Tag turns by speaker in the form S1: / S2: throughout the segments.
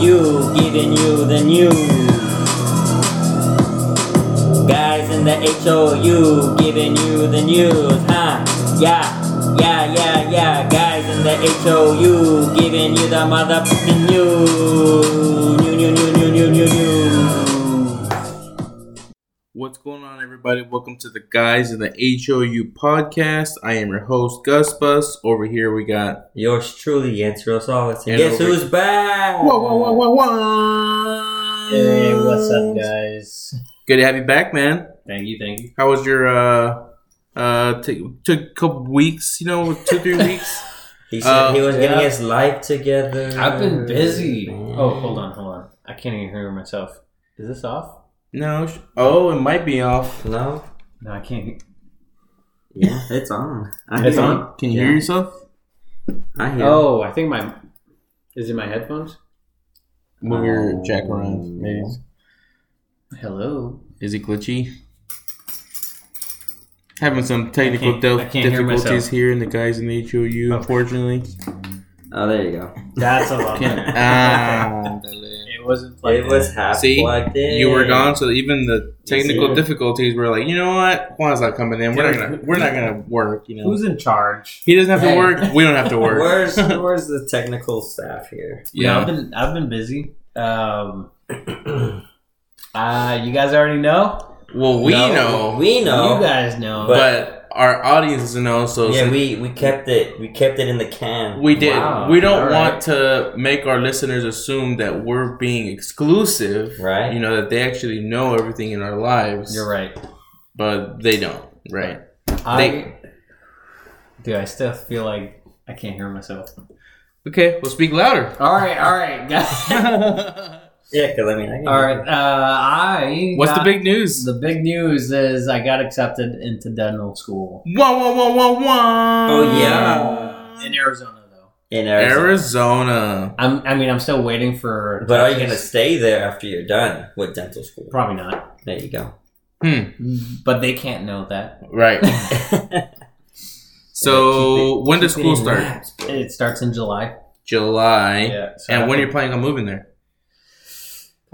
S1: you, giving you the news. Guys in the HOU, giving you the news, huh? Yeah, yeah, yeah, yeah. Guys in the HOU, giving you the motherfucking news. New, new, new, new, new, new, new.
S2: What's going on, everybody? Welcome to the Guys in the HOU podcast. I am your host, Gus Bus. Over here, we got
S1: Yours truly, Jens Rosales. And
S2: And
S1: guess
S2: over-
S1: who's back?
S2: Whoa, whoa, whoa, whoa, whoa.
S3: Hey, what's up, guys?
S2: Good to have you back, man.
S3: Thank you, thank you.
S2: How was your, uh, uh, t- took a couple weeks, you know, two, three weeks?
S1: He said
S2: Um,
S1: he was getting
S3: Uh, yeah.
S1: his life together.
S3: I've been busy.
S1: Man.
S3: Oh, hold on, hold on. I can't even hear myself. Is this off?
S2: No. sh- Oh, it might be off.
S1: No?
S3: No, I can't. hear-
S1: Yeah, it's on. I
S3: It's
S1: hear
S3: on?
S1: you.
S2: Can you
S1: Yeah.
S2: hear yourself?
S1: I hear. you.
S3: Oh, I think my. Is it my headphones?
S2: Move your jack around, maybe.
S3: Hello.
S2: Is it glitchy? Having some
S3: I
S2: technical
S3: can't- I
S2: dif-
S3: can't hear
S2: difficulties
S3: myself.
S2: here in the guys in the HOU, unfortunately.
S1: Oh, there you go.
S3: That's a lot.
S2: Can't-
S3: better.
S2: ah.
S3: it wasn't plugged
S1: It was half
S2: See?
S1: plugged in.
S2: You were gone, so even the technical
S3: sir.
S2: difficulties were like, you know what? Juan's not coming in. We're not gonna. We're not gonna work. You
S3: in.
S2: know,
S3: Who's in charge?
S2: he doesn't have to
S3: Hey.
S2: work. We don't have to work.
S1: Where's where's the technical staff here?
S3: Yeah, I've
S2: yeah,
S3: been I've been busy. Um, uh, you guys already know.
S2: well, we
S1: No,
S2: know,
S1: We know.
S3: You guys know.
S2: but our audience doesn't know. So
S1: yeah,
S2: since
S1: we we kept it. We kept it in the can.
S2: we did.
S3: Wow,
S2: We don't
S3: all
S2: want
S3: right.
S2: to make our listeners assume that we're being exclusive.
S1: Right.
S2: You know that they actually know everything in our lives,
S3: you're right.
S2: but they don't. Right.
S3: I, dude, I still feel like I can't hear myself.
S2: Okay, we'll speak louder.
S3: All right, all right, guys.
S1: Yeah, because I mean, I can
S3: All right, uh, I.
S2: What's the
S3: got-
S2: big news?
S3: The big news is I got accepted into dental school
S2: One, one, one, one, one.
S1: Oh, yeah.
S3: in Arizona, though.
S1: in Arizona.
S2: Arizona.
S3: I'm, I mean, I'm still waiting for.
S1: But are you gonna stay there after you're done with dental school?
S3: Probably not.
S1: There you go.
S2: Mm-hmm.
S3: But they can't know that.
S2: Right. So
S1: Keep it-
S2: when does
S1: keep it
S2: school
S1: in
S2: start?
S1: wraps, bro.
S3: It starts in July.
S2: July.
S3: so I
S2: And when
S3: have
S2: you're planning on moving there?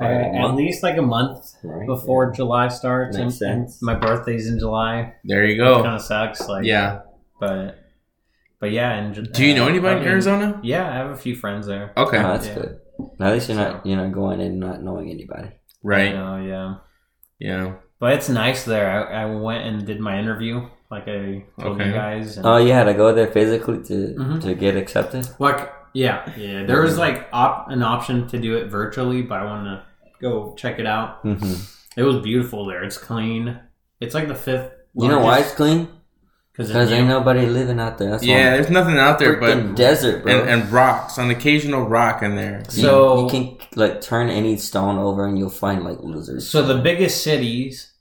S3: to- uh, at least like a month
S1: Right?
S3: before July starts.
S1: Makes
S3: and- and
S1: sense.
S3: My birthays in July.
S2: There you
S3: It
S2: go.
S3: kind of sucks. Like
S2: Oh. Yeah.
S3: but but yeah. And
S2: Do you know anybody in Arizona?
S3: Yeah, I have a few friends there.
S2: Okay.
S1: Oh, that's
S3: Yeah.
S1: good. At least you're not you're not going in not knowing anybody.
S3: You
S2: Right.
S3: know, yeah.
S2: Yeah.
S3: But it's nice there. I, I went and did my interview, like I told
S2: Okay.
S3: you guys. And,
S1: Oh, you had to go there physically to
S3: Mhm.
S1: to get accepted.
S3: like yeah, yeah. There was like op- an option to do it virtually, but I wanted to go check it out.
S1: Mm-hmm.
S3: It was beautiful there. It's clean. It's like the fifth.
S1: You know why it's clean? Because
S3: Because
S1: ain't nobody living out there. That's
S2: Yeah,
S1: why.
S2: there's nothing out there but
S1: Freaking
S2: and,
S1: desert, bro.
S2: and rocks, an occasional rock in there.
S1: You-
S3: So-
S1: you can like turn any stone over and you'll find like lizards.
S3: so the biggest cities,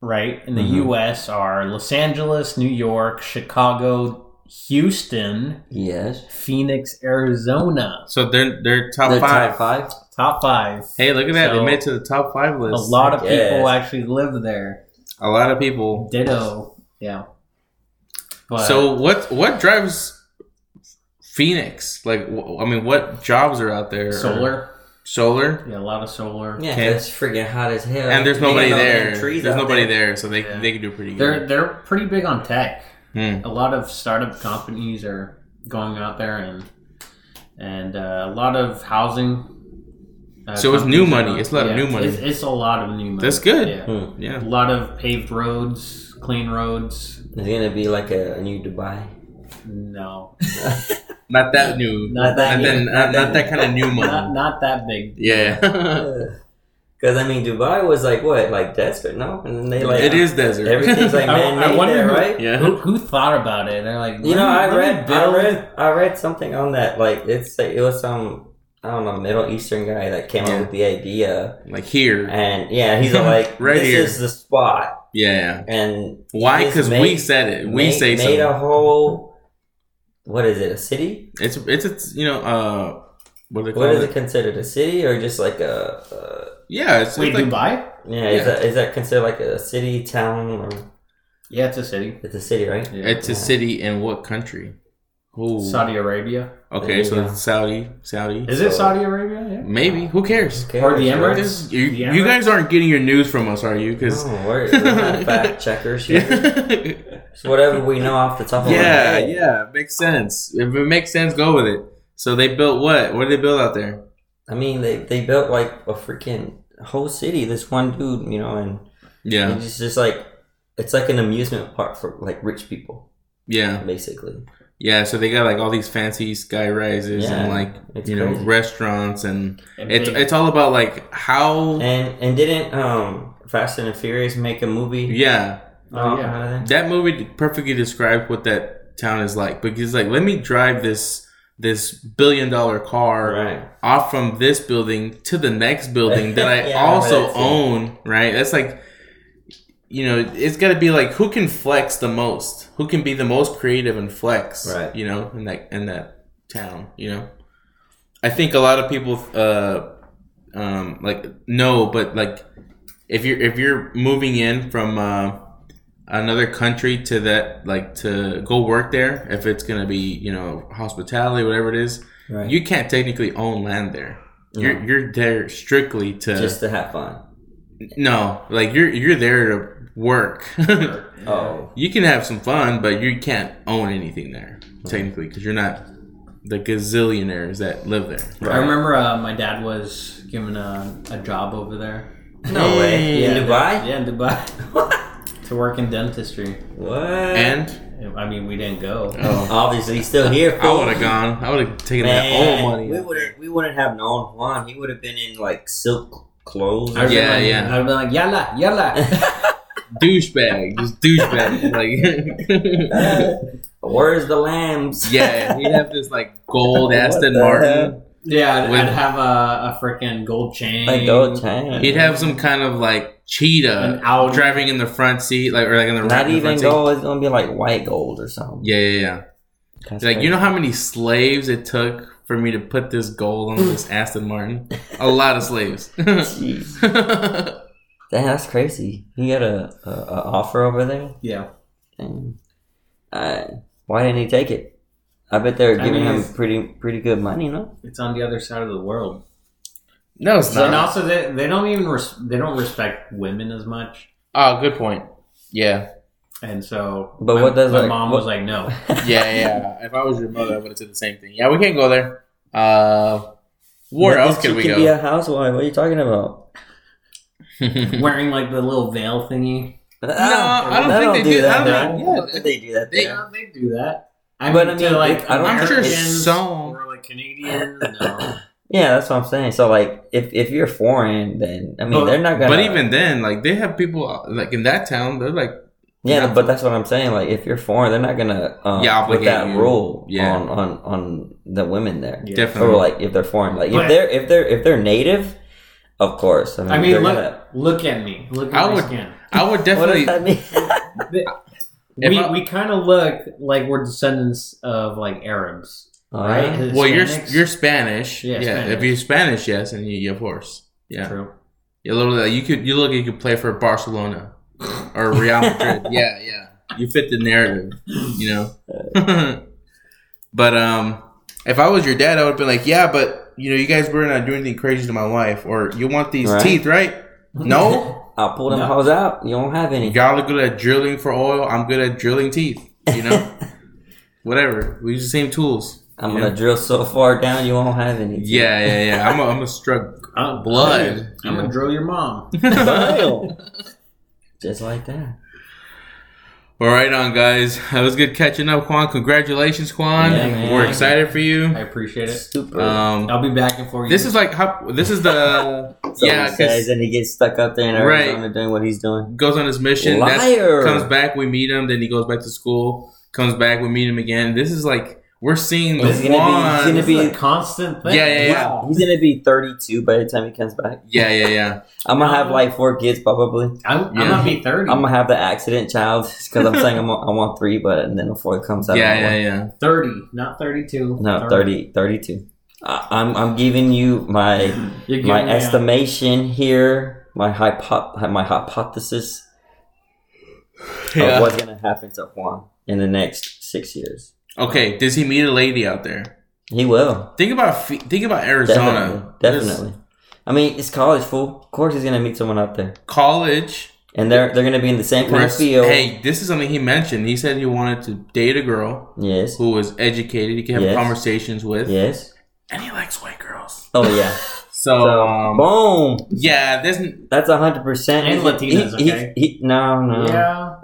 S3: right, in the
S1: Mhm.
S3: U.S. are Los Angeles, New York, Chicago, Houston,
S1: yes,
S3: Phoenix, Arizona.
S2: So they're they're top
S1: the
S2: five.
S1: top five.
S3: Top five.
S2: Hey, look at that.
S3: So-
S2: they made it to the top five
S3: A
S2: list.
S3: lot of people
S1: Yes.
S3: actually live there.
S2: a lot of people.
S3: Ditto. Yeah. But
S2: so what what drives Phoenix? Like wh- I mean, what jobs are out there?
S3: solar.
S2: solar,
S3: Yeah, a lot of solar.
S1: Yeah,
S2: Okay.
S1: that's freaking hot as hell.
S2: and there's
S1: You
S2: nobody
S1: got no damn
S2: there.
S1: trees
S2: There's
S1: out
S2: nobody there, so they
S3: Yeah.
S2: they can do pretty
S3: They're
S2: good.
S3: they're pretty big on tech.
S2: Hmm.
S3: A lot of startup companies are going out there and and uh, a lot of housing. uh,
S2: So it's new
S3: companies
S2: money.
S3: are-
S2: It's a lot of new money.
S3: It's, it's a lot of new money.
S2: That's good.
S3: Yeah.
S1: Hmm.
S2: Yeah,
S3: A lot of paved roads, clean roads.
S1: It's gonna be like a, a new Dubai.
S3: No,
S2: not that new.
S3: Not that
S2: and then
S1: new.
S2: not, not that kind of new
S3: not
S2: money.
S3: not that big.
S2: yeah,
S1: Because I mean, Dubai was like what, like desert, no? And then they like
S2: it is desert.
S1: Everything's like
S3: I- I
S1: man made
S3: wonder
S1: there,
S3: who-
S1: right?
S2: yeah,
S3: Who, who thought about it? They're like,
S1: You know, I
S3: let me- let me
S1: read, I
S3: build-
S1: read, I read something on that. Like, it's it was some I don't know Middle Eastern guy that came
S2: Yeah.
S1: up with the idea,
S2: like here.
S1: and yeah, he's like,
S2: Right
S1: this
S2: here.
S1: is the spot,
S2: Yeah,
S1: and
S2: why?
S1: Just
S2: Because we
S1: made-
S2: said it. We
S1: made,
S2: say
S1: made
S2: so.
S1: a whole. What is it? A city?
S2: It's it's it's you know uh what do they call
S1: What is
S2: it?
S1: it considered? A city or just like a?
S2: Yeah, it's, it's
S3: Wait,
S2: like,
S3: Dubai?
S1: Uh, yeah, is
S2: Yeah.
S1: that is that considered like a city town or
S3: Yeah, it's a city.
S1: it's a city, right?
S3: Yeah.
S2: it's a
S1: Yeah.
S2: city in what country? Ooh.
S3: Saudi Arabia.
S2: Okay, so
S1: Yeah.
S2: it's Saudi, Saudi.
S3: Is it
S1: So-
S3: Saudi Arabia?
S2: Maybe. Who cares?
S1: Okay,
S3: Or the
S1: sure.
S3: Emirates?
S2: This- you,
S3: The
S2: you guys aren't getting your news from us, are you? Because
S1: Oh, we're, we're not fact checkers here. It's whatever we know off the top of our
S2: Yeah,
S1: head.
S2: yeah, makes sense. If it makes sense, go with it. So they built what? What did they build out there?
S1: I mean, they, they built like a freaking whole city. This one dude, you know, and
S2: Yeah,
S1: it's just like it's like an amusement park for like rich people,
S2: yeah,
S1: basically.
S2: yeah. So they got like all these fancy sky rises
S1: Yeah,
S2: and like
S1: it's
S2: you know
S1: crazy.
S2: restaurants and
S3: And
S2: it's
S3: big-
S2: it's all about like how
S1: And and didn't um Fast and the Furious make a movie?
S2: yeah
S3: Oh,
S1: out-
S3: yeah.
S1: out of that?
S2: that movie perfectly describes what that town is like because like let me drive this this billion dollar car
S1: Right.
S2: off from this building to the next building that I
S1: Yeah,
S2: also
S1: that's it.
S2: own, right? That's like, you know, it's got to be like who can flex the most, who can be the most creative and flex,
S1: Right.
S2: You know, in that in that town, you know. I think a lot of people, uh, um, like no, but like if you're if you're moving in from uh, another country to that like to go work there, if it's gonna be you know hospitality, whatever it is,
S1: Right.
S2: you can't technically own land there.
S1: No.
S2: You're you're there strictly to
S1: just to have fun.
S2: no, like you're you're there to work.
S1: Oh,
S2: you can have some fun, but you can't own anything there technically because you're not the gazillionaires that live there.
S3: I remember uh, my dad was given a, a job over there.
S1: no way. In
S2: Yeah.
S1: Dubai?
S3: Yeah, in Dubai. to work in dentistry.
S1: What?
S2: And
S3: I mean, we didn't go.
S2: oh,
S1: Obviously, he's still here.
S2: I
S1: fool.
S2: would have gone. I would have taken
S1: Man,
S2: that old money.
S1: we wouldn't. We wouldn't have known Juan. He would have been in like silk clothes.
S3: I'd be
S2: Yeah,
S3: like-
S2: yeah.
S3: I'd be like, yalla, yalla.
S2: douchebag, just douchebag. like
S1: Where's the lambs?
S2: yeah, he'd have this like gold
S1: What
S2: Aston
S1: the
S2: Martin.
S1: heck?
S3: yeah, I'd,
S2: With-
S3: I'd have a, a freaking gold chain.
S1: Like gold chain.
S2: He'd have some kind of like cheetah
S3: An Audi.
S2: driving in the front seat, like or like in the
S1: Not
S2: in the
S1: even
S2: front
S1: gold. It's gonna be like white gold or something.
S2: Seat. Yeah, yeah, yeah.
S1: That's
S2: like you
S1: crazy.
S2: know how many slaves it took for me to put this gold on this Aston Martin? A lot of slaves.
S1: Jeez.
S2: yeah,
S1: Damn, that's crazy. He got a, a, a offer over there.
S3: Yeah.
S1: Damn. Uh, why didn't he take it? I bet they're
S3: I
S1: giving
S3: mean,
S1: him
S3: it's-
S1: pretty pretty good money, no?
S3: It's on the other side of the world.
S2: no, it's
S3: And
S2: not.
S3: also, they, they don't even res- they don't respect women as much.
S2: Oh, good point. Yeah,
S3: And so,
S1: But
S3: my,
S1: what does,
S3: my
S1: like,
S3: mom
S1: what-
S3: was like, no.
S2: yeah, yeah. if I was your mother, I would have said the same thing. Yeah, we can't go there. Uh, where
S1: But
S2: else
S1: this
S2: could
S1: chick
S2: we
S1: could
S2: go?
S1: be a housewife. What are you talking about?
S3: Wearing like the little veil thingy.
S1: No,
S2: I don't think they do that.
S1: I don't
S2: Yeah,
S1: think- I don't think they do that.
S2: they-
S1: there.
S3: they do that. I
S1: But
S3: mean,
S1: I
S3: to
S1: mean,
S3: like
S1: it- I don't-
S2: I'm sure
S3: Americans
S2: some.
S3: or like Canadians. No.
S1: Yeah, that's what I'm saying. So like, if if you're foreign, then I mean,
S3: But-
S1: they're not gonna.
S2: But even then, like they have people uh, like in that town, they're like.
S1: yeah, but that's what I'm saying. Like, if you're foreign, they're not gonna um,
S2: Yeah,
S1: put that
S2: obligate you.
S1: rule
S2: Yeah. Mm-hmm.
S1: on, on on the women there.
S3: Yeah.
S2: Definitely.
S1: Or like if they're foreign, like
S3: But-
S1: if they're if they're if they're native, of course. I mean,
S3: I
S1: they're
S3: mean,
S1: gonna-
S3: look, look at me. Look at
S2: I
S3: my
S2: would-
S3: skin.
S2: I would
S1: what does
S2: definitely.
S1: that mean?
S2: If
S3: We,
S2: I-
S3: we kind of look like we're descendants of like Arabs, right?
S1: Alright.
S2: Uh-huh. Well, you're
S3: Hispanics?
S2: you're Spanish.
S3: Yeah,
S2: Yeah,
S3: Spanish.
S2: if you're Spanish, yes, and you, you of course, yeah.
S3: True.
S2: You look you could you look like you could play for Barcelona or Real Madrid. yeah, yeah. You fit the narrative, you know. but um, if I was your dad, I would be like, yeah, but you know, you guys were not doing anything crazy to my wife, or you want these
S1: Right.
S2: teeth, right? No,
S1: I'll pull them
S3: No.
S1: hoes out. You don't have any.
S2: y'all are good at drilling for oil. I'm good at drilling teeth. You know, whatever. We use the same tools.
S1: I'm
S2: you know?
S1: gonna drill so far down, you won't have any.
S2: Yeah, yeah, yeah. I'm a, I'm a struck
S3: Uh, I'm,
S2: blood.
S3: I'm gonna drill your mom.
S1: Just like that.
S2: All right, on guys. That was good catching up, Quan. Congratulations, Quan.
S1: Yeah, man.
S2: We're excited for you.
S3: I appreciate it.
S1: Super.
S2: Um,
S3: I'll be backing for you.
S2: this is like how this is the
S1: So
S2: yeah,
S1: he
S2: 'cause-
S1: says, and he gets stuck up there in
S2: Right.
S1: Arizona doing what he's doing.
S2: goes on his mission. that's-
S1: Liar.
S2: Comes back, we meet him. Then he goes back to school. Comes back, we meet him again. This is like we're seeing the
S1: This is gonna be-
S2: Quan.
S1: gonna
S3: This is
S1: be-
S3: a constant thing.
S2: Yeah, yeah, yeah.
S3: Wow.
S1: He's gonna be 32 by the time he comes back. Uh,
S2: yeah, yeah, yeah.
S1: I'm gonna have
S3: Um,
S1: like four kids probably.
S3: I'm,
S2: Yeah.
S3: I'm gonna be 30.
S1: I'm gonna have the accident child because I'm saying I'm, I want three, but and then a fourth comes out.
S2: yeah,
S1: I
S2: yeah,
S1: want-
S2: yeah.
S3: 30, not 32.
S1: No, 30, 32. I, I'm I'm giving you my
S3: You're giving
S1: my
S3: me a-
S1: estimation here, my hypo- my hypothesis
S2: Yeah.
S1: of what's gonna happen to Juan in the next six years.
S2: Oh, Okay, does he meet a lady out there?
S1: He will.
S2: Think about Ph- think about Arizona.
S1: Definitely.
S2: There's
S1: Definitely. I mean, it's college, fool. Of course he's going to meet someone out there.
S2: College.
S1: And they're they're going to be in the same kind of
S2: Where's,
S1: field.
S2: hey, this is something he mentioned. He said he wanted to date a girl
S1: Yes.
S2: who was educated. He could have
S1: Yes.
S2: conversations with,
S1: Yes.
S2: and he likes white girls.
S1: Oh, yeah.
S2: So,
S1: So,
S2: um,
S1: boom.
S2: yeah, there's n-
S1: That's 100%.
S3: And
S1: He-
S3: Latinas,
S1: he- he-
S3: okay?
S1: he- no, no.
S3: Yeah.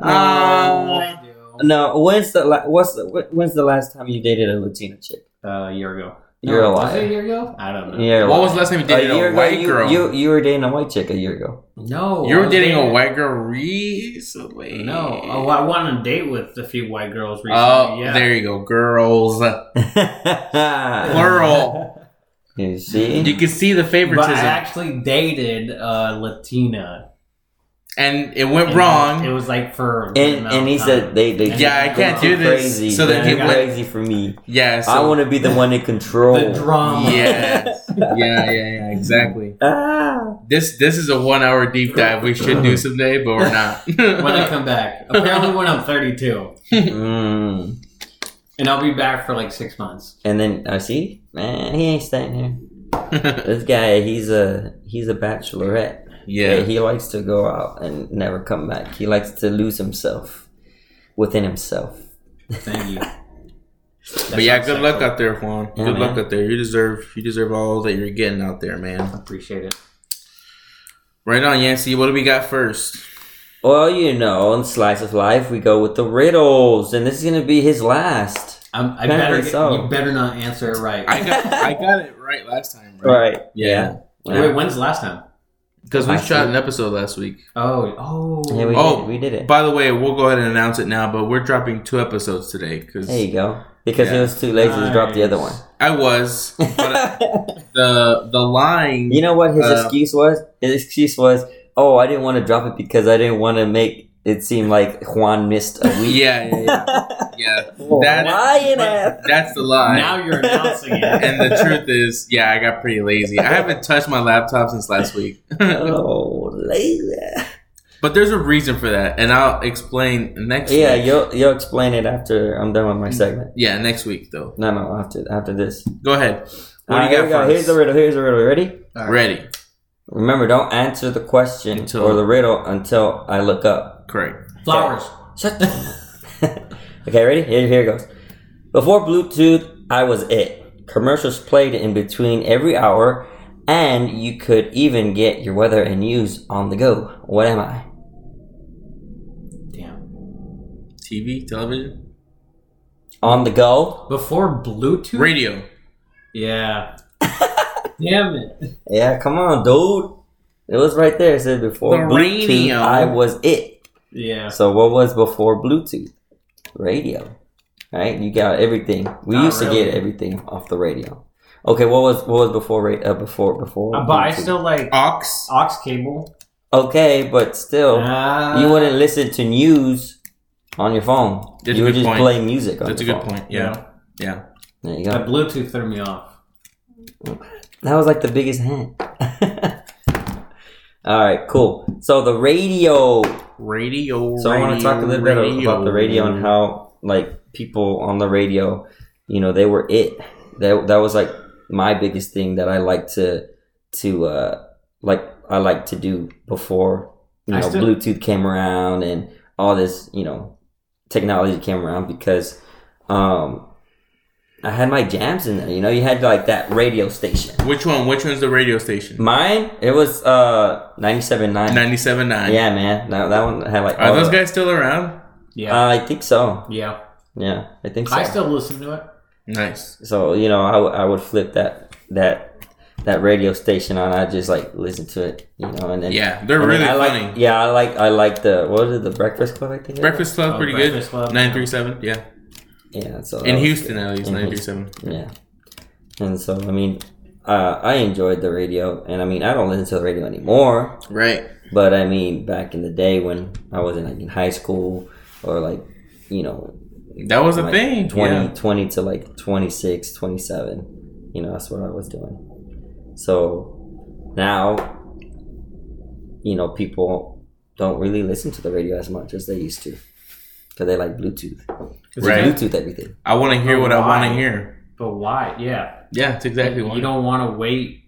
S2: I
S1: No, when's the la- what's the, wh- when's the last time you dated a Latina chick?
S3: Uh, a year ago.
S1: You're a
S3: Was it a
S1: liar.
S3: year ago? I don't know.
S1: You're a
S2: what
S1: liar.
S2: was the last time you
S1: a
S2: dated
S1: year
S2: a,
S1: ago,
S2: white
S1: you,
S2: girl?
S1: You you were dating a white chick a year ago.
S3: No.
S2: You
S3: I
S2: were
S3: was
S2: dating a white girl recently.
S3: oh, No. Oh, I went on a date with a few white girls recently.
S2: Oh,
S3: yeah.
S2: there you go, girls. Plural.
S1: you see,
S2: You can see the
S3: But I
S2: favoritism,
S3: actually dated a Latina.
S2: and it went
S3: And
S2: wrong.
S3: It was like for. a
S1: and
S3: amount
S1: and
S3: of
S1: he
S3: time.
S1: said they they
S2: Yeah, I
S1: they
S2: can't
S1: too
S2: do this,
S1: Crazy.
S2: so
S3: they
S1: They're
S3: can-
S1: crazy for me.
S2: yeah, so
S1: I want to be the one in control.
S3: the drama.
S2: Yes. yeah, yeah, yeah, exactly.
S1: Ah.
S2: This this is a one hour deep dive. We should do someday, but we're not.
S3: when I come back. Apparently, when I'm 32,
S1: Mm.
S3: and I'll be back for like six months.
S1: And then I see, man, he ain't staying here. This guy, he's a he's a bachelorette. Yeah,
S2: yeah,
S1: he likes to go out and never come back. He likes to lose himself within himself.
S3: Thank you.
S2: but yeah, good luck out there, Juan.
S1: Yeah,
S2: good luck
S1: man.
S2: out there. You deserve you deserve all that you're getting out there, man.
S3: Appreciate it.
S2: Right on, Yancy. What do we got first?
S1: Well, you know, in Slice of Life, we go with the riddles, and this is going to be his last.
S3: I'm, I
S1: Apparently
S3: better get,
S1: so.
S3: you better not answer it right.
S2: I got I got it right last time, right?
S1: Right.
S2: Yeah,
S3: Wait, when's the last time?
S2: because we
S1: Last
S2: shot
S1: week.
S2: an episode last week.
S3: Oh, oh.
S1: Yeah, we,
S2: Oh,
S1: did, we did it.
S2: By the way, we'll go ahead and announce it now, but we're dropping two episodes today because
S1: There you go. Because
S2: Yeah.
S1: it was too lazy to drop the other one.
S3: Nice.
S2: I was but the the line.
S1: you know what his
S2: Uh,
S1: excuse was? His excuse was, oh, I didn't want to drop it because I didn't want to make it seem like Juan missed a week.
S2: yeah, yeah, yeah. yeah. That-
S1: Lying ass.
S2: But That's the lie.
S3: Now you're announcing it.
S2: and the truth is, yeah, I got pretty lazy. I haven't touched my laptop since last week.
S1: Oh, lazy.
S2: But there's a reason for that, and I'll explain next.
S1: Yeah,
S2: week.
S1: you'll, you'll explain it after I'm done with my segment.
S2: yeah, next week though.
S1: No, no, after after this.
S2: Go ahead. What
S1: Alright,
S2: do
S1: here
S2: you
S1: we
S2: got
S1: go.
S2: for
S1: Here's the
S2: us?
S1: riddle. Here's the riddle. Ready?
S2: Ready,
S1: Remember, don't answer the question
S2: Until-
S1: or the riddle until I look up.
S2: correct.
S3: Flowers.
S1: Shut the- Okay, ready? Here, here it goes. Before Bluetooth, I was it. Commercials played in between every hour, and you could even get your weather and news on the go. What am I?
S3: Damn.
S2: TV, television,
S1: On the go?
S3: Before Bluetooth.
S2: radio.
S3: Yeah. Damn it.
S1: Yeah, come on, dude. It was right there. It said before
S2: The
S1: Bluetooth,
S2: radio.
S1: I was it.
S3: Yeah.
S1: So what was before Bluetooth? Radio. Right? You got everything. We
S3: Not
S1: used
S3: really.
S1: to get everything off the radio. Okay, what was what was before ra- uh, before before?
S3: Uh, but I
S1: Bluetooth?
S3: still like
S2: Aux.
S3: aux cable.
S1: Okay, but still,
S2: Uh,
S3: Ah.
S1: Oh. you wouldn't listen to news on your phone.
S2: That's
S1: you
S2: a
S1: would
S2: good
S1: just
S2: point.
S1: play music on
S2: That's a
S1: your
S2: good
S1: phone.
S2: point. Yeah, yeah.
S1: There you
S3: That
S1: go.
S3: Bluetooth threw me off.
S1: That was like the biggest hint. All right, cool. So the radio.
S2: Radio.
S1: So I want to
S2: radio,
S1: talk a little bit about the radio and how like people on the radio, you know, they were it. That that was like my biggest thing that I like to to uh like I like to do before you
S3: I
S1: know
S3: still-
S1: Bluetooth came around and all this, you know, technology came around because um I had my jams in there, you know, you had like that radio station.
S2: Which one? Which one's the radio station?
S1: Mine, it was uh 97.9.
S2: Ninety-seven nine.
S1: Yeah, man. That, that one had like
S2: Are
S1: all
S2: those
S1: the-
S2: guys still around?
S3: Yeah.
S1: Uh, I think so.
S3: yeah.
S1: Yeah, I think so.
S3: I still listen to it.
S2: Nice.
S1: so you know, I, w- I would flip that that that radio station on. I just like listen to it, you know, and then
S2: Yeah, they're
S1: and then
S2: really
S1: I
S2: funny.
S1: Like, yeah, I like I like the what was it, the Breakfast Club? I think. it was?
S2: Breakfast Club's
S3: Oh,
S2: pretty
S3: Breakfast
S2: good.
S3: Club.
S2: Nine three seven. Yeah,
S1: Yeah, so that
S2: in
S1: was
S2: Houston at least
S1: In
S2: nine three seven.
S1: good. Yeah, and so I mean, uh, I enjoyed the radio, and I mean, I don't listen to the radio anymore,
S2: Right.
S1: but I mean, back in the day when I was in like in high school or like you know
S2: That was a
S1: like
S2: thing.
S1: 20,
S2: yeah.
S1: 20 to like 26 27 you know that's what i was doing so now you know people don't really listen to the radio as much as they used to because they like Bluetooth. It's
S2: Right.
S1: Bluetooth everything.
S2: I want to hear
S3: Oh,
S2: what I want
S3: why?
S2: to hear.
S3: But why? Yeah,
S2: Yeah, that's exactly why.
S3: you don't want to wait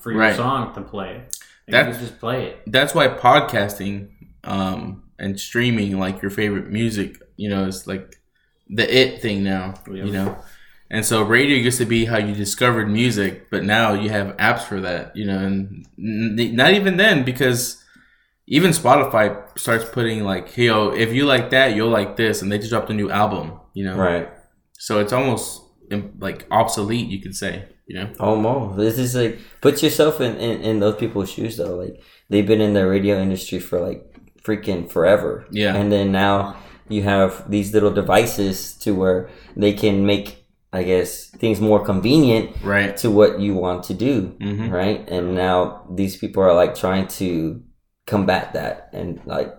S3: for your
S2: Right.
S3: song to play. That you
S2: That's-
S3: can just play it.
S2: that's why podcasting um, and streaming like your favorite music you know is like the it thing now
S3: Yeah.
S2: you know and so radio used to be how you discovered music but now you have apps for that you know and n- not even then because even spotify starts putting like hey yo if you like that you'll like this and they just dropped a new album you know
S1: Right.
S2: so it's almost um, like obsolete you could say you know
S1: Almost. Oh, This is like put yourself in, in in those people's shoes though. Like they've been in the radio industry for like freaking forever.
S2: Yeah.
S1: And then now you have these little devices to where they can make I guess things more convenient
S2: right
S1: to what you want to do,
S2: hmm
S3: Mm-hmm.
S1: right? And now these people are like trying to combat that and like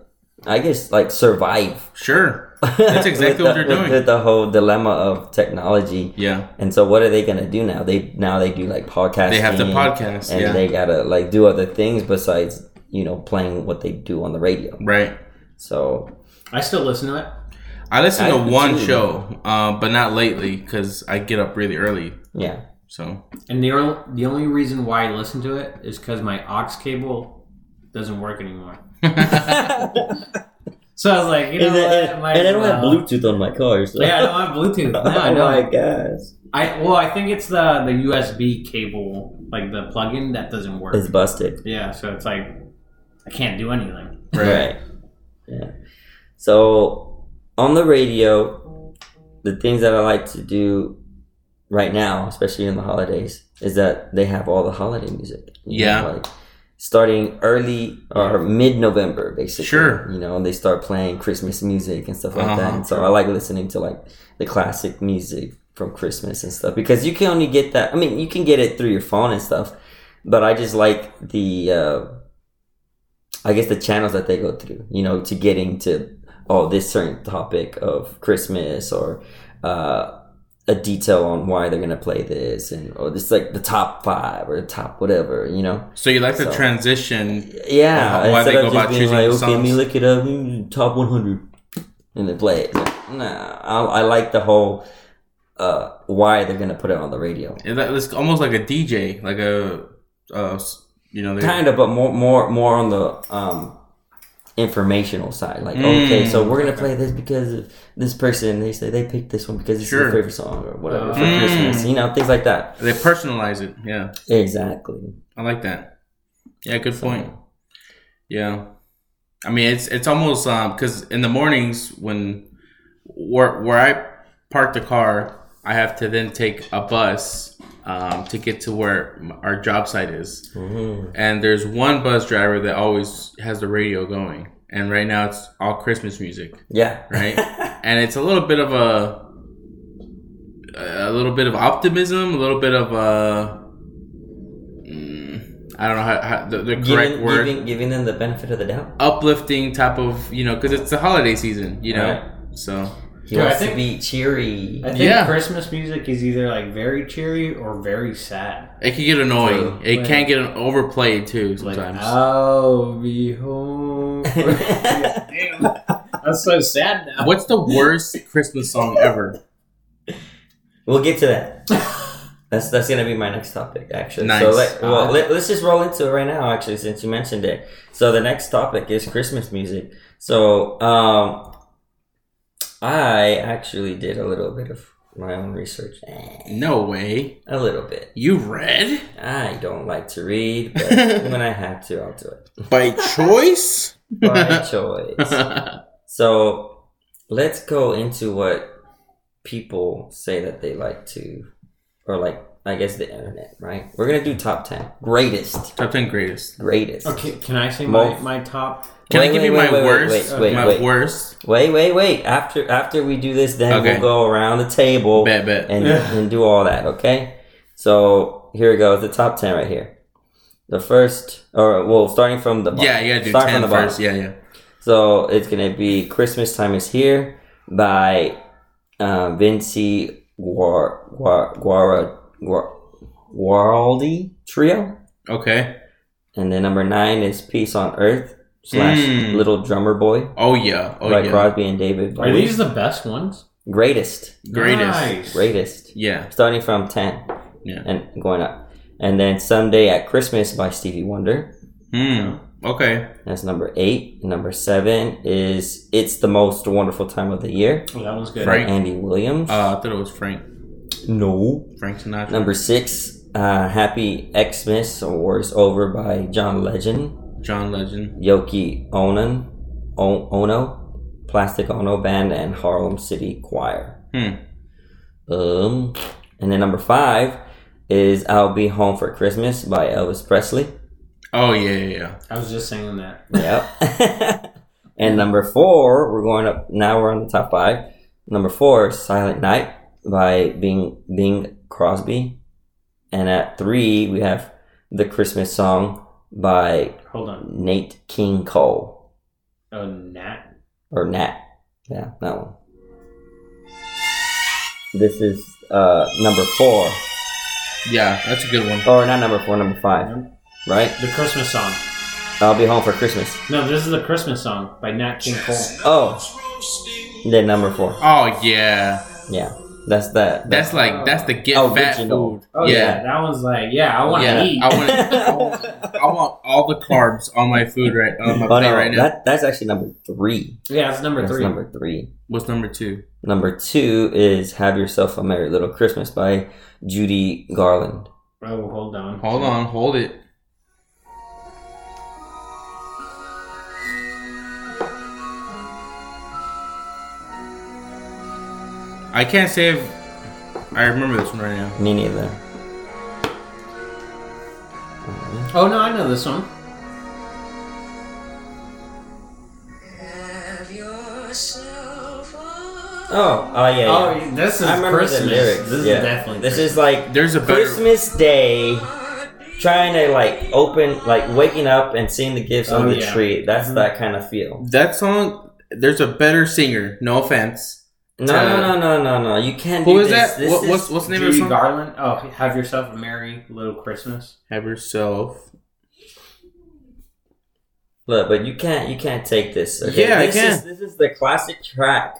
S1: I guess like survive.
S2: sure That's exactly
S1: With the-
S2: what
S1: with-
S2: they're doing.
S1: With the whole dilemma of technology.
S2: yeah
S1: And so what are they gonna do now? They now they do like podcasting.
S2: they have the podcast
S1: and
S2: yeah
S1: they gotta like do other things besides you know playing what they do on the radio.
S2: right
S1: So
S3: I still listen to it.
S2: I listen
S1: I
S2: to
S1: do
S2: one
S1: too.
S2: show, um, but not lately because I get up really early.
S1: yeah,
S2: So
S3: And the only, the only reason why I listen to it is because my aux cable doesn't work anymore. so I was like, you know
S1: and,
S3: what?
S1: then- and-
S3: might
S1: and I
S3: as
S1: don't have
S3: well.
S1: Bluetooth on my car. So.
S3: Yeah, I don't have Bluetooth. No, I
S1: oh my
S3: don't.
S1: gosh,
S3: I well, I think it's the the USB cable, like the plug-in that doesn't work.
S1: it's busted.
S3: yeah, so it's like I can't do anything.
S2: right,
S1: Yeah. So on the radio, the things that I like to do right now, especially in the holidays, is that they have all the holiday music. you
S2: Yeah.
S1: know, like starting early or mid November basically.
S2: Sure.
S1: You know, and they start playing Christmas music and stuff like that.
S2: Uh-huh,
S1: And so I like listening to like the classic music from Christmas and stuff because you can only get that I mean you can get it through your phone and stuff. But I just like the uh I guess the channels that they go through, you know, to getting to oh this certain topic of Christmas or uh, a detail on why they're gonna play this and or this like the top five or the top whatever, you know.
S2: So you like the
S1: So-
S2: transition,
S1: Yeah,
S2: Why they go about choosing
S1: like,
S2: the
S1: okay, let me
S2: songs.
S1: look it up, mm, top one hundred, and they play it. Like, nah, I, I like the whole uh, why they're gonna put it on the radio.
S2: it- it's almost like a DJ, like a, uh, s- you know, they-
S1: kind of but more more more on the um informational side like
S2: Mm.
S1: okay so we're gonna play this because of this person they say they picked this one because it's
S2: Sure.
S1: their favorite song or whatever for
S2: Mm.
S1: christmas you know things like that
S2: they personalize it. Yeah,
S1: exactly
S2: I like that. Yeah, good
S1: So-
S2: point. Yeah, I mean it's it's almost because in the mornings when where where I park the car, I have to then take a bus um, to get to where m- our job site is.
S1: Mhm.
S2: and there's one bus driver that always has the radio going and right now it's all christmas music
S1: yeah
S2: right and it's a little bit of a a little bit of optimism a little bit of a mm, i don't know how, how the, the correct
S1: giving,
S2: word
S1: giving giving them the benefit of the doubt
S2: uplifting type of you know because it's the holiday season you know so
S1: he
S3: Yeah, I
S1: wants
S3: think-
S1: to be cheery
S3: I think
S2: Yeah.
S3: Christmas music is either like very cheery or very sad.
S2: it can get annoying
S1: True.
S2: it
S3: Right.
S2: can get overplayed too
S3: Like
S2: sometimes
S3: I'll be home. Damn, that's so sad now.
S2: what's the worst christmas song ever
S1: we'll get to that that's that's gonna be my next topic actually so
S2: Nice.
S1: let, well
S3: Ah.
S1: let, let's just roll into it right now actually since you mentioned it so the next topic is christmas music so um I actually did a little bit of my own research. Eh,
S2: no way
S1: A little bit.
S2: you read
S1: I don't like to read, but when I have to, I'll do it
S2: by choice
S1: by choice. So let's go into what people say that they like to, or like, I guess the internet, right? We're going to do top 10 greatest,
S2: Top ten greatest.
S1: greatest.
S3: Okay, can I say
S1: Mo-
S3: my, my top?
S2: Can
S1: Wait,
S2: I give
S1: wait,
S2: you
S1: wait,
S2: my
S1: wait, wait,
S2: worst?
S1: Wait, wait,
S2: my
S1: wait.
S2: worst.
S1: Wait, wait, wait. After after we do this, then
S2: Okay.
S1: we'll go around the table
S2: Bet, bet.
S1: Oh, and
S3: Yeah.
S1: and do all that. Okay. So here it goes. The top ten right here. The first, or well, starting from the bottom.
S2: yeah, yeah. Do
S1: Start
S2: ten
S1: from the
S2: first.
S1: bottom.
S2: Yeah, yeah.
S1: So it's gonna be "Christmas Time Is Here" by uh, Vinci Guar Guar Guara Guar, Guaraldi Trio,
S2: Okay.
S1: and then number nine is "Peace on Earth" slash
S2: Mm.
S1: Little Drummer Boy
S2: Oh yeah. Oh
S1: by
S2: yeah.
S1: Crosby and David
S3: Are
S1: Bowie.
S3: these the best ones?
S1: greatest?
S2: Greatest.
S3: Nice.
S1: Greatest.
S2: Yeah.
S1: Starting from 10
S2: Yeah.
S1: and going up. And then Someday at Christmas by Stevie Wonder.
S2: Hmm. Okay.
S1: That's number 8. Number 7 is It's the Most Wonderful Time of the Year.
S3: Oh, that one's good.
S2: Frank.
S1: Andy Williams.
S2: Uh, I thought it was Frank.
S1: no.
S2: Frank Sinatra.
S1: Number 6, uh, Happy Xmas or War's Over by John Legend.
S2: John Legend.
S1: Yoki Onan, o- Ono, Plastic Ono Band, and Harlem City Choir.
S2: Hmm.
S1: Um, and then number five is "I'll Be Home for Christmas" by Elvis Presley.
S2: Oh yeah, yeah, yeah.
S3: I was just saying that.
S1: Yep. and number four, we're going up. Now we're on the top five. Number four, is "Silent Night" by Bing Bing Crosby, and at three we have "The Christmas Song" by
S3: Hold on.
S1: Nate King Cole.
S3: Oh, Nat.
S1: or Nat. Yeah, that one. This is uh number four,
S2: Yeah, that's a good one.
S1: or not number four, number five, right?
S3: The Christmas song.
S1: I'll be home for Christmas.
S3: No, this is the Christmas song by Nat King Cole.
S1: Oh, then number four.
S2: Oh yeah.
S1: Yeah, that's that.
S2: That's like that's the get fat
S1: Original.
S2: food.
S3: Oh yeah.
S2: yeah.
S3: that one's like yeah, I want to
S2: Yeah,
S3: eat.
S2: I want, I, want, I want all the carbs on my food right on my
S1: Oh
S2: plate
S1: no,
S2: right now.
S1: that that's actually number three.
S3: yeah, it's number
S1: that's
S3: three.
S1: number three.
S2: What's number two?
S1: Number two is "Have Yourself a Merry Little Christmas" by Judy Garland.
S3: Oh, hold on.
S2: Hold on, hold it. I can't say if I remember this one right now.
S1: Me neither.
S3: Oh no, I know this one.
S4: Have yourself a
S1: Oh, oh yeah. yeah.
S3: Oh, this is
S1: I remember
S3: Christmas.
S1: the lyrics.
S3: This
S1: yeah.
S3: is definitely.
S1: This
S3: Christmas.
S1: is like
S2: There's a better.
S1: Christmas Day,
S4: heartbeat.
S1: trying to like open, like waking up and seeing the gifts
S3: Oh,
S1: on the
S3: yeah.
S1: tree. That's that kind of feel.
S2: That song. There's a better singer. No offense.
S1: No,
S2: Uh,
S1: no, no, no, no, no. You can't.
S2: Who
S1: do
S2: is
S1: this.
S2: that?
S1: This
S2: What,
S1: is-
S2: what's what's the name of the
S3: Judy
S2: song?
S3: Garland. Oh, have yourself a merry little Christmas.
S2: Have yourself.
S1: Look, but you can't. You can't take this. Okay?
S2: Yeah, I
S1: this
S2: can.
S1: Is, this is the classic track.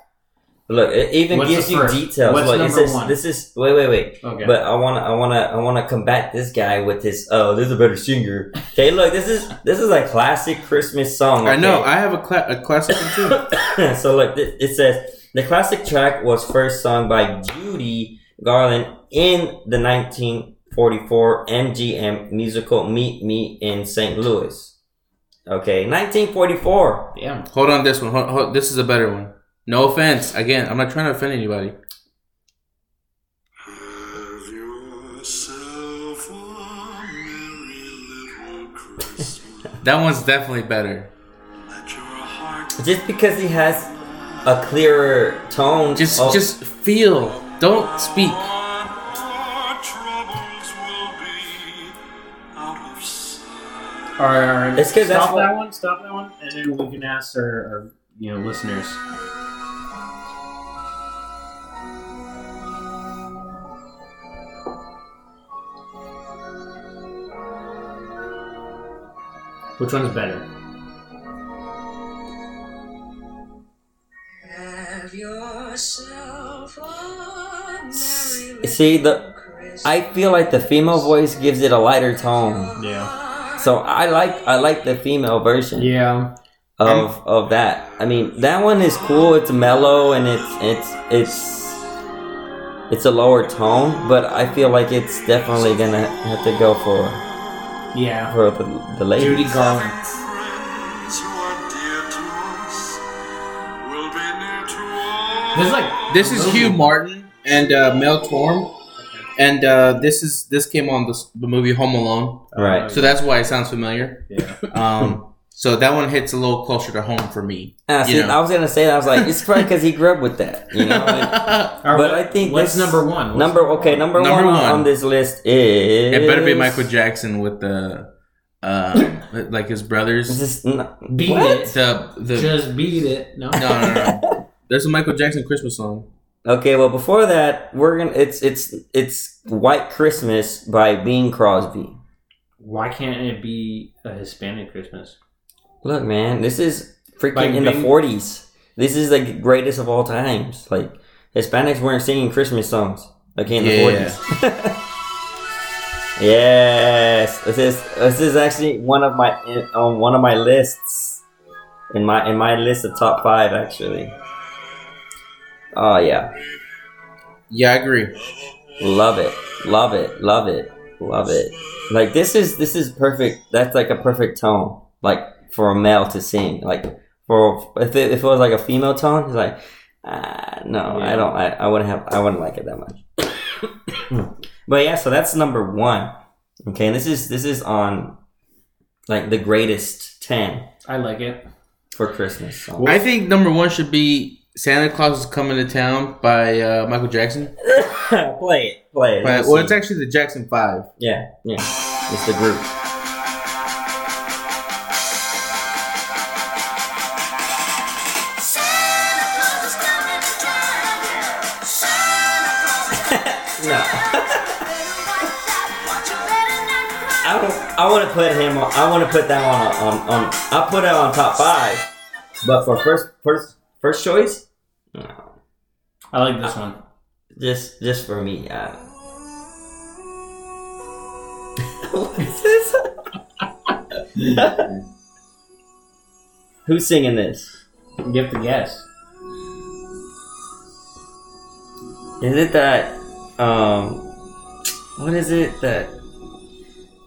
S1: Look, it even
S3: What's
S1: gives
S3: the
S1: you
S3: first?
S1: details.
S3: What's
S1: Look, it
S3: number
S1: says-
S3: one?
S1: this is wait, wait, wait.
S3: Okay.
S1: But I wanna, I wanna, I wanna combat this guy with his. Oh, there's a better singer. Okay, look, this is this is a classic Christmas song.
S2: I know.
S1: okay?
S2: I have a, cla- a classic one too.
S1: so look, th- it says the classic track was first sung by Judy Garland in the 1944 MGM musical Meet Me in St. Louis. Okay, 1944.
S3: Damn.
S2: Hold on, this one. Hold, hold, this is a better one. No offense. Again, I'm not trying to offend anybody.
S4: Have yourself a merry little Christmas.
S2: That one's definitely better.
S4: Let your heart
S1: Just because he has a clearer tone,
S2: Just,
S1: of-
S2: just feel. Don't speak.
S4: our troubles will be out of sight.
S3: All right, all right.
S1: It's 'cause that's
S3: Stop
S1: what-
S3: that one. Stop that one, and then we can ask our, our you know listeners. Which one's better?
S4: Have yourself a merry little
S1: see the. I feel like the female voice gives it a lighter tone,
S3: Yeah.
S1: so I like I like the female version.
S3: Yeah.
S1: of of that. I mean, that one is cool. It's mellow and it's it's it's it's a lower tone, but I feel like it's definitely gonna have to go for
S3: Yeah.
S1: for the the ladies.
S3: Judy Garland.
S4: friends who are dear to us will be near to us.
S3: This is like
S2: This is Hugh Martin and uh, Mel Torm, and uh, this is this came on the, the movie Home Alone,
S1: Right.
S2: so that's why it sounds familiar.
S3: Yeah.
S2: Um, so that one hits a little closer to home for me.
S1: Ah, see,
S2: You know.
S1: I was gonna say that. I was like, it's probably because he grew up with that, you know. And
S3: All right,
S1: But
S3: what-
S1: I think
S3: what's
S1: this-
S3: number one? What's-
S1: number okay, number,
S2: Number
S1: one,
S2: one.
S1: on this list is.
S2: it better be Michael Jackson with the uh, like his
S1: This
S2: brothers.
S1: is n-
S3: Beat
S1: What?
S3: it.
S2: The the
S3: Just beat it. No.
S2: no no no. no. There's a Michael Jackson Christmas song.
S1: Okay, well before that, we're gonna it's it's it's White Christmas by Bing Crosby.
S3: Why can't it be a Hispanic Christmas?
S1: Look, man, this is freaking
S3: Like
S1: in the
S3: being-
S1: forties. This is the greatest of all times. Like Hispanics weren't singing Christmas songs. Okay, in the
S2: Yeah.
S1: forties. yes, this is this is actually one of my on one of my lists in my in my list of top five actually. Oh yeah,
S2: Yeah, I agree.
S1: love it, love it, love it, love it. Like this is this is perfect. That's like a perfect tone, like for a male to sing. Like for if it, if it was like a female tone, it's like ah, no, I
S3: Yeah.
S1: don't. I, I wouldn't have. I wouldn't like it that much. but yeah, so that's number one. Okay, and this is this is on like the greatest ten
S3: I like it.
S1: for Christmas. Song.
S2: I think number one should be Santa Claus is Coming to Town by uh, Michael Jackson.
S1: play it, play it.
S2: By-
S1: Let's
S2: well,
S1: see.
S2: it's actually the Jackson Five.
S1: yeah, yeah. It's the group. No, I would, I want to put him on. I want to put that one on, on, on. I'll put it on top five, but for first first first choice, no.
S3: I like this one.
S1: Just just for me. Uh... what is this? Who's singing this?
S3: You have to guess.
S1: Is it that um what is it that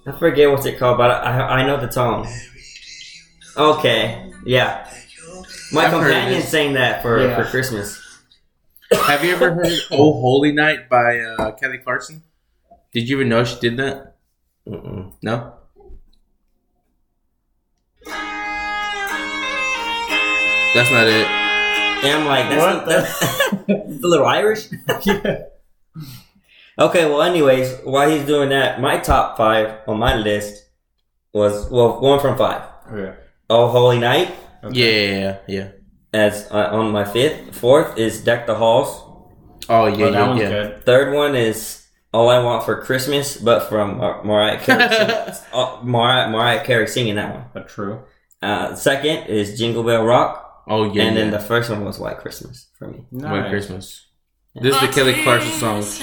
S1: I forget what's it called, but I I know the song. Okay, yeah. My
S2: I've heard of
S1: companion
S2: this.
S1: sang that for,
S3: Yeah.
S1: for Christmas.
S2: Have you ever heard "Oh Holy Night" by uh, Kelly Clarkson? Did you even know she did that?
S1: Mm-mm.
S2: No. That's not it.
S1: And I'm like, that's,
S3: What
S1: that's a little Irish. Okay, well, anyways, while he's doing that, my top five on my list was well, one from five.
S3: Okay.
S1: Oh Holy Night
S2: Yeah, yeah, yeah, yeah.
S1: as uh, on my fifth. Fourth is Deck the Halls.
S2: Oh yeah,
S3: Oh, that
S2: yeah,
S3: one's
S2: yeah.
S3: good.
S1: Third one is All I Want for Christmas, but from Mar- Mariah Carey. sing- uh, Mariah, Mariah Carey singing that one.
S3: But true.
S1: Uh, second is Jingle Bell Rock,
S2: Oh yeah.
S1: and
S2: yeah.
S1: then the first one was White Christmas for me.
S2: White
S3: Nice.
S2: Christmas. This is the Kelly Clarkson songs.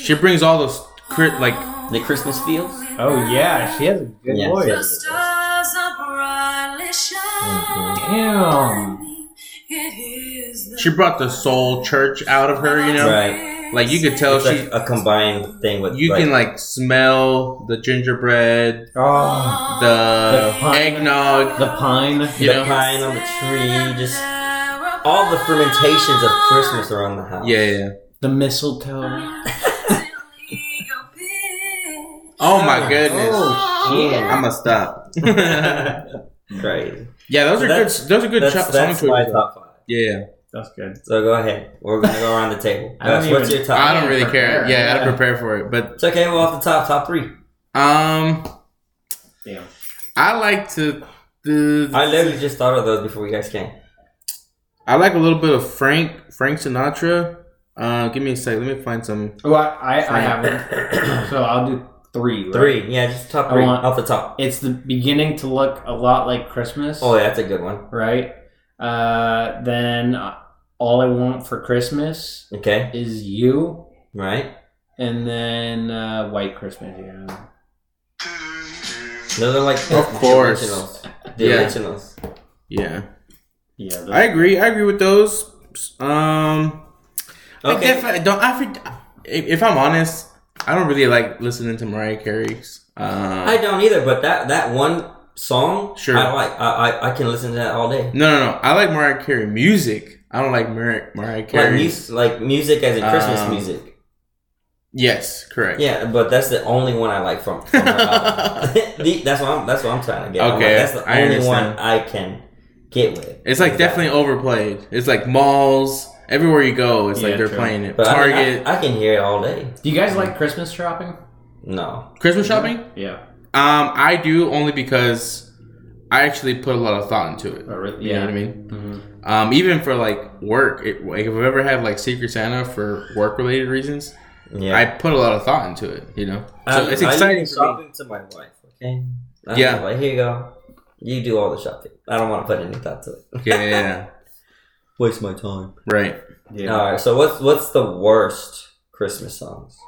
S2: She brings all those crit like
S1: The Christmas feels.
S3: Oh yeah, she has a good
S1: Yeah.
S3: voice.
S5: Stars are brightly
S3: Mm-hmm.
S5: shining.
S3: Damn.
S5: It is the
S2: she brought the soul church out of her. You know,
S1: Right.
S2: like you could tell
S1: It's
S2: she.
S1: like a combined thing with
S2: you can like smell the gingerbread,
S3: Oh,
S2: the
S3: The-
S2: eggnog.
S3: the pine.
S2: you
S1: the
S2: know?
S1: pine on the tree, just all the fermentations of Christmas are on the house.
S2: Yeah, yeah.
S3: The mistletoe.
S2: Oh my goodness.
S1: Yeah.
S2: I'm gonna stop. yeah,
S1: Crazy.
S2: those are
S1: That's-
S2: good. Those are good
S1: that's
S2: cho-
S1: that's
S2: song
S1: my
S2: choices.
S1: top five.
S2: Yeah,
S3: That's good.
S1: So go ahead. We're gonna go around the table.
S3: I don't
S1: Gus, what's
S3: even-
S1: your top?
S2: I don't really care.
S3: Prepare.
S2: Yeah, I had to
S3: Yeah.
S2: prepare for it, but
S1: It's okay. Well, off the top, top three.
S2: um,
S3: Damn.
S2: I like to. The,
S1: I literally just thought of those before you guys came.
S2: I like a little bit of Frank Frank Sinatra. Uh, give me a sec. Let me find some.
S3: Oh, I, I, I have it. So I'll do three. right?
S1: Three. Yeah, just top
S3: I
S1: three
S3: want-
S1: off the top.
S3: It's the beginning to look a lot like Christmas.
S1: Oh, yeah, that's a good one.
S3: Right. Uh, then uh, all I want for Christmas
S1: Okay.
S3: is you,
S1: Right.
S3: and then uh, White Christmas. Yeah.
S1: Those are like
S2: Of course.
S1: the originals. The
S2: Yeah.
S1: originals.
S2: Yeah,
S3: Yeah. those-
S2: I agree. I agree with those. Um, I
S1: Okay.
S2: definitely don't. I forg- if, if I'm honest, I don't really like listening to Mariah Carey's. Uh,
S1: I don't either, but that that one song,
S2: Sure.
S1: I like. I, I I can listen to that all day.
S2: No, no, no. I like Mariah Carey music. I don't like Mar- Mariah
S1: Like,
S2: Carey.
S1: mus- like music as in Christmas
S2: Um,
S1: music.
S2: yes, correct.
S1: Yeah, but that's the only one I like from. from her album. The- that's what I'm. That's what I'm trying to get. I'm like,
S2: Okay,
S1: that's the
S2: I
S1: only one
S2: understand.
S1: I can get with.
S2: It's like definitely overplayed. It's like malls, everywhere you go, it's like
S3: Yeah,
S2: they're
S3: true.
S2: playing it.
S1: But I mean,
S2: Target,
S1: I, I can hear it all day.
S3: Do you guys like Christmas shopping?
S1: No,
S2: Christmas shopping. Um,
S3: Yeah.
S2: I do only because I actually put a lot of thought into it.
S3: Oh, really?
S2: You know what I mean?
S3: hmm
S2: Um, even for like work, it, like if I've ever had like Secret Santa for work related reasons,
S1: yeah.
S2: I put a lot of thought into it. You know, so
S1: Um,
S2: it's
S1: I
S2: exciting.
S1: usually
S2: for me.
S1: shopping to my wife. Okay. I'm
S2: Yeah.
S1: Like, here you go. You do all the shopping. I don't want to put any thought to it.
S2: Yeah, yeah, yeah.
S1: Waste my time.
S2: right.
S3: Yeah.
S1: All right. So what's what's the worst Christmas songs?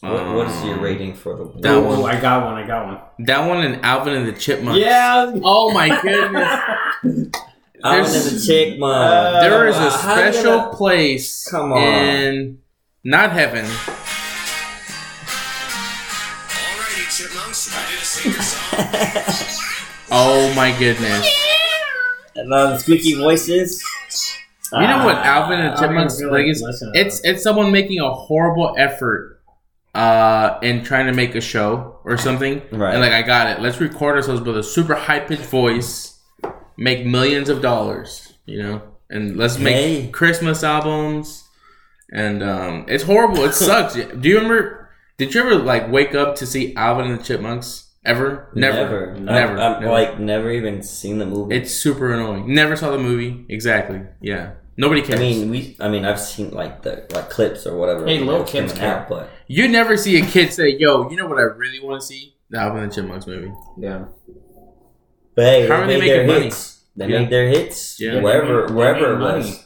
S1: What, what is your
S2: Um,
S1: rating for the
S2: That
S1: worst?
S2: one.
S3: Ooh, oh, I got one. I got one.
S2: That one and Alvin and the Chipmunks.
S3: Yeah.
S2: Oh my goodness.
S1: Alvin and
S2: There's-
S1: the Chick Mom.
S3: Uh,
S2: there is
S1: Wow,
S2: a
S1: how did
S2: special
S1: I-
S2: place
S1: Come on.
S2: in not heaven.
S4: Alrighty, chipmunks, ready to sing your song?
S2: Oh my goodness.
S1: and uh, squeaky voices.
S2: You know what
S3: Ah,
S2: Alvin and the Chipmunks
S3: feel
S2: like
S3: like
S2: is
S3: listening to
S2: it's it's someone making a horrible effort uh and trying to make a show or something.
S1: Right.
S2: And like I got it. Let's record ourselves with a super high pitched voice, make millions of dollars, you know? And let's make
S1: Hey.
S2: Christmas albums. And um it's horrible. It sucks. Do you remember did you ever like wake up to see Alvin and the Chipmunks? Ever?
S1: Never,
S2: Never. Never.
S1: I've, I've,
S2: Never.
S1: like never even seen the movie.
S2: It's super annoying. Never saw the movie. Exactly. Yeah. Nobody
S1: I
S2: cares.
S1: mean, we. I mean, I've seen like the like clips or whatever.
S3: Hey,
S1: when
S3: little
S1: it was
S3: kids
S1: coming
S3: care.
S1: out, but
S2: you never see a kid say, "Yo, you know what I really want to see? The Alvin and the Chipmunks movie."
S3: Yeah.
S1: but hey,
S2: How are they
S1: made their
S2: making money?
S1: hits. They
S2: Yeah.
S1: made their hits
S2: Yeah.
S1: wherever
S3: They made
S1: wherever it
S3: money.
S1: was.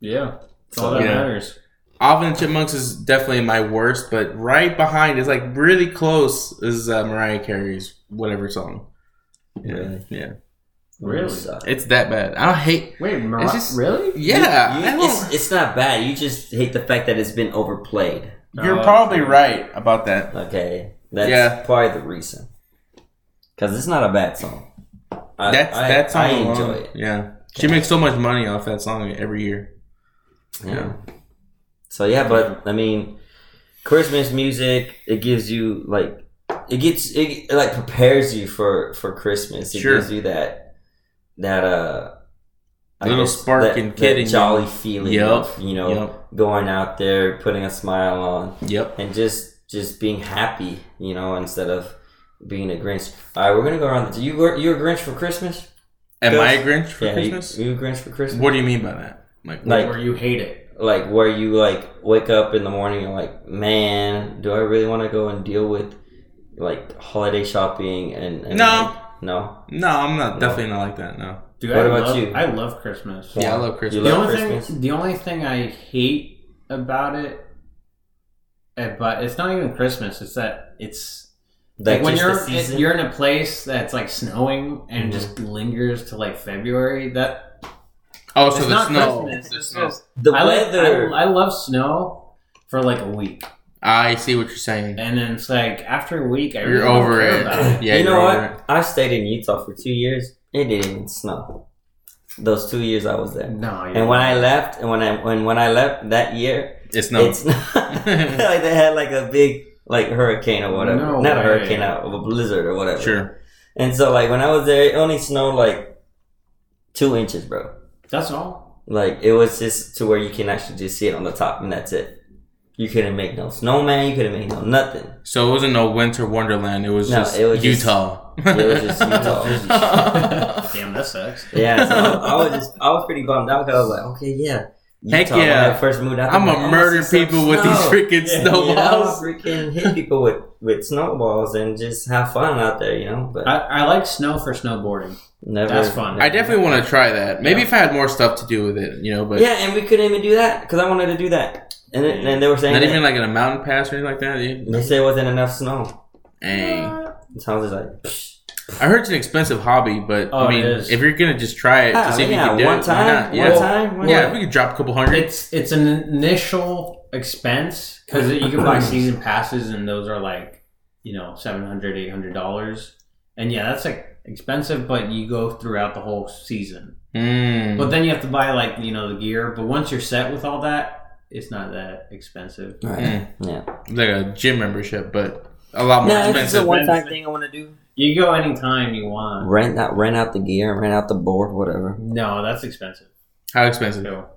S3: Yeah. It's all that
S2: Yeah.
S3: matters.
S2: Alvin and the Chipmunks is definitely my worst, but right behind is like really close is uh, Mariah Carey's whatever song. Yeah,
S1: Really?
S2: yeah,
S3: Really?
S1: Suck.
S2: it's that bad. I hate.
S3: Wait, Mar-
S2: It's just-
S3: really?
S2: Yeah,
S1: You-
S2: I
S1: it's,
S2: don't,
S1: it's not bad. You just hate the fact that it's been overplayed.
S2: you're
S3: Oh,
S2: probably
S3: okay.
S2: right about that.
S1: Okay, that's
S2: Yeah.
S1: probably the reason. Because it's not a bad song. I,
S2: That's
S1: I-
S2: that song.
S1: I
S2: alone.
S1: enjoy it.
S2: Yeah, she makes so much money off that song every year.
S1: Yeah. So yeah, but I mean, Christmas music it gives you like it gets it, it like prepares you for for Christmas. It
S2: Sure.
S1: gives you that that uh I
S2: Little
S1: guess
S2: spark
S1: that,
S2: and
S1: that
S2: kid in you.
S1: jolly feeling.
S2: Yep.
S1: of, you know,
S2: Yep.
S1: going out there, putting a smile on,
S2: Yep.
S1: and just just being happy. You know, instead of being a Grinch. All right, we're gonna go around. The, you were you a Grinch for Christmas?
S2: Am I a Grinch for
S1: yeah, you-
S2: Christmas?
S1: You, a Grinch for Christmas?
S2: What do you mean by that? Like,
S1: Like-
S3: Where you hate it.
S1: like where you like wake up in the morning and like man do i really want to go and deal with like holiday shopping and, and
S2: No.
S1: no
S2: no, I'm not. Definitely not like that. No.
S3: Dude,
S1: What
S3: I
S1: about
S3: love,
S1: you?
S3: I love Christmas.
S2: Yeah, I love Christmas.
S1: You
S3: The
S1: love
S3: only
S1: Christmas?
S3: thing, the only thing I hate about it, eh, but it's not even Christmas. It's that it's like,
S1: Like,
S3: when
S1: just
S3: you're eh,
S1: the season? Mm-hmm.
S3: you're in a place that's like snowing and just lingers to like February. That
S2: Oh,
S3: it's
S2: so the
S3: not
S2: snow.
S3: Christmas.
S2: The
S3: It's
S2: snow.
S3: just
S1: the
S3: I, like-
S1: weather
S3: I, I love snow for like a week,
S2: I see what you're saying.
S3: and then it's like after a week, I
S2: You're
S3: really don't
S2: over
S3: care
S2: it.
S3: about it.
S2: Yeah,
S1: you know
S2: you're
S1: what
S2: over it.
S1: i stayed in utah for two years it didn't even snow those two years i was there
S3: No, you're
S1: and when i left and when i when, when i left that year
S2: It's no.
S1: it's like they had like a big like hurricane or whatever
S3: No
S1: not a
S3: way.
S1: hurricane a, a blizzard or whatever
S2: sure.
S1: And so like when I was there, it only snowed like two inches, bro.
S3: that's all.
S1: Like it was just to where you can actually just see it on the top, and that's it. You couldn't make no snowman. You couldn't make no nothing.
S2: So it wasn't no winter wonderland. It was
S1: No,
S2: just
S1: it was just-
S2: Utah.
S1: It was just Utah.
S3: Damn, that sucks.
S1: yeah, so I was just I was pretty bummed out because I was like, okay, yeah.
S2: Heck
S1: Utah, when
S2: yeah.
S1: I first moved out,
S2: I'm
S1: like,
S2: gonna
S1: oh,
S2: murder
S1: this is some
S2: people with these
S1: snow.
S2: freaking
S1: Yeah,
S2: snowballs.
S1: You know, freaking hit people with with snowballs and just have fun out there, you know. But
S3: I, I like snow for snowboarding.
S1: never.
S3: that's fun.
S2: I definitely want to try that. Maybe if I had more stuff to do with it, you know, but
S1: Yeah, and we couldn't even do that because I wanted to do that, and then, and they were saying
S2: not
S1: that-
S2: even like in a mountain pass or anything like that. You-
S1: they said it wasn't enough snow.
S2: Dang.
S1: So I was just like,
S2: I heard it's an expensive hobby, but
S3: Oh,
S2: I
S3: it
S2: mean,
S3: is.
S2: if you're gonna just try it to see if you
S1: "Ah, yeah,
S2: can do
S1: one
S2: it, why
S1: time,
S2: not? Yeah,
S1: one time, why
S2: yeah.
S1: not?
S2: If we could drop a couple hundred,
S3: It's it's an initial expense because you can buy season passes and those are like you know 700 800 dollars and yeah that's like expensive but you go throughout the whole season
S2: Mm.
S3: but then you have to buy like you know the gear but once you're set with all that it's not that expensive
S2: Mm.
S1: Yeah.
S2: like a gym membership, but a lot more
S1: No, it's just
S2: expensive.
S1: a one-time thing I want to do.
S3: you go anytime you want
S1: Rent out, rent out the gear, rent out the board, whatever.
S3: no that's expensive
S2: How
S1: Mm-hmm.
S2: expensive?
S3: so,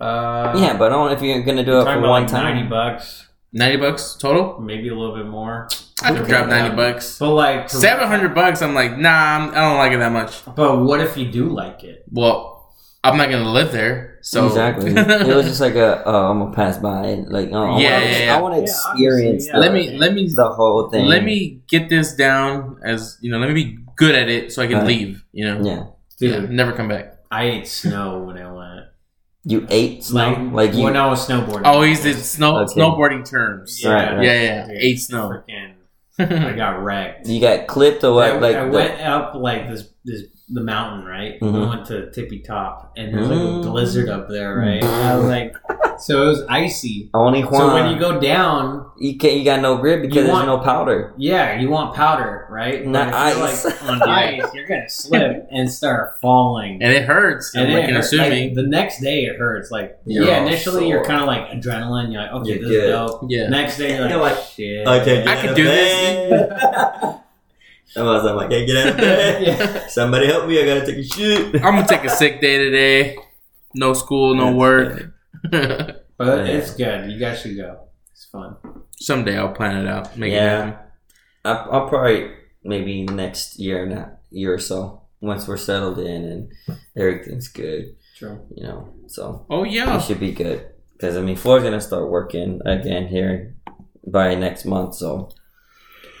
S3: uh
S1: yeah, but I don't, if you're gonna do
S3: you're
S1: it
S3: talking
S1: for
S3: about
S1: one
S3: like
S1: time,
S3: 90 bucks
S2: Ninety bucks total.
S3: maybe a little bit more
S2: I could drop
S3: Okay.
S2: ninety bucks.
S3: but like
S2: Seven hundred bucks. I'm like, nah, I'm, I don't like it that much.
S3: but what if you do like it
S2: Well, I'm not gonna live there, so
S1: exactly. it was just like a, oh, I'm gonna pass by, and like, oh, I
S2: Yeah,
S1: want
S2: yeah,
S1: to,
S2: yeah.
S1: I want to
S3: Yeah,
S1: experience.
S3: obviously, yeah.
S1: the,
S2: let me let me
S1: the whole thing.
S2: let me get this down as you know. Let me be good at it so I can
S1: Right.
S2: leave. You know,
S1: Yeah.
S2: yeah,
S3: Dude,
S2: never come back.
S3: I ate snow when I went.
S1: You ate snow? Like, you.
S3: when I was snowboarding.
S2: Oh, he's did snow
S1: Okay.
S2: snowboarding terms.
S1: Right, right.
S2: Yeah, yeah,
S3: Dude,
S2: ate snow.
S3: Freaking, I got wrecked.
S1: You got clipped or what?
S3: I,
S1: like
S3: I
S1: the-
S3: went up like this, this the mountain, right?
S1: Mhm.
S3: I went to Tippy Top, and there's like a
S1: Mm.
S3: blizzard up there, right? I was like, so it was icy.
S1: only Juan.
S3: So when you go down,
S1: you can't. You got no grip because
S3: You
S1: there's
S3: want-
S1: no powder.
S3: yeah, you want powder, right?
S1: Not
S3: But if you're,
S1: ice.
S3: Like, on ice, you're gonna slip and start falling.
S2: and it hurts.
S3: And
S2: I'm
S3: it
S2: like,
S3: hurts, like,
S2: assuming.
S3: the next day it hurts. Like
S1: You're
S3: yeah,
S1: all
S3: initially you're
S1: sore.
S3: kind of like adrenaline. You're like, okay,
S1: You're
S3: this
S1: good.
S3: is dope.
S2: yeah.
S3: Next day you're like,
S6: You're like,
S3: shit.
S6: I can't get
S2: I
S6: out
S2: can
S6: of
S2: do
S6: bed. I was like, I can't get out of bed.
S3: Yeah.
S6: Somebody help me! I gotta take a shit.
S2: I'm gonna take a sick day today. No school, no
S6: That's
S2: work.
S3: But
S6: Yeah.
S3: it's good. You guys should go. It's fun.
S2: Someday I'll plan it out. Make
S1: Yeah.
S2: it happen.
S1: I, I'll probably maybe next year, not year or so, once we're settled in and everything's good.
S3: True.
S1: You know, so
S2: Oh
S1: we
S2: yeah.
S1: should be good. Because I mean, Floyd's gonna start working again here by next month, so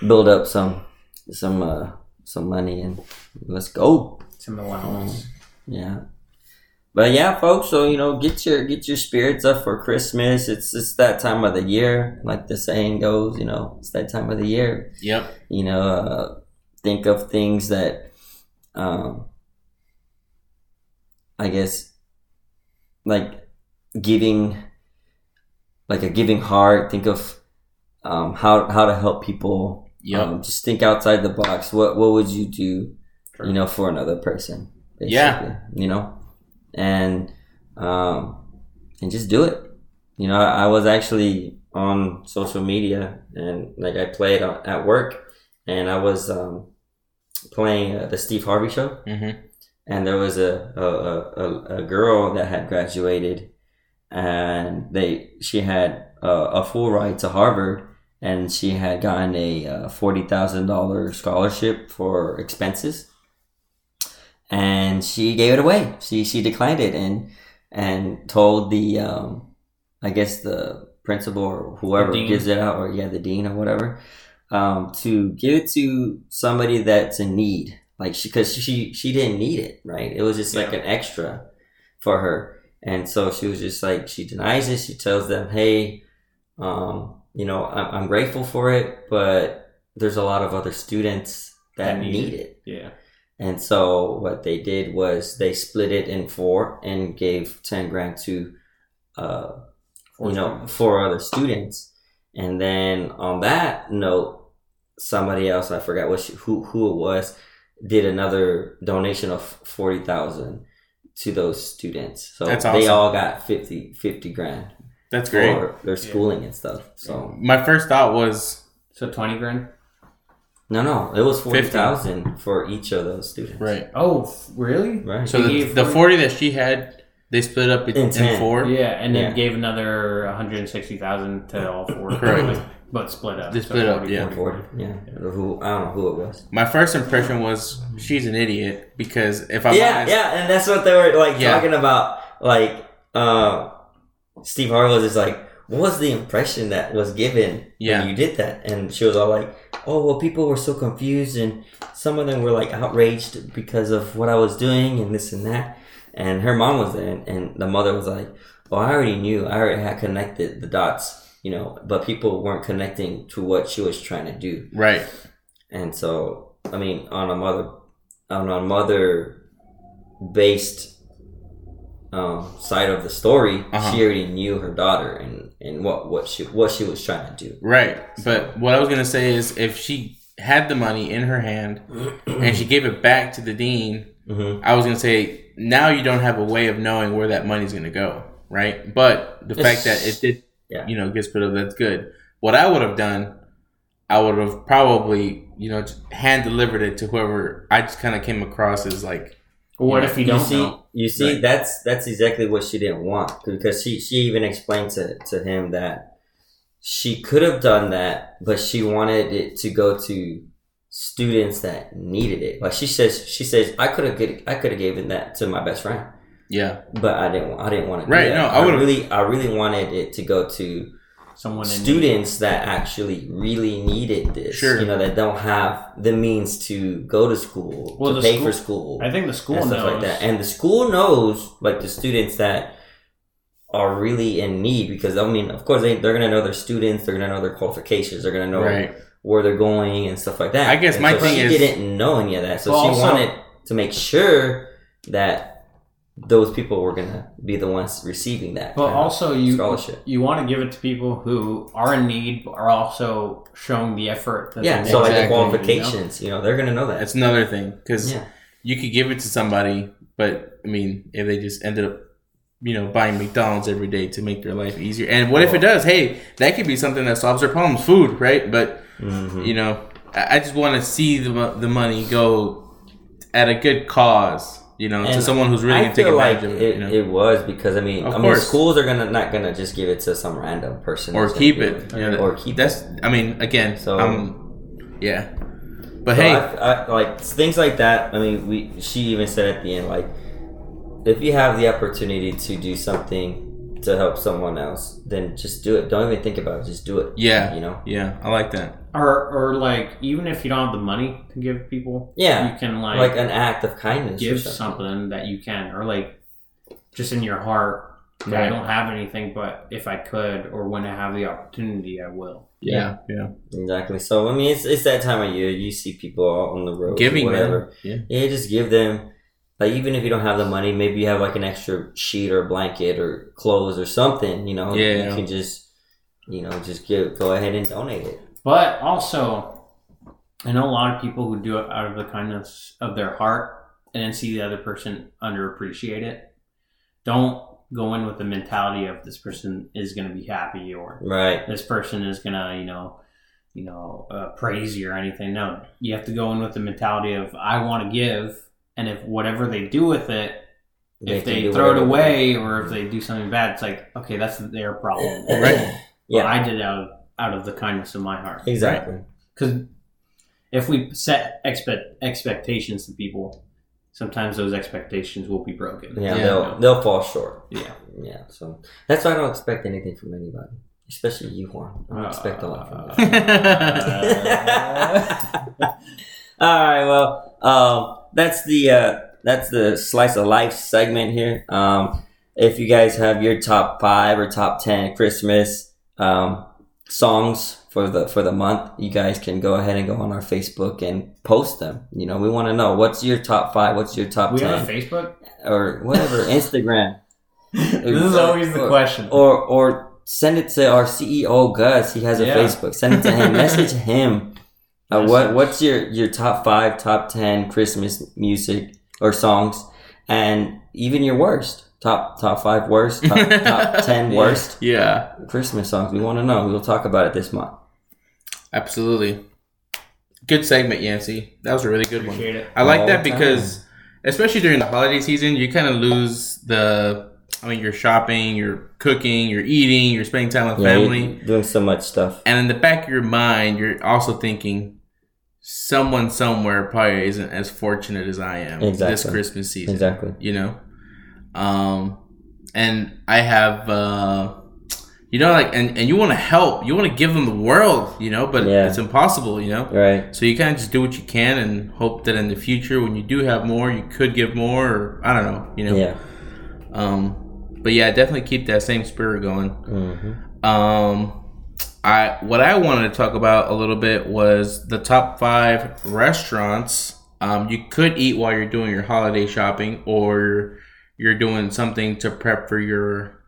S1: build up some some uh some money and let's go.
S3: Some
S1: Mm.
S3: allowance.
S1: Yeah. But yeah, folks, so you know, get your get your spirits up for Christmas. It's it's that time of the year, like the saying goes, you know, it's that time of the year.
S2: Yep.
S1: You know, uh, think of things that um I guess like giving like a giving heart, think of um how how to help people.
S2: Yep.
S1: Um, just think outside the box. What what would you do, you know, for another person?
S2: Yeah.
S1: basically, You know, and um, and just do it. You know, I, I was actually on social media and like I played on, at work, and I was um, playing uh, the Steve Harvey show,
S2: Mhm.
S1: and there was a a, a, a- a girl that had graduated, and they she had uh, a full ride to Harvard, and she had gotten a uh, forty thousand dollar scholarship for expenses, and she gave it away. She she declined it and and told the um, I guess the principal or whoever
S3: The dean.
S1: gives it out or yeah the dean or whatever um, to give it to somebody that's in need like she because she she didn't need it right it was just like
S3: Yeah.
S1: an extra for her and so she was just like she denies it she tells them hey um, you know I'm, I'm grateful for it but there's a lot of other students that
S3: That need
S1: need
S3: it.
S1: it
S3: Yeah.
S1: and so what they did was they split it in four and gave ten grand to, uh, you know, four other students. And then on that note, somebody else I forgot what she, who who it was did another donation of forty thousand to those students. So
S2: That's
S1: they
S2: awesome.
S1: all got 50, 50 grand
S2: That's great.
S1: for their schooling and stuff. So
S2: My first thought was
S3: So twenty grand.
S1: no, no, it was forty thousand for each of those students.
S2: right.
S3: Oh, f- really?
S1: right.
S2: So
S3: They
S2: the,
S3: gave
S2: the
S3: four-
S2: forty that she had, they split up in,
S1: In
S2: in
S1: ten.
S2: four.
S3: Yeah, and then
S1: Yeah.
S3: gave another one hundred and sixty thousand to all four.
S2: Correct.
S3: But split up.
S2: They split up, yeah.
S1: Forty, yeah. Who I don't know who it was.
S2: My first impression was she's an idiot because if I'm
S1: yeah,
S2: honest,
S1: yeah, and that's what they were like
S2: Yeah.
S1: talking about. Like, uh, Steve Harvey was just like, "What was the impression that was given
S2: Yeah.
S1: when you did that?" And she was all like, "Oh, well, people were so confused, and some of them were like outraged because of what I was doing and this and that." And her mom was there, and, and the mother was like, "Well, I already knew. I already had connected the dots." You know, but people weren't connecting to what she was trying to do.
S2: right.
S1: And so, I mean, on a mother, on a mother based um, side of the story,
S2: Uh-huh.
S1: she already knew her daughter and, and what, what she what she was trying to do.
S2: Right. But what I was gonna say is if she had the money in her hand and she gave it back to the dean,
S1: Mhm.
S2: I was gonna say now you don't have a way of knowing where that money's gonna go, right? But the fact that it did,
S1: Yeah.
S2: you know, gets put up, that's good. What I would have done, I would have probably, you know, just hand delivered it to whoever I just kind of came across as like,
S3: What if you don't
S1: see,
S3: know?
S1: you see,
S2: Right.
S1: that's that's exactly what she didn't want because she she even explained to to him that she could have done that, but she wanted it to go to students that needed it. Like she says, she says, I could have get- I could have given that to my best friend.
S2: yeah,
S1: but I didn't. I didn't want to.
S2: Right, no, I would've-
S1: really. I really wanted it to go to
S3: someone in
S1: students that actually really needed this.
S2: Sure.
S1: You know, that don't have the means to go to school,
S3: Well,
S1: to
S3: the
S1: pay
S3: school-
S1: for school,
S3: I think the school
S1: and
S3: knows.
S1: stuff like that. And the school knows, like, the students that are really in need because, I mean, of course, they, they're going to know their students, they're going to know their qualifications, they're going to know
S2: Right.
S1: where they're going and stuff like that.
S2: I guess
S1: And
S2: my
S1: so
S2: thing
S1: she
S2: is-
S1: didn't know any of that, so
S3: Well,
S1: she
S3: also-
S1: wanted to make sure that those people were gonna be the ones receiving that.
S3: But
S1: kind of
S3: also, you
S1: scholarship.
S3: you want to give it to people who are in need, but are also showing the effort. That
S1: Yeah,
S3: they
S1: so
S3: want.
S1: like the
S2: Exactly, you know?
S1: qualifications, you know, they're gonna know that.
S2: That's another thing because
S1: Yeah,
S2: you could give it to somebody, but I mean, if they just ended up, you know, buying McDonald's every day to make their life easier, and what
S1: Oh.
S2: if it does? Hey, that could be something that solves their problems, food, right? But
S1: Mm-hmm.
S2: you know, I I just want to see the mo- the money go at a good cause, you know, to
S1: And
S2: someone who's really
S1: I
S2: gonna take
S1: feel like
S2: advantage of
S1: it,
S2: it, you know,
S1: it was because I mean,
S2: Of
S1: I mean,
S2: course.
S1: schools are gonna not gonna just give it to some random person
S2: or
S1: that's gonna
S2: keep
S1: do
S2: it, you know,
S1: or keep it.
S2: That's I mean, again,
S1: So-
S2: um, yeah, but
S1: So
S2: hey,
S1: I, I, like things like that. I mean, we she even said at the end, like, if you have the opportunity to do something to help someone else, then just do it. Don't even think about it. Just do it.
S2: yeah,
S1: You know.
S2: yeah, I like that.
S3: or or like even if you don't have the money to give people,
S1: Yeah.
S3: you can like,
S1: Like an act of kindness. or
S3: give something that you can, or like just in your heart. like, I
S2: Right.
S3: don't have anything, but if I could, or when I have the opportunity, I will.
S2: Yeah, yeah,
S1: Exactly. So I mean, it's it's that time of year. You see people out on the road,
S2: giving
S1: whatever.
S2: them, yeah,
S1: Yeah, just give them. Like even if you don't have the money, maybe you have like an extra sheet or blanket or clothes or something. You know,
S2: Yeah.
S1: you can just you know just give go ahead and donate it.
S3: But also, I know a lot of people who do it out of the kindness of their heart and then see the other person underappreciate it. Don't go in with the mentality of this person is going to be happy or
S1: Right.
S3: this person is going to, you know, you know, uh, praise you or anything. No, you have to go in with the mentality of I want to give, and if whatever they do with it, if
S1: can
S3: they
S1: do
S3: throw it
S1: whatever they
S3: away
S1: want.
S3: or if they do something bad, it's like okay, that's their problem.
S2: Right.
S1: Yeah.
S3: I did it out of, out of the kindness of my heart
S1: Exactly.
S3: because if we set expect expectations to people, sometimes those expectations will be broken.
S1: Yeah,
S2: Yeah.
S1: they'll they'll fall short.
S3: Yeah.
S1: Yeah, so that's why I don't expect anything from anybody, especially you, Juan. I don't expect a lot from you. Uh, All right, well, um, that's the uh, that's the slice of life segment here. Um, if you guys have your top five or top ten Christmas um, songs for the for the month, you guys can go ahead and go on our Facebook and post them. You know, we want to know what's your top five, what's your top
S3: We
S1: ten,
S3: have a Facebook.
S1: or whatever Instagram.
S3: This is always the
S1: Or-
S3: question.
S1: or or send it to our CEO Gus. He has a
S3: Yeah.
S1: Facebook. Send it to him. Message him. Uh, what
S3: Message.
S1: what's your your top five, top ten Christmas music or songs, and even your worst top top five worst, top, top ten worst
S2: yeah,
S1: Christmas songs. We want to know. We'll talk about it this month.
S2: absolutely. Good segment, Yancy. That was a really good one.
S3: Appreciate it.
S2: I like
S1: All
S2: that
S1: the
S2: because, especially during the holiday season, you kind of lose the. I mean, you're shopping, you're cooking, you're eating, you're spending time with
S1: Yeah, you're
S2: family,
S1: doing so much stuff.
S2: and in the back of your mind, you're also thinking, someone somewhere probably isn't as fortunate as I am this
S1: Exactly.
S2: Christmas season.
S1: Exactly.
S2: you know um and i have uh you know like and, and you want to help you want to give them the world you know but
S1: Yeah.
S2: it's impossible you know
S1: Right.
S2: so you kind of just do what you can and hope that in the future when you do have more you could give more or i don't know you know
S1: Yeah.
S2: um but yeah definitely keep that same spirit going
S1: hmm
S2: um, I what I wanted to talk about a little bit was the top five restaurants um, you could eat while you're doing your holiday shopping, or you're doing something to prep for your,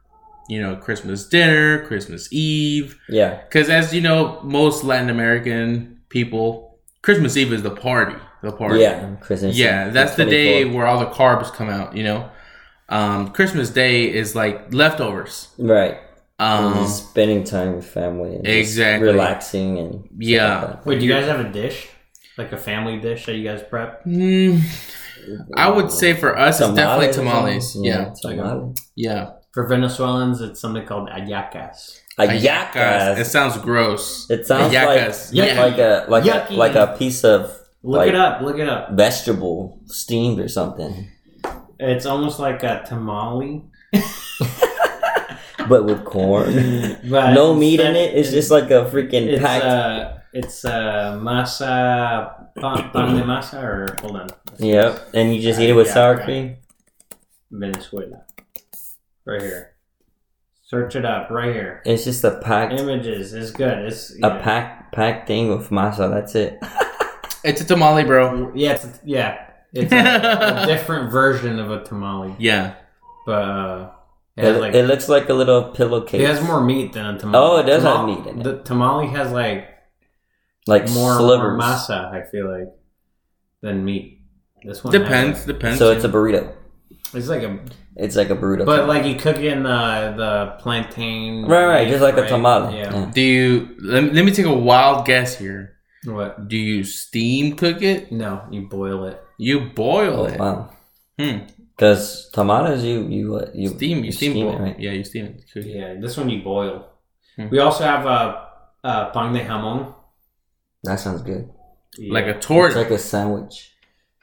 S2: you know, Christmas dinner, Christmas Eve.
S1: Yeah.
S2: Because as you know, most Latin American people, Christmas Eve is the party. The party.
S1: Yeah. Christmas.
S2: Yeah, that's the day where all the carbs come out. You know, um, Christmas Day is like leftovers.
S1: Right. And
S2: Um,
S1: just spending time with family. And just
S2: Exactly.
S1: Relaxing and stuff like
S2: Yeah.
S1: that.
S3: Wait, do you guys have a dish? Like a family dish that you guys prep?
S2: Mm, I would say for us, it's definitely tamales. Yeah,
S1: tamales.
S2: yeah.
S3: For Venezuelans, it's something called ayacas.
S1: A
S2: Ayacas. It
S1: yakas.
S2: sounds gross.
S1: It sounds
S2: Ayacas.
S1: like
S2: Yeah.
S1: like a like
S3: Yucky.
S1: a, like a piece of
S3: Look
S1: like
S3: it up. Look it up.
S1: vegetable steamed or something.
S3: It's almost like a tamale.
S1: but with corn.
S3: But
S1: no meat in it.
S3: instead-
S1: It's just like a freaking
S3: it's
S1: packed.
S3: uh, it's uh, masa pan, pan de masa or hold on
S1: yep. And you just eat it with
S3: Yeah,
S1: sour
S3: yeah.
S1: cream.
S3: Venezuela right here. Search it up right here.
S1: It's just a packed
S3: Images is good. It's
S1: a packed packed thing with masa. That's it.
S2: It's a tamale, bro.
S3: Yeah, it's a, yeah, it's a, a different version of a tamale,
S2: Yeah.
S3: but uh, it,
S1: It,
S3: has like,
S1: it
S3: it,
S1: looks like a little pillowcase.
S3: has more meat than a tamale.
S1: Oh, it does have
S3: Tamale-
S1: meat in it.
S3: The tamale has like
S1: like
S3: more, more
S1: slivers.
S3: masa. I feel like than meat. This one has,
S2: Depends. Depends.
S1: so it's a burrito.
S3: like- It's like a,
S1: It's like a burrito.
S3: but like you cook it in the the plantain.
S1: Right, right,
S3: leaf,
S1: just like a
S3: right?
S1: tamale.
S3: Yeah.
S1: Yeah.
S2: Do you? Let me, let me take a wild guess here.
S3: What?
S2: Do you steam cook it?
S3: No, you boil it.
S2: You boil
S1: Oh,
S2: it.
S1: wow.
S2: Hmm.
S1: Because tomatoes, you you uh, you
S2: Steam. You steam.
S1: it,
S2: boil.
S1: right?
S2: Yeah, you steam it. Cook it.
S3: Yeah, this one you boil.
S2: Hmm.
S3: We also have a uh, pan de jamon.
S1: That sounds good.
S2: Like a
S1: It's
S2: torta.
S1: like a sandwich.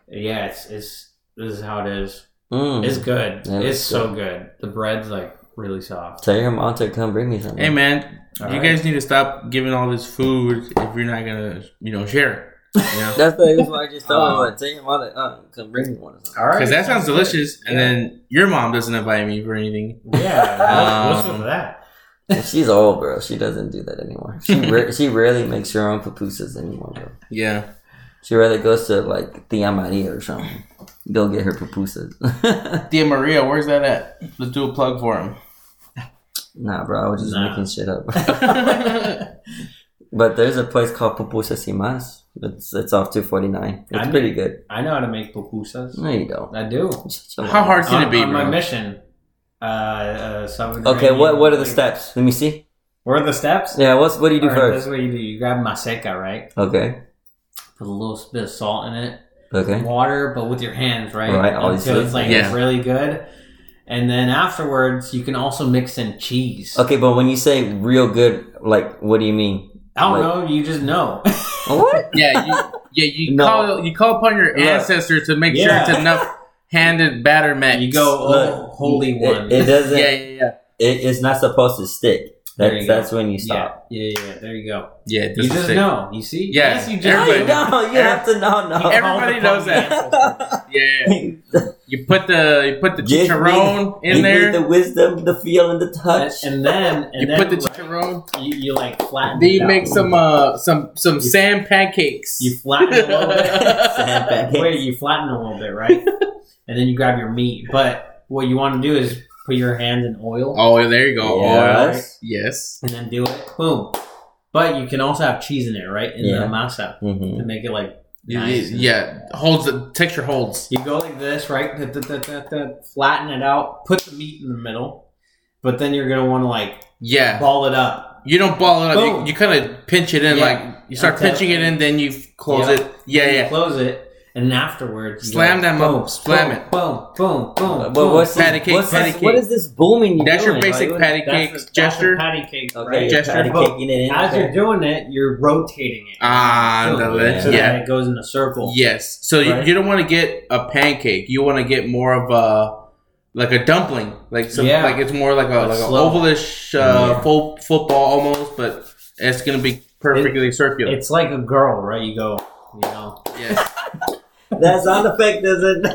S3: yeah, it's it's this is how it is.
S1: Mm.
S3: It's good.
S1: Yeah, it's
S3: it's so good. The bread's like really soft.
S1: Tell your mom to come bring me some.
S2: hey man,
S3: All
S2: you
S3: right.
S2: guys need to stop giving all this food if you're not gonna, you know, share. it, You know.
S1: That's the that's why I just told
S3: Uh,
S1: her. like, Tell your mom to uh, come bring me one. Or something.
S3: All right,
S2: Because that sounds
S3: good.
S2: delicious, and
S3: Yeah.
S2: then your mom doesn't invite me for anything.
S3: yeah.
S2: Um,
S3: what's with that?
S1: And She's old, bro. She doesn't do that anymore. She ra- she rarely makes her own pupusas anymore, bro.
S2: Yeah,
S1: She rather goes to like Tia Maria or something. Go get her pupusas.
S2: Tia Maria, where's that at? Let's do a plug for him.
S1: nah, bro. I was just
S3: Nah.
S1: making shit up. but there's a place called Pupusas y Mas. It's it's off 249. It's
S3: I knew-
S1: pretty good.
S3: I know how to make pupusas.
S1: No, you don't.
S3: I do.
S2: How hard can
S3: on,
S2: it be,
S3: on my
S2: bro?
S3: mission. Uh, uh, Salvadorian-
S1: Okay, what what are the steps? Let me see.
S3: What are the steps?
S1: Yeah, what's what do you do
S3: All right, this
S1: first?
S3: is what you do. You grab maseca, right?
S1: Okay,
S3: Put a little bit of salt in it.
S1: okay.
S3: water, but with your hands, right?
S1: Right,
S3: Until
S1: obviously.
S3: it's like
S2: Yeah.
S3: really good. And then afterwards, you can also mix in cheese.
S1: Okay, but when you say real good, like what do you mean?
S3: I don't
S1: Like-
S3: know. You just know.
S1: What?
S2: Yeah, you, yeah, you
S1: No.
S2: call you call upon your
S1: Look.
S2: ancestors to make
S3: Yeah.
S2: sure it's enough handed batter mix.
S3: you go, oh,
S1: Look,
S3: holy
S1: it-
S3: one.
S1: It, doesn't.
S2: Yeah, yeah, yeah.
S1: It, it's not supposed to stick.
S3: There
S1: That's
S3: you go.
S1: that's when you
S3: yeah,
S1: stop.
S3: yeah, yeah. There you go.
S2: Yeah, it
S3: You
S2: doesn't
S3: just
S2: stick.
S3: know. You see?
S2: Yeah,
S3: Yes, you just
S1: No, you
S2: Everybody-
S1: don't. You have to know. No.
S2: Every- everybody knows that. Yeah, yeah. you put the you put the
S1: Give me-
S2: chicharron
S1: you
S2: in
S1: need
S2: there.
S1: the wisdom, the feel, and the
S3: and,
S1: touch.
S3: and then, and
S2: you
S3: then
S2: put the
S3: like,
S2: chicharron.
S3: you, you like flatten.
S2: Then you
S3: it
S2: make
S3: out.
S2: some uh some some sand pancakes.
S3: You flatten it a little bit.
S1: Sand pancakes.
S3: Wait, you flatten a little bit, right? and then you grab your meat. But what you want to do is put your hand in oil.
S2: oh, there you go.
S1: Yes.
S2: Oil. Yes.
S3: and then do it. Boom. But you can also have cheese in it, right? In the
S1: Yeah.
S3: masa
S1: Mhm.
S3: to make it like
S2: You-
S3: nice.
S2: you- Yeah, holds the texture holds.
S3: You go like this, right? Da- da- da- da- da, Flatten it out. Put the meat in the middle. But then you're gonna want to like
S2: Yeah,
S3: ball it up.
S2: you don't ball it up.
S3: Boom.
S2: You, you kind of pinch it in,
S3: Yeah.
S2: like you start
S3: Okay.
S2: pinching it in, then you f- close
S3: Yeah.
S2: it. Yeah,
S3: You
S2: yeah.
S3: Close it, and then afterwards you
S2: Slam
S3: go,
S2: that
S3: boom,
S2: mother- slam
S3: boom,
S2: it.
S3: Boom, boom, boom.
S1: But
S3: boom.
S1: what's this,
S2: Patty cake,
S1: what's
S2: patty
S1: this, what
S2: cake.
S1: is this booming? you
S2: That's your
S1: doing?
S2: basic
S1: Like, what-
S2: patty
S3: That's the-
S2: cakes
S3: that's the
S2: gesture.
S3: patty cake,
S1: Okay,
S3: right?
S1: your
S2: Gesture.
S1: patty
S3: But
S1: cake in it. in
S3: As
S1: there.
S3: you're doing it, you're rotating it.
S2: Ah,
S3: Boom.
S2: deli-
S3: So
S2: yeah.
S3: that it goes in a circle.
S2: Yes. So
S3: Right.
S2: you, you don't want to get a pancake. You want to get more of a like a dumpling, like some,
S3: Yeah.
S2: like it's more like a
S3: But
S2: like a
S3: slow.
S2: ovalish uh,
S1: Yeah.
S2: full football almost, but it's gonna be perfectly circular.
S3: It's like a girl, right? You go, you know.
S2: Yes.
S1: That sound effect doesn't.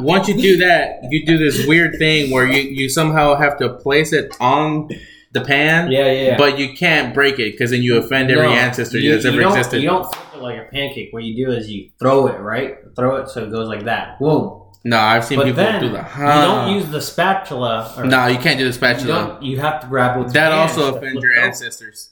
S2: Once you do that, you do this weird thing where you you somehow have to place it on the pan.
S3: Yeah, yeah. yeah.
S2: But you can't break it because then you offend every
S3: No,
S2: ancestor
S3: you-
S2: that's
S3: you
S2: ever
S3: don't-
S2: existed.
S3: You don't flip it like a pancake. What you do is you throw it right, throw it so it goes like that. Boom.
S2: No, I've seen
S3: But
S2: people
S3: then
S2: do that.
S3: you
S2: Huh.
S3: don't use the spatula. Or
S2: no, you can't do the
S3: you
S2: spatula.
S3: don't. You have to grab with
S2: That
S3: your hands
S2: also
S3: to
S2: offends
S3: flip
S2: your
S3: it over.
S2: ancestors.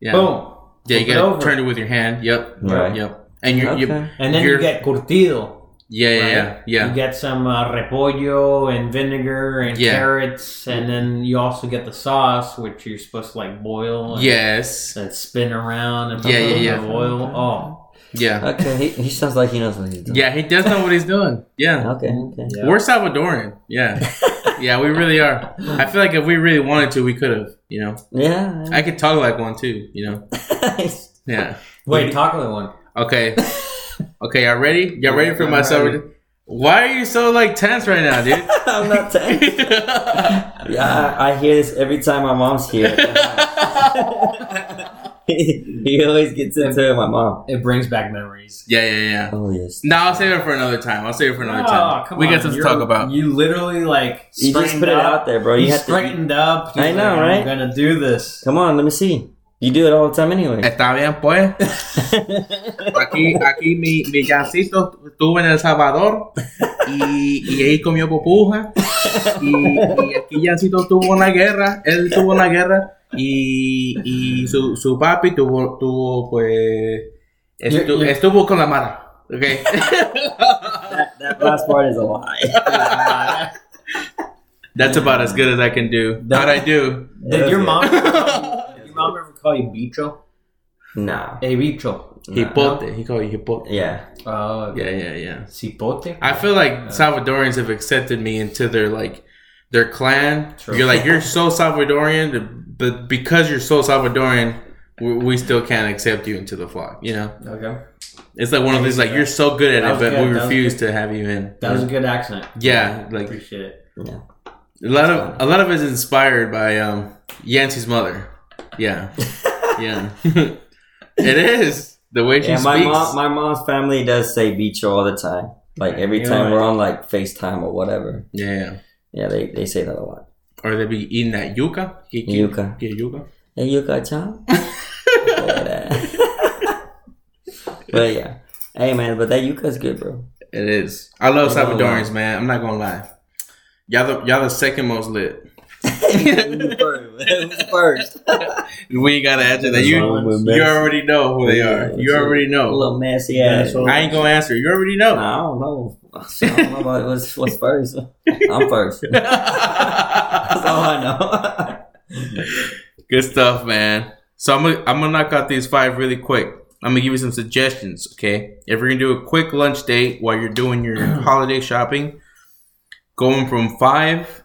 S2: Yeah.
S3: Boom.
S2: Yeah, you
S3: Flip it
S2: gotta
S3: over.
S2: turn it with your hand. Yep.
S1: Right.
S2: Yep. And you're, you
S1: Okay.
S3: And then you
S2: You're-
S3: get curtido.
S2: yeah, yeah,
S3: right?
S2: yeah,
S3: You
S2: yeah.
S3: get some uh, repollo and vinegar and
S2: Yeah.
S3: carrots, and then you also get the sauce, which you're supposed to like boil. And
S2: Yes.
S3: And spin around and put
S2: Yeah,
S3: a
S2: yeah,
S3: little
S2: yeah.
S3: bit of oil. Oh,
S2: Yeah.
S1: Okay, he, he sounds like he knows what he's doing.
S2: Yeah, he does know what he's doing. Yeah.
S1: Okay. Okay.
S3: yeah.
S2: We're Salvadoran. Yeah. yeah, we really are. I feel like if we really wanted to, we could have, you know.
S1: Yeah.
S2: I could talk like one too, you know. Yeah.
S3: Wait, talk about one.
S2: Okay. Okay, y'all ready? Y'all ready for
S3: I'm
S2: my
S3: ready.
S2: Salvador? Why are you so like tense right now, dude?
S1: I'm not telling.
S2: okay,
S1: Yeah, I, I hear this every time my mom's here. he always gets into it with my mom.
S3: It brings back memories.
S2: Yeah, yeah, yeah.
S1: Oh yes.
S2: No, I'll save it for another time. I'll save it for another
S3: Oh,
S2: time.
S3: come
S2: we
S3: on.
S2: got something to
S3: You're-
S2: talk about.
S3: You literally like
S1: You just
S3: straightened
S1: put it
S3: up.
S1: out there, bro.
S3: You,
S1: You have to.
S3: straightened up. You're
S1: I know,
S3: like,
S1: right?
S3: I'm gonna do this.
S1: Come on, let me see. You do it all the time anyway.
S2: Está bien, pues. Aquí, aquí mi, mi Jancito estuvo en El Salvador y, y ahí comió popuja. Y, y aquí Jancito tuvo una guerra, él tuvo una guerra y, y su, su papi tuvo, tuvo pues, estu-
S3: Yo- yo-
S2: estuvo con la mara. Okay.
S1: that, that last part is a lie.
S2: That's about as good as I can do. That I do.
S3: Did your mom? did your mom ever call you bicho?
S1: Nah.
S3: Hey, bicho.
S2: Hipote. He called you hipote.
S1: Yeah.
S3: Oh, okay.
S2: Yeah, yeah, yeah.
S3: Cipote.
S2: I feel like Salvadorians have accepted me into their like their clan.
S3: True.
S2: You're like you're so Salvadorian, but because you're so Salvadorian, we, we still can't accept you into the flock. You know,
S3: okay.
S2: it's like one of these like you're so good at
S3: That
S2: it,
S3: was
S2: but
S3: good,
S2: we
S3: that was
S2: refuse to have you in.
S3: That was a good accent.
S2: yeah, like a
S3: Appreciate it.
S1: Yeah.
S2: lot of a lot of it's inspired by um Yancey's mother. Yeah, yeah, it is the way she
S1: Yeah, my
S2: speaks.
S1: mom, my mom's family does say beach all the time. Like every
S3: You're
S1: time
S3: right.
S1: we're on like FaceTime or whatever.
S2: yeah, yeah.
S1: Yeah, they, they say that a lot.
S2: or they be eating that yuca.
S1: Yuca.
S2: Yeah, yuca.
S1: Hey, you got time? but, uh, but yeah. Hey man, but that yuca's good, bro.
S2: It is. I love
S1: I love
S2: Salvadorians, man. I'm not gonna lie. Y'all, the, y'all the second most lit.
S1: Who's first? Who's first?
S2: We ain't gotta answer that. You,
S1: Someone with
S2: you
S1: mess-
S2: already know who they
S1: Yeah,
S2: are. You
S1: that's
S2: already know.
S1: little messy ass.
S3: Asshole.
S2: I ain't gonna answer. You already know.
S1: I don't know. I don't know about what's, what's first. I'm first. That's all I know.
S2: Good stuff, man. So I'm gonna, I'm gonna knock out these five really quick. I'm gonna give you some suggestions, okay? If you're gonna do a quick lunch date while you're doing your holiday shopping, going from five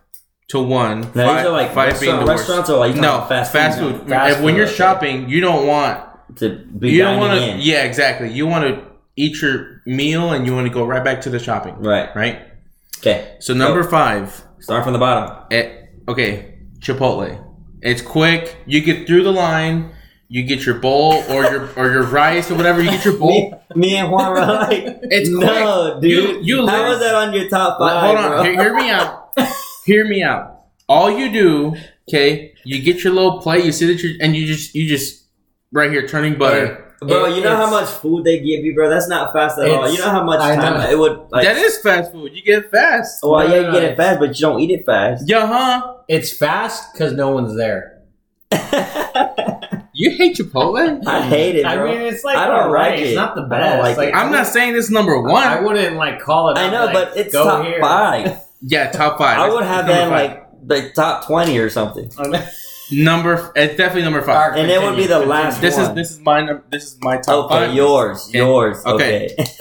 S2: to one.
S1: now,
S2: five,
S1: these are like
S2: five being the
S1: restaurant-
S2: worst.
S1: restaurants or like
S2: No,
S1: fast
S2: fast,
S1: food.
S2: food.
S1: Fast
S2: And when
S1: food,
S2: you're
S1: okay.
S2: shopping, you don't want
S1: to be
S2: you don't
S1: dining
S2: want
S1: in.
S2: to. Yeah, exactly. You want to eat your meal and you want to go right back to the shopping,
S1: Right.
S2: right?
S1: Okay.
S2: So number five,
S1: Start from the bottom.
S2: eh, okay, Chipotle. It's quick. You get through the line. You get your bowl or your or your rice or whatever. You get your
S1: Me,
S2: bowl.
S1: me and Juan were like,
S2: It's
S1: no,
S2: quick.
S1: dude.
S2: You- you
S1: How
S2: literally-
S1: is that on your top
S2: But
S1: five?
S2: hold on.
S1: bro?
S2: Hear, hear me out. hear me out. All you do, okay? You get your little plate. You sit at your and you just you just right here turning butter.
S1: Bro,
S3: It-
S1: you know how
S3: it's-
S1: much food they give you, bro. That's not fast at all.
S3: It's-
S1: You know how much
S3: I
S1: time
S3: know.
S1: it would like. Oh.
S2: that is fast food. You get it fast.
S1: well,
S3: No,
S1: yeah,
S3: no,
S1: you
S3: no,
S1: get it fast, but you don't eat it fast.
S2: Yeah, huh?
S3: It's fast because no one's there.
S2: You hate Chipotle?
S1: I hate it, bro.
S3: I mean, it's like
S1: I don't
S3: alright,
S1: like it.
S3: It's not the
S1: I don't
S3: best.
S1: like it.
S2: I'm not saying this number one.
S3: I wouldn't like call it.
S1: I
S3: out,
S1: know,
S3: like,
S1: but it's
S3: go
S1: top
S3: here.
S1: five.
S2: yeah, top five.
S1: I
S2: That's
S1: would have
S2: number
S1: that in,
S2: five.
S1: like the top twenty or something,
S2: number. It's definitely number five.
S1: and it would be the last.
S2: This is
S1: one.
S2: this is my num- this is my top
S1: okay.
S2: five.
S1: Yours,
S2: Okay.
S1: yours. Okay.
S2: Okay.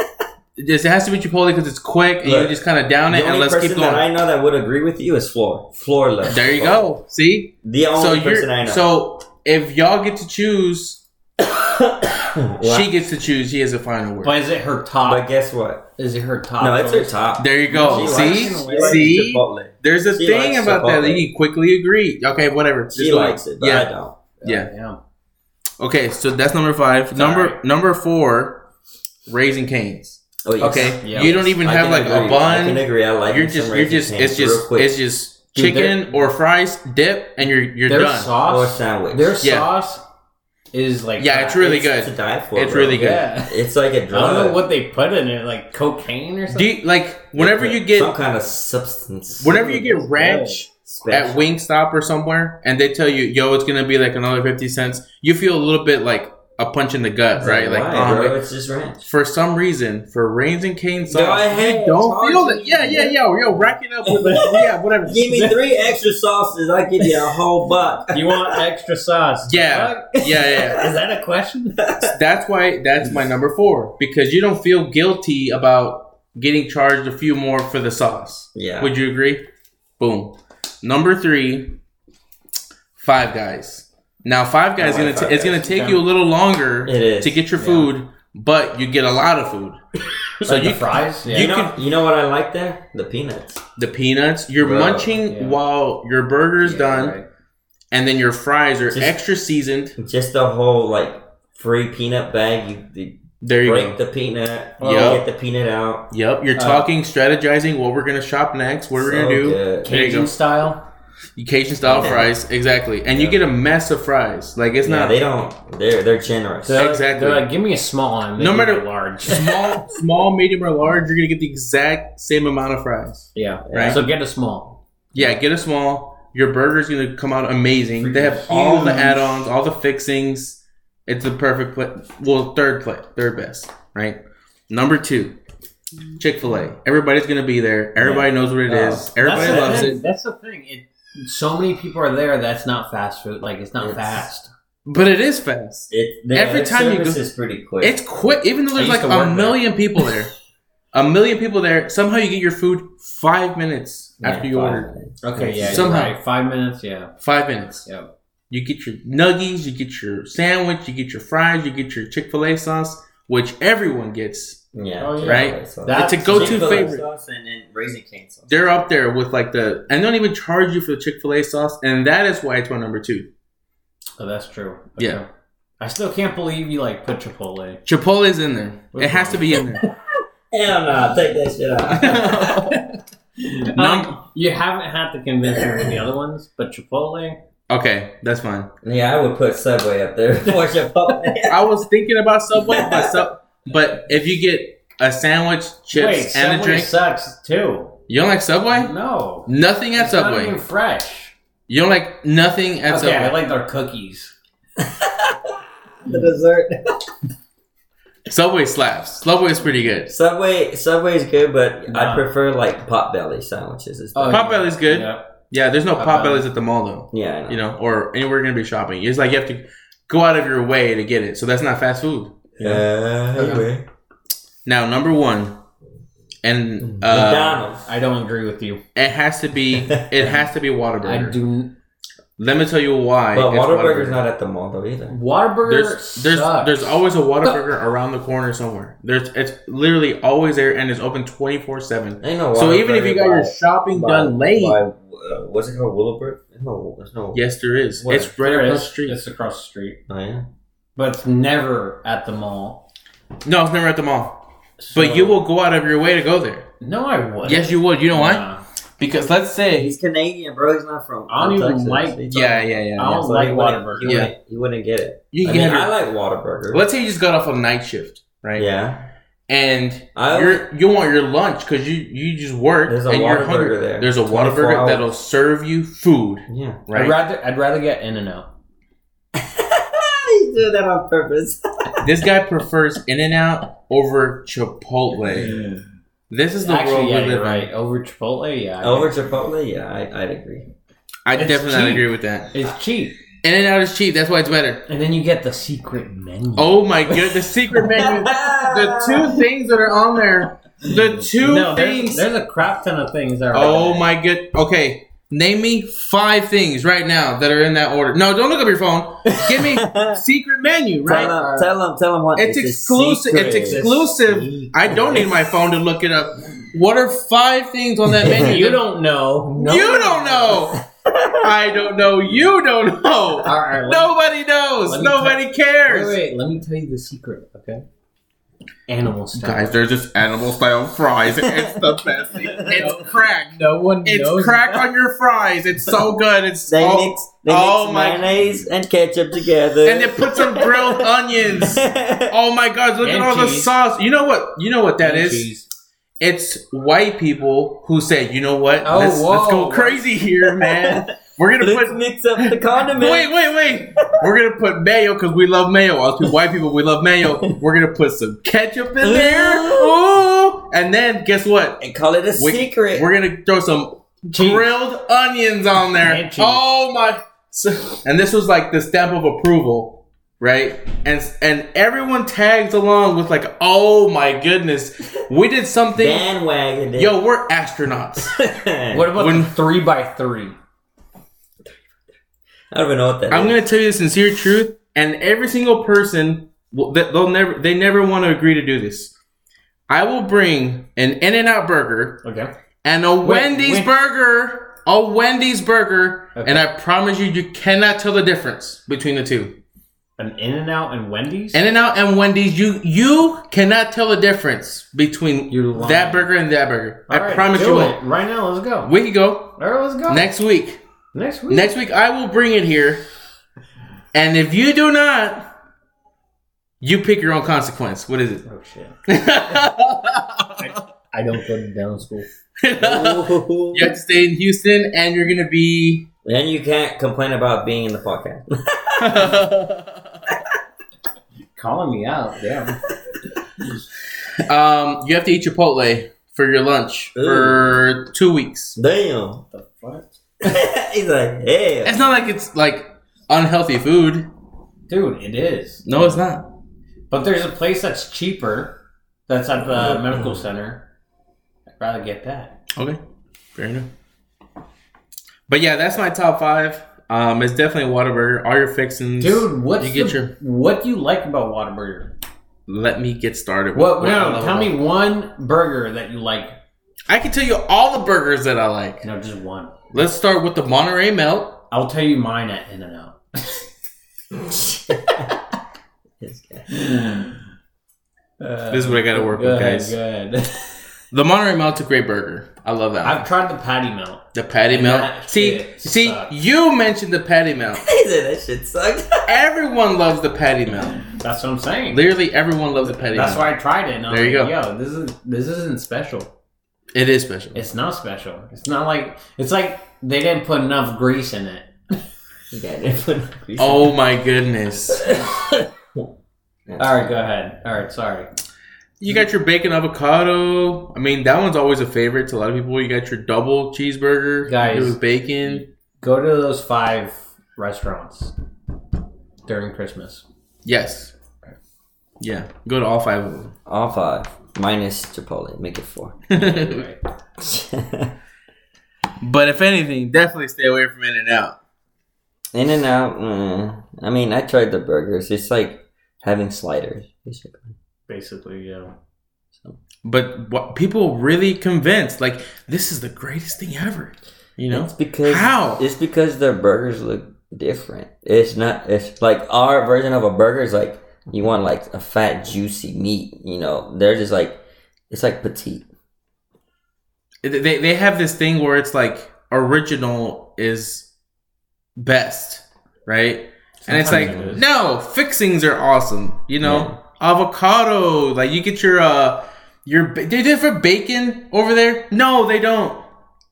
S2: This it has to be Chipotle because it's quick and
S1: Look,
S2: you just kind of down
S1: the
S2: it and
S1: only
S2: let's
S1: person
S2: keep
S1: that I
S2: going.
S1: know that would agree with you is Floor. Floor left.
S2: There you go. See,
S1: The
S2: so
S1: only person I
S2: you're
S1: know.
S2: so if y'all get to choose,
S1: Well,
S2: she gets to choose. She has a final word.
S3: But is it her
S1: but
S3: top?
S1: guess what?
S3: Is it her top?
S1: No, it's her top.
S2: there you go.
S1: She
S2: Oh, See,
S1: likes- she likes
S2: see.
S1: Chipotle.
S2: There's a
S1: She
S2: thing
S1: likes
S2: about that that
S1: Chipotle.
S2: you can quickly agree. Okay, whatever.
S1: She
S2: Just go.
S1: likes it, but I
S2: yeah,
S1: don't.
S2: yeah.
S3: Yeah.
S2: Okay, so that's number five. Number number four, raising canes.
S1: Oh, yes.
S2: Okay,
S3: Yeah.
S2: you don't even
S1: I
S2: have
S1: can
S2: like
S1: agree.
S2: a
S1: I can
S2: bun.
S1: agree. I like
S2: You're
S1: me
S2: just
S1: some
S2: you're
S1: raisin
S2: just
S1: canes
S2: it's
S1: real
S2: just
S1: quick.
S2: it's just
S3: Dude, they're-
S2: chicken or fries, dip, and you're you're
S3: Their
S1: or
S2: done.
S1: a
S3: sauce.
S1: sandwich.
S3: Their
S2: Yeah.
S3: sauce is like
S2: Yeah, it's really
S1: to
S2: good.
S1: die for.
S2: It's
S1: bro.
S2: really good.
S3: Yeah.
S1: It's like a
S3: I don't know
S1: drug.
S3: what they put in it, like cocaine
S2: Do
S3: or something.
S2: you, like whenever you
S1: some
S2: get
S1: kind of substance,
S2: whenever you get ranch
S1: Special.
S2: at Wingstop or somewhere, and they tell you, "Yo, it's gonna be like another fifty cents," you feel a little bit like a punch in the gut, right? Like,
S1: Why,
S2: oh,
S1: bro?
S2: like,
S1: it's just ranch.
S2: for some reason, for raising cane
S1: Yo, I
S2: sauce,
S1: hate
S2: you don't
S1: charging
S2: feel that. Yeah,
S1: you.
S2: yeah, yeah. Yo, rack it up with the, yeah, whatever.
S1: Give me three extra sauces. I give you a whole buck.
S3: You want extra sauce?
S2: Yeah, yeah, yeah.
S3: Is that a question?
S2: That's why that's my number four because you don't feel guilty about getting charged a few more for the sauce.
S1: Yeah.
S2: Would you agree? Boom. Number three, Five Guys. Now, Five Guys
S1: I like
S2: gonna
S1: Five
S2: t- it's gonna
S1: Guys.
S2: take
S3: Okay.
S2: you a little longer
S1: It is.
S2: to get your
S3: Yeah.
S2: food, but you get a lot of food. So
S3: Like
S2: you
S3: the fries. Yeah.
S1: You know, you know what I like there? The peanuts.
S2: the peanuts. You're
S1: Bro,
S2: munching
S3: yeah.
S2: while your burger's
S3: Yeah,
S2: done,
S3: right.
S2: and then your fries are
S1: Just-
S2: extra seasoned.
S1: Just the whole like free peanut bag. You, you
S2: There you
S1: break
S2: go.
S1: the peanut.
S2: Yup.
S1: You get the peanut out.
S2: Yep, you're
S3: Uh,
S2: talking, strategizing what we're gonna shop next, what we're
S1: So
S2: gonna do.
S1: good.
S2: There you
S3: Cajun
S2: go.
S3: style.
S2: Cajun style
S1: Yeah.
S2: fries, exactly. And you
S1: Yeah.
S2: get a mess of fries. Like it's
S1: yeah,
S2: not
S1: they don't. They're they're generous.
S3: They're like-
S2: Exactly.
S3: They're like, give me a small and
S2: No
S3: no matter
S2: matter-
S3: large.
S2: small, small, medium, or large. You're gonna get the exact same amount of fries.
S3: yeah.
S2: Right.
S3: So get a small.
S2: Yeah, get a small. Your burger's gonna come out amazing. They have all the add-ons, all the fixings. It's the perfect plate. Well, third plate, third best, right? Number two, Chick Fil A. Everybody's gonna be there. Everybody knows what it
S1: Oh.
S2: is. Everybody
S3: that's the
S2: loves
S3: thing.
S2: it.
S3: That's the thing. It, so many people are there. That's not fast food. Like it's not
S1: It's-
S3: fast.
S2: But it is fast.
S1: It, their
S2: Every time you go-
S1: service is pretty quick.
S2: It's quick, even though there's
S3: I
S2: like
S3: used to
S2: a
S3: work there.
S2: million people there. A million people there. Somehow you get your food five minutes
S1: Yeah,
S2: after you
S1: five
S2: order.
S1: minutes.
S3: Okay. Yeah.
S2: Somehow.
S3: Somehow five minutes. Yeah.
S2: Five minutes.
S3: Yeah.
S2: You get your nuggies, you get your sandwich, you get your fries, you get your Chick Fil A sauce, which everyone gets.
S1: Yeah.
S3: Oh, yeah.
S2: Right?
S1: So-
S3: That's
S2: it's a go-to
S1: Chick-fil-A
S2: favorite.
S1: sauce and then raisin cane sauce.
S2: They're up there with like the, and they don't even charge you for the Chick Fil A sauce, and that is why it's my number two.
S3: Oh, that's true.
S2: Yeah.
S3: Okay. I still can't believe you like put Chipotle.
S2: Chipotle's in there.
S3: What's
S2: it has
S3: wrong?
S2: to be in there.
S1: Hell no, take that shit out.
S2: Num-
S3: you haven't had to convince me with the other ones, but Chipotle.
S2: okay, that's fine.
S1: yeah, I would put Subway up there for Chipotle.
S2: I was thinking about Subway, but sub, but if you get a sandwich, chips,
S3: Wait,
S2: and
S3: Subway
S2: a drink,
S3: sucks too.
S2: you don't like Subway?
S3: No,
S2: Nothing at
S3: it's not
S2: Subway.
S3: even fresh.
S2: You don't like nothing at
S3: okay, I
S2: Subway.
S3: like their cookies.
S1: the dessert.
S2: Subway slaps. Subway is pretty good.
S1: Subway, Subway is good, but
S3: Nah.
S1: I prefer like potbelly sandwiches. Is
S3: Oh,
S2: Pop Belly's good.
S3: Yeah.
S2: Yeah, there's no
S3: Pop
S2: pop
S3: Belly.
S2: bellies at the mall though.
S1: yeah, I know.
S2: You know, or anywhere you're gonna be shopping. It's like you have to go out of your way to get it. So that's not fast food.
S1: Uh, anyway.
S2: Now number one, and uh,
S1: McDonald's.
S3: I don't agree with you.
S2: it has to be it has to be
S3: I
S2: Whataburger.
S3: do.
S2: Let me tell you why.
S1: But
S2: it's
S1: Whataburger's
S2: Whataburger.
S1: not at the mall though either.
S3: Waterburger
S2: There's there's
S3: sucks.
S2: there's always a Whataburger around the corner somewhere. There's it's literally always there and it's open twenty four seven.
S1: Ain't no
S2: So even if you got your
S1: Whataburger
S2: shopping
S1: by-
S2: done
S1: by-
S2: late,
S1: by, uh, what's it called, Willowbrook? There's no, there's no.
S2: yes, there is.
S1: Where?
S2: It's right
S3: There
S2: across
S3: is.
S2: the street.
S3: It's across the street,
S1: Oh, yeah.
S3: but it's never at the mall.
S2: No, it's never at the mall.
S3: So-
S2: But you will go out of your way to go there.
S3: No, I would.
S2: Yes, you would. You know why?
S3: Nah.
S2: Because let's say
S1: He's Canadian, bro. He's not from.
S3: I don't
S1: from
S3: even
S1: Texas.
S3: like-
S1: He's
S2: yeah, yeah,
S3: I
S2: yeah.
S3: don't
S1: so
S3: like
S1: he wouldn't-
S3: Whataburger.
S1: He
S2: Yeah.
S1: wouldn't, he wouldn't get it.
S2: You
S1: I
S2: can
S1: mean,
S2: have your-
S1: I like Whataburger.
S2: let's say you just got off a night shift, right?
S1: Yeah.
S2: And
S1: I-
S2: you're you want your lunch because you you just work
S1: There's a
S2: and you're
S1: Whataburger
S2: hungry.
S1: there.
S2: There's a
S1: 24
S2: Whataburger
S1: hours.
S2: that'll serve you food,
S1: Yeah.
S3: I'd
S2: right?
S3: rather I'd rather get In and Out.
S1: He's doing that on purpose.
S2: this guy prefers In and Out over Chipotle. This is the
S3: Actually,
S2: world
S3: yeah,
S2: we
S3: you're
S2: live
S3: right.
S2: in.
S3: Over Chipotle, yeah. I-
S1: Over Chipotle, yeah, I, I'd agree.
S2: I
S3: It's
S2: definitely
S3: cheap.
S2: agree with that.
S3: It's cheap,
S2: In and Out is cheap. That's why it's better.
S3: and then you get the secret menu.
S2: Oh my god, the secret menu. the two things that are on there. The two
S3: no,
S2: things.
S3: there's, there's a crap ton of things that are.
S2: Oh my good. Okay, name me five things right now that are in that order. No, don't look up your phone. Give me secret menu.
S1: Tell
S2: Right.
S1: them, tell them, tell them what.
S2: It's
S1: a
S2: exclusive. It's
S1: secret.
S2: exclusive. I don't need my phone to look it up. What are five things on that menu?
S3: You don't know. No
S2: you
S3: one
S2: don't
S3: knows.
S2: know. I don't know. You don't know.
S3: All right, let me-
S2: Nobody knows.
S3: Let me
S2: Nobody cares.
S3: Wait, wait, let me tell you the secret, okay? Animal style.
S2: Guys, they're just animal style fries. It's the best. It's crack.
S3: no one
S2: It's
S3: knows.
S2: crack
S3: that.
S2: on your fries. It's so good. It's
S1: They
S2: oh.
S1: mix, they
S2: oh
S1: mix
S2: my-
S1: mayonnaise and ketchup together.
S2: and they put some grilled onions. Oh my god, look at
S3: And
S2: all the
S3: cheese.
S2: sauce. You know what? You know what that
S3: And
S2: is?
S3: cheese.
S2: It's white people who say, "You know what?
S3: Oh,
S2: let's, let's go
S3: whoa.
S2: crazy here, man. We're going to
S1: Let's
S2: put
S1: mix up the condiment.
S2: Wait, wait, wait. We're going to put mayo cuz we love mayo. All two white people, we love mayo. We're going to put some ketchup in there. Ooh. And then guess what?
S1: and call it a
S2: We-
S1: secret.
S2: We're going to throw some
S3: Cheese.
S2: grilled onions on there.
S3: And cheese.
S2: Oh my! So, and this was like the stamp of approval, right? And and everyone tags along with like, oh my goodness, we did something.
S1: bandwagon. it.
S2: Yo, we're astronauts.
S3: What about
S2: When-
S3: the three by three?
S1: I don't even know what that
S2: I'm
S1: is.
S2: gonna tell you the sincere truth, and every single person will- that they'll never they never want to agree to do this. I will bring an In and Out burger
S3: Okay.
S2: and a Wendy's
S3: Wen-
S2: burger. A Wendy's burger.
S3: Okay.
S2: And I promise you, you cannot tell the difference between the two.
S3: An In and Out and Wendy's.
S2: In and Out and Wendy's, you you cannot tell the difference between
S3: You're lying.
S2: that burger and that burger.
S3: All
S2: I
S3: right,
S2: promise
S3: do
S2: you
S3: it
S2: won't.
S3: right now. Let's go.
S2: We can go
S3: All right, let's go
S2: next week.
S3: next week.
S2: Next week, I will bring it here. And if you do not, you pick your own consequence. What is it?
S3: Oh shit!
S2: you
S3: I don't go to down school.
S2: have to stay in Houston, and you're gonna be.
S6: And you can't complain about being in the podcast.
S3: Calling me out, damn.
S2: um, you have to eat Chipotle for your lunch for two weeks.
S6: Damn.
S3: the fuck,
S6: He's like, hey.
S2: It's not like it's like unhealthy food.
S3: dude? It is.
S2: No, it's not.
S3: But there's a place that's cheaper. That's at the medical center. I'd rather get that.
S2: Okay, fair enough. But yeah, that's my top five. Um, it's definitely Whataburger. All your fixings,
S3: Dude, what's
S2: You get
S3: the-
S2: your-
S3: what do you like about Whataburger?
S2: Let me get started.
S3: What?
S2: with
S3: No,
S2: I
S3: tell
S2: love.
S3: me one burger that you like.
S2: I can tell you all the burgers that I like.
S3: No, just one.
S2: Let's start with the Monterey Melt.
S3: I'll tell you mine at In and Out.
S6: This guy.
S3: Uh,
S2: This is what I gotta work with, guys.
S3: Good.
S2: The Monterey Melt's a great burger. I love that. one.
S3: I've tried the patty melt.
S2: the patty
S3: And
S2: melt.
S3: that
S2: See,
S3: shit
S2: see,
S3: sucks.
S2: you mentioned the patty melt.
S6: He said that shit sucked.
S2: Everyone loves the patty melt.
S3: That's what I'm saying.
S2: Literally, everyone loves the patty
S3: That's
S2: melt.
S3: why I tried it. And I was
S2: There you
S3: like,
S2: go.
S3: Yo, this is this isn't special.
S2: It is special.
S3: It's not special. It's not like it's like they didn't put enough grease in it.
S2: oh my goodness!
S3: All right, go ahead. All right, sorry.
S2: You got your bacon avocado. I mean, that one's always a favorite to a lot of people. You got your double cheeseburger,
S3: Guys.
S2: it was bacon.
S3: Go to those five restaurants during Christmas.
S2: Yes, yeah. Go to all five of them.
S6: All five. Minus Chipotle. Make it four.
S3: Anyway,
S2: But if anything, definitely stay away from In and Out.
S6: In and out. Mm, I mean, I tried the burgers. It's like having sliders, basically.
S3: basically, yeah.
S2: But what people really convinced, like this is the greatest thing ever. You know,
S6: It's because
S2: How?
S6: It's because their burgers look different. It's not. It's like our version of a burger is like you want like a fat, juicy meat. You know, they're just like it's like petite.
S2: they they have this thing where it's like original is best, right? and it's like
S3: Sometimes it is.
S2: no, fixings are awesome. You know, avocado, like you get your uh your ba- they did for bacon over there. No, they don't.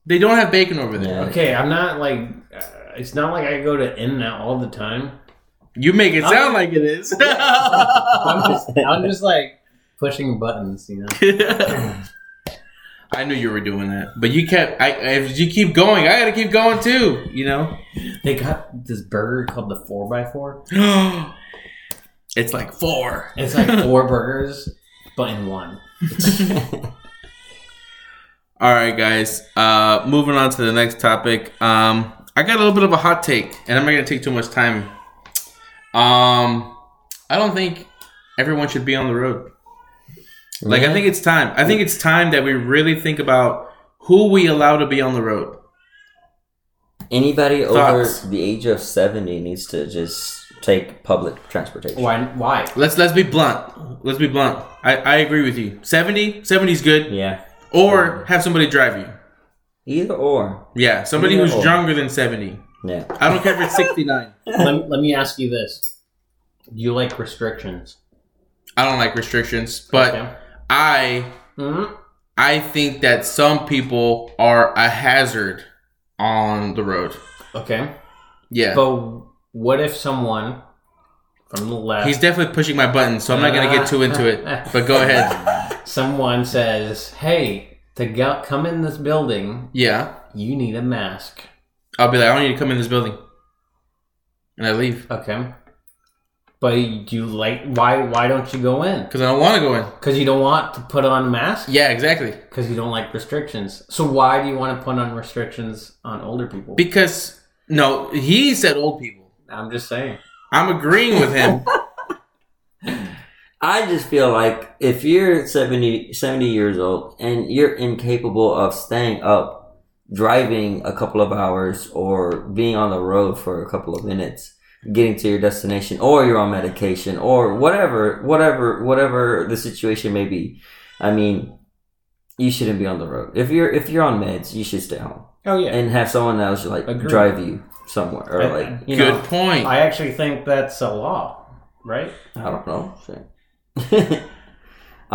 S2: They don't have bacon over there.
S6: Yeah.
S3: Okay, I'm not like uh, it's not like I go to In and Out all the time.
S2: You make it sound like it is.
S3: I'm just I'm just like pushing buttons, you know.
S2: I knew you were doing that, but you kept. I if you keep going, I gotta keep going too. You know.
S3: They got this burger called the four x four.
S2: it's like four.
S3: It's like four burgers, but in one.
S2: All right, guys. Uh, moving on to the next topic. Um, I got a little bit of a hot take, and I'm not gonna take too much time. Um, I don't think everyone should be on the road. Like, I think it's time. I think it's time that we really think about who we allow to be on the road.
S6: Anybody
S2: Thoughts?
S6: over the age of seventy needs to just take public transportation.
S3: Why? Why?
S2: Let's let's be blunt. Let's be blunt. I, I agree with you. 70? 70 is good.
S6: Yeah.
S2: Or have somebody drive you.
S6: Either or.
S2: Yeah, somebody
S6: Yeah,
S2: who's
S6: or-
S2: younger than 70.
S6: Yeah.
S2: I don't care if it's 69.
S3: let, let me ask you this: Do you like restrictions?
S2: I don't like restrictions, but
S3: Okay.
S2: I
S3: Mhm.
S2: I think that some people are a hazard on the road.
S3: okay.
S2: Yeah.
S3: But what if someone from the left,
S2: He's definitely pushing my button, so I'm not going to get too into it. But go ahead.
S3: someone says, "Hey, to go- come in this building,
S2: Yeah.
S3: you need a mask."
S2: I'll be like, I don't need to come in this building. And I leave
S3: Okay. But do you like why? Why don't you go in?
S2: because I don't want to go in.
S3: Because you don't want to put on a mask.
S2: Yeah, exactly.
S3: Because you don't like restrictions. So why do you want to put on restrictions on older people?
S2: Because, no, he said old people.
S3: I'm just saying.
S2: I'm agreeing with him.
S1: I just feel like if you're 70, 70 years old and you're incapable of staying up, driving a couple of hours, or being on the road for a couple of minutes, getting to your destination, or you're on medication, or whatever, whatever, whatever the situation may be, I mean, you shouldn't be on the road. If you're if you're on meds, you should stay home
S3: Oh yeah,
S1: and have someone else like
S3: Agreed.
S1: drive you somewhere or
S3: And-
S1: like you
S2: Good
S1: know
S2: point.
S3: I actually think that's a law, right?
S1: I don't know. Shit. I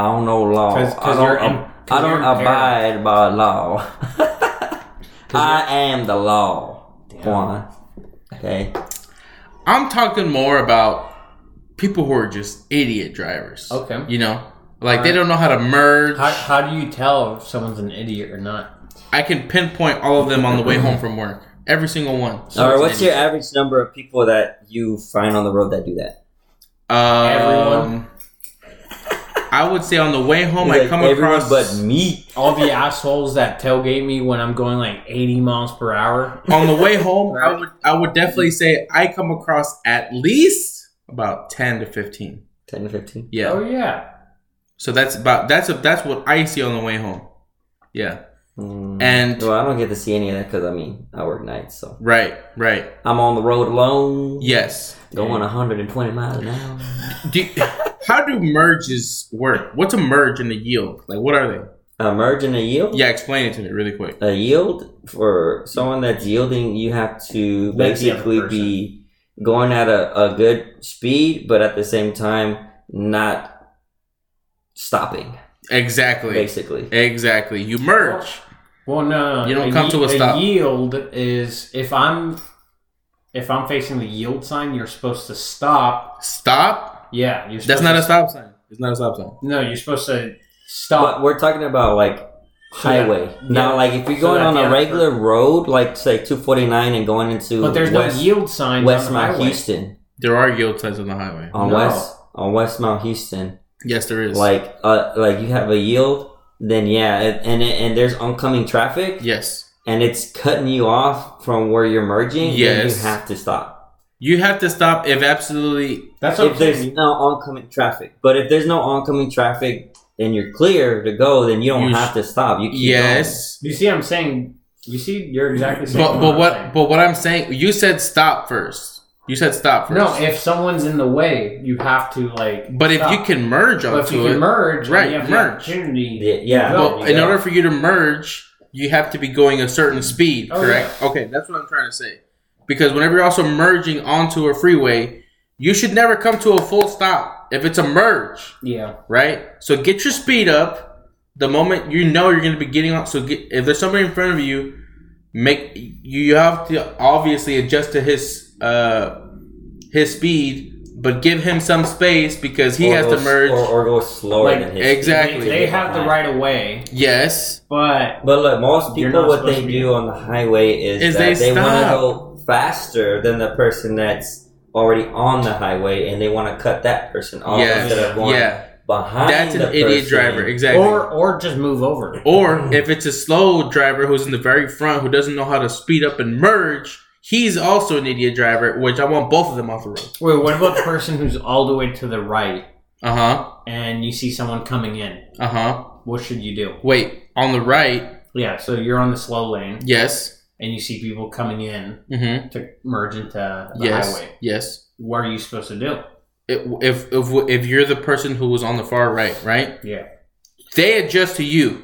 S1: don't know law.
S3: 'Cause-
S1: I
S3: 'cause
S1: don't,
S3: you're im- 'cause
S1: I don't
S3: you're impaired.
S1: abide by law. I am the law, Juan. Okay.
S2: I'm talking more about people who are just idiot drivers.
S3: Okay.
S2: You know, like they don't know how to merge.
S3: How, how do you tell if someone's an idiot or not?
S2: I can pinpoint all of them on the way home from work. Every single one.
S1: All right. What's your average number of people that you find on the road that do that?
S2: Um,
S3: Everyone?
S2: I would say on the way
S3: Oh
S2: home, I
S1: Like,
S2: come
S1: everyone
S2: across
S1: but me.
S3: All the assholes that tailgate me when I'm going like 80 miles per hour.
S2: on the way home. I would I would definitely say I come across at least about ten to fifteen.
S1: Ten to fifteen.
S2: Yeah.
S3: Oh yeah,
S2: So that's about that's a, that's what I see on the way home. Yeah.
S1: Mm.
S2: And
S1: Well, I don't get to see any of that because I mean I work nights, so
S2: right, right.
S1: I'm on the road alone.
S2: Yes.
S1: Going 120 miles an hour.
S2: Do you- how do merges work? What's a merge and a yield? Like what are
S1: A merge and a yield.
S2: they? Yeah, explain it to me really quick.
S1: a yield for someone that's yielding you have to
S3: Let the other
S1: basically
S3: person.
S1: be going at a, a good speed but at the same time not stopping
S2: Exactly.
S1: basically
S2: Exactly. You merge.
S3: Well, no, no,
S2: You don't come
S3: ye-
S2: to a stop.
S3: yield is if I'm if I'm facing the yield sign, you're supposed to stop.
S2: Stop.
S3: Yeah, you're.
S2: That's
S3: supposed
S2: not a
S3: to,
S2: stop sign. It's not a stop sign.
S3: No, you're supposed to
S1: but
S3: stop.
S1: we're talking about like
S3: So that-
S1: highway now
S3: yeah.
S1: like if you're
S3: So
S1: going
S3: that
S1: on
S3: the
S1: a
S3: other
S1: regular road like say 249 and going into
S3: But, there's
S1: west,
S3: no yield sign.
S1: west
S3: on the
S1: mount
S3: highway.
S1: houston
S2: There are yield signs on the highway.
S1: on
S3: No.
S1: west on west mount houston
S2: Yes, there is.
S1: Oh. like uh like you have a yield then yeah and and, and there's oncoming traffic
S2: yes.
S1: and it's cutting you off from where you're merging, then you
S2: Yes.
S1: have to stop.
S2: You have to stop if absolutely
S3: That's what
S1: If
S3: I'm
S1: there's
S3: saying.
S1: no oncoming traffic, but if there's no oncoming traffic and you're clear to go, then you don't
S2: You
S1: have to stop. You keep
S2: yes.
S3: You see, what I'm saying. You see, you're exactly saying.
S2: But but
S3: I'm
S2: what
S3: saying.
S2: but what I'm saying you said stop first. You said stop first.
S3: No, if someone's in the way, you have to like.
S2: But if
S3: stop.
S2: you can merge
S3: but if
S2: onto
S3: you
S2: it,
S3: can merge, and
S2: Right,
S3: You have
S2: merge.
S3: The opportunity.
S1: going. Y- Yeah,
S3: No,
S2: well,
S3: you
S2: in
S3: don't.
S2: order for you to merge, you have to be going a certain speed,
S3: Oh,
S2: correct? Okay, that's what I'm trying to say. Because whenever you're also merging onto a freeway, you should never come to a full stop if it's a merge,
S3: Yeah.
S2: right? So get your speed up. The moment you know you're going to be getting on, so get, if there's somebody in front of you, make you have to obviously adjust to his uh his speed, but give him some space because he
S1: or
S2: has
S1: go
S2: to
S1: s-
S2: merge.
S1: or, or go slower
S3: Like,
S1: than his.
S2: exact- Exactly.
S3: They, they have the right of way,
S2: yes,
S3: but
S1: But look, most
S3: You're
S1: people
S3: not
S1: what
S3: supposed
S1: they
S3: to be-
S1: do on the highway is,
S2: Is
S1: that they,
S2: they
S1: want to
S2: stop.
S1: go faster than the person that's already on the highway, and they want to cut that person off
S2: Yes.
S1: instead of going
S2: yeah.
S1: behind.
S2: That's an
S1: the
S2: idiot
S1: person.
S2: driver, exactly. Or,
S3: or or just move over.
S2: if it's a slow driver who's in the very front who doesn't know how to speed up and merge, he's also an idiot driver, which I want both of them off the road.
S3: Wait, what about the person who's all the way to the right
S2: Uh huh.
S3: and you see someone coming in?
S2: Uh huh.
S3: What should you do?
S2: Wait, on the right,
S3: Yeah, so you're on the slow lane
S2: yes.
S3: and you see people coming in
S2: Mm
S3: to merge into
S2: hmm.
S3: the
S2: Yes.
S3: highway.
S2: Yes.
S3: What are you supposed to do?
S2: If, if, if, if you're the person who was on the far right, right?
S3: Yeah.
S2: They adjust to you.